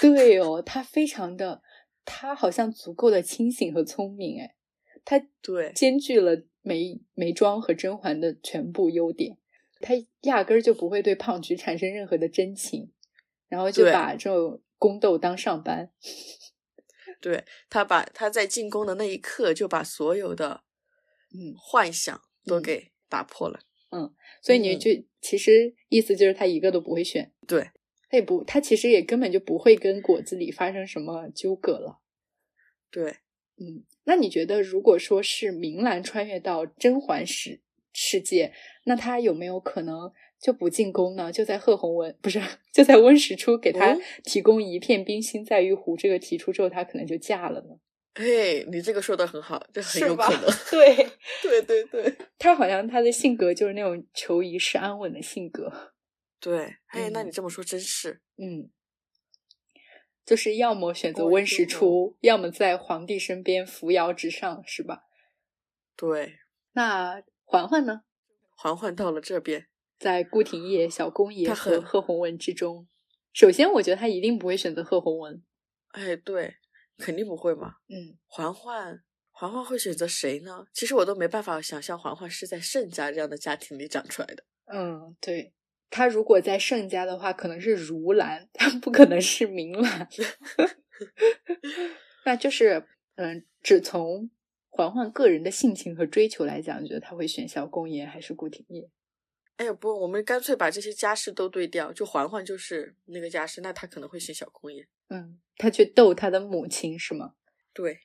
S2: 对哦，他非常的，他好像足够的清醒和聪明，哎，他
S1: 对
S2: 兼具了眉眉庄和甄嬛的全部优点，他压根儿就不会对胖菊产生任何的真情，然后就
S1: 对
S2: 把这种宫斗当上班，
S1: 对，他把他在进宫的那一刻就把所有的
S2: 嗯，
S1: 幻想都
S2: 嗯
S1: 给打破了。
S2: 所以你
S1: 嗯
S2: 就、其实意思就是他一个都不会选，
S1: 对，
S2: 他也不，他其实也根本就不会跟果子狸发生什么纠葛了。
S1: 对，
S2: 嗯，那你觉得，如果说是明兰穿越到甄嬛世世界，那她有没有可能就不进宫呢？就在贺弘文不是，就在温实初给她
S1: 哦
S2: 提供一片冰心在玉壶这个提出之后，她可能就嫁了呢？
S1: 嘿，你这个说的很好，这 很
S2: 是
S1: 有
S2: 吧
S1: 可能。？
S2: 对，
S1: 对对对
S2: 她好像她的性格就是那种求一世安稳的性格，
S1: 对，哎，那
S2: 嗯
S1: 你这么说真是，
S2: 嗯。就是要么选择
S1: 哦
S2: 温
S1: 就
S2: 实
S1: 有
S2: 初，要么在皇帝身边扶摇直上，是吧？
S1: 对，
S2: 那嬛嬛呢？
S1: 嬛嬛到了这边，
S2: 在顾廷烨、小公爷
S1: 他
S2: 和
S1: 很
S2: 贺弘文之中。首先，我觉得他一定不会选择贺弘文。
S1: 哎，对，肯定不会嘛。
S2: 嗯，
S1: 嬛嬛，嬛嬛会选择谁呢？其实我都没办法想象嬛嬛是在盛家这样的家庭里长出来的。
S2: 嗯，对。他如果在盛家的话，可能是如兰， 他不可能是明兰。 那就是，嗯，只从嬛嬛个人的性情和追求来讲，你觉得他会选小公爷还是顾廷烨？
S1: 哎，不，我们干脆把这些家世都对调，就嬛嬛就是那个家世，那她可能会选小公爷。
S2: 嗯，他去逗他的母亲是吗？
S1: 对，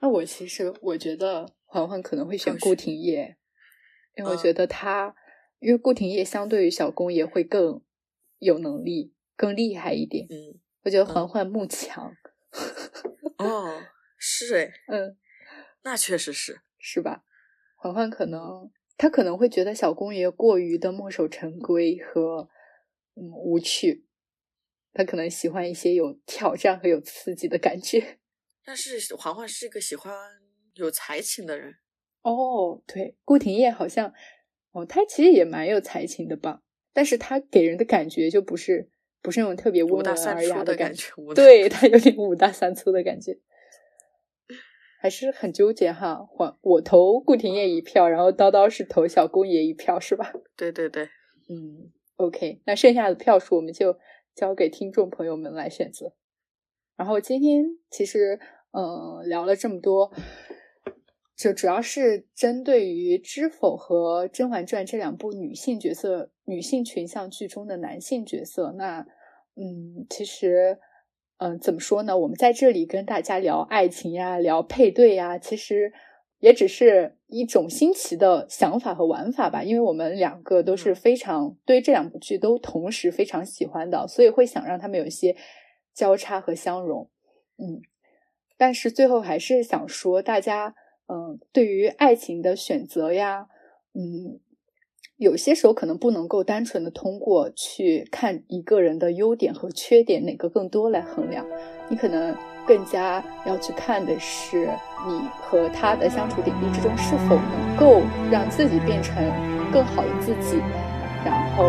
S2: 那我其实我觉得嬛嬛可能会选
S1: 要
S2: 顾
S1: 选
S2: 廷烨，因为我
S1: 嗯
S2: 觉得他，因为顾廷烨相对于小公爷会更有能力、更厉害一点。
S1: 嗯，
S2: 我觉得环环木强，
S1: 哦，是哎，
S2: 嗯，
S1: 那确实是，
S2: 是吧？环环可能他可能会觉得小公爷过于的墨守成规和嗯无趣，他可能喜欢一些有挑战和有刺激的感觉。
S1: 但是环环是一个喜欢有才情的人，
S2: 哦，对，顾廷烨好像哦，他其实也蛮有才情的吧，但是他给人的感觉就不是不是那种特别温
S1: 五
S2: 文
S1: 大三
S2: 尔
S1: 粗
S2: 雅
S1: 的
S2: 感
S1: 觉，五 大
S2: 对他有点五大三粗的感觉，还是很纠结哈。我我投顾廷烨一票，然后叨叨是投小公爷一票，是吧？
S1: 对对对，
S2: 嗯，OK，那剩下的票数我们就交给听众朋友们来选择。然后今天其实，嗯、聊了这么多，就主要是针对于《知否》和《甄嬛传》这两部女性角色、女性群像剧中的男性角色。那，嗯，其实，嗯、怎么说呢？我们在这里跟大家聊爱情呀，聊配对呀，其实也只是一种新奇的想法和玩法吧。因为我们两个都是
S1: 嗯
S2: 非常对这两部剧都同时非常喜欢的，所以会想让他们有一些交叉和相融。嗯，但是最后还是想说，大家嗯，对于爱情的选择呀，嗯，有些时候可能不能够单纯的通过去看一个人的优点和缺点哪个更多来衡量，你可能更加要去看的是你和他的相处点滴之中是否能够让自己变成更好的自己，然后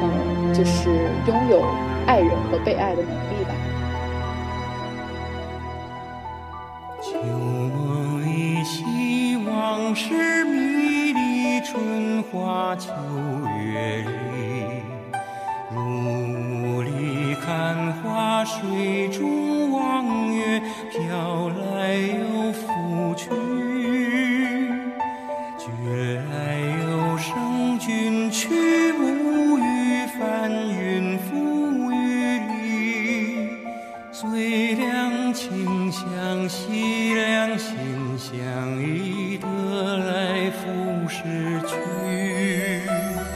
S2: 嗯，就是拥有爱人和被爱的能力吧。
S3: 旧梦依稀，往事迷离，春花秋月里，如雾里看花，水中望月，飘来又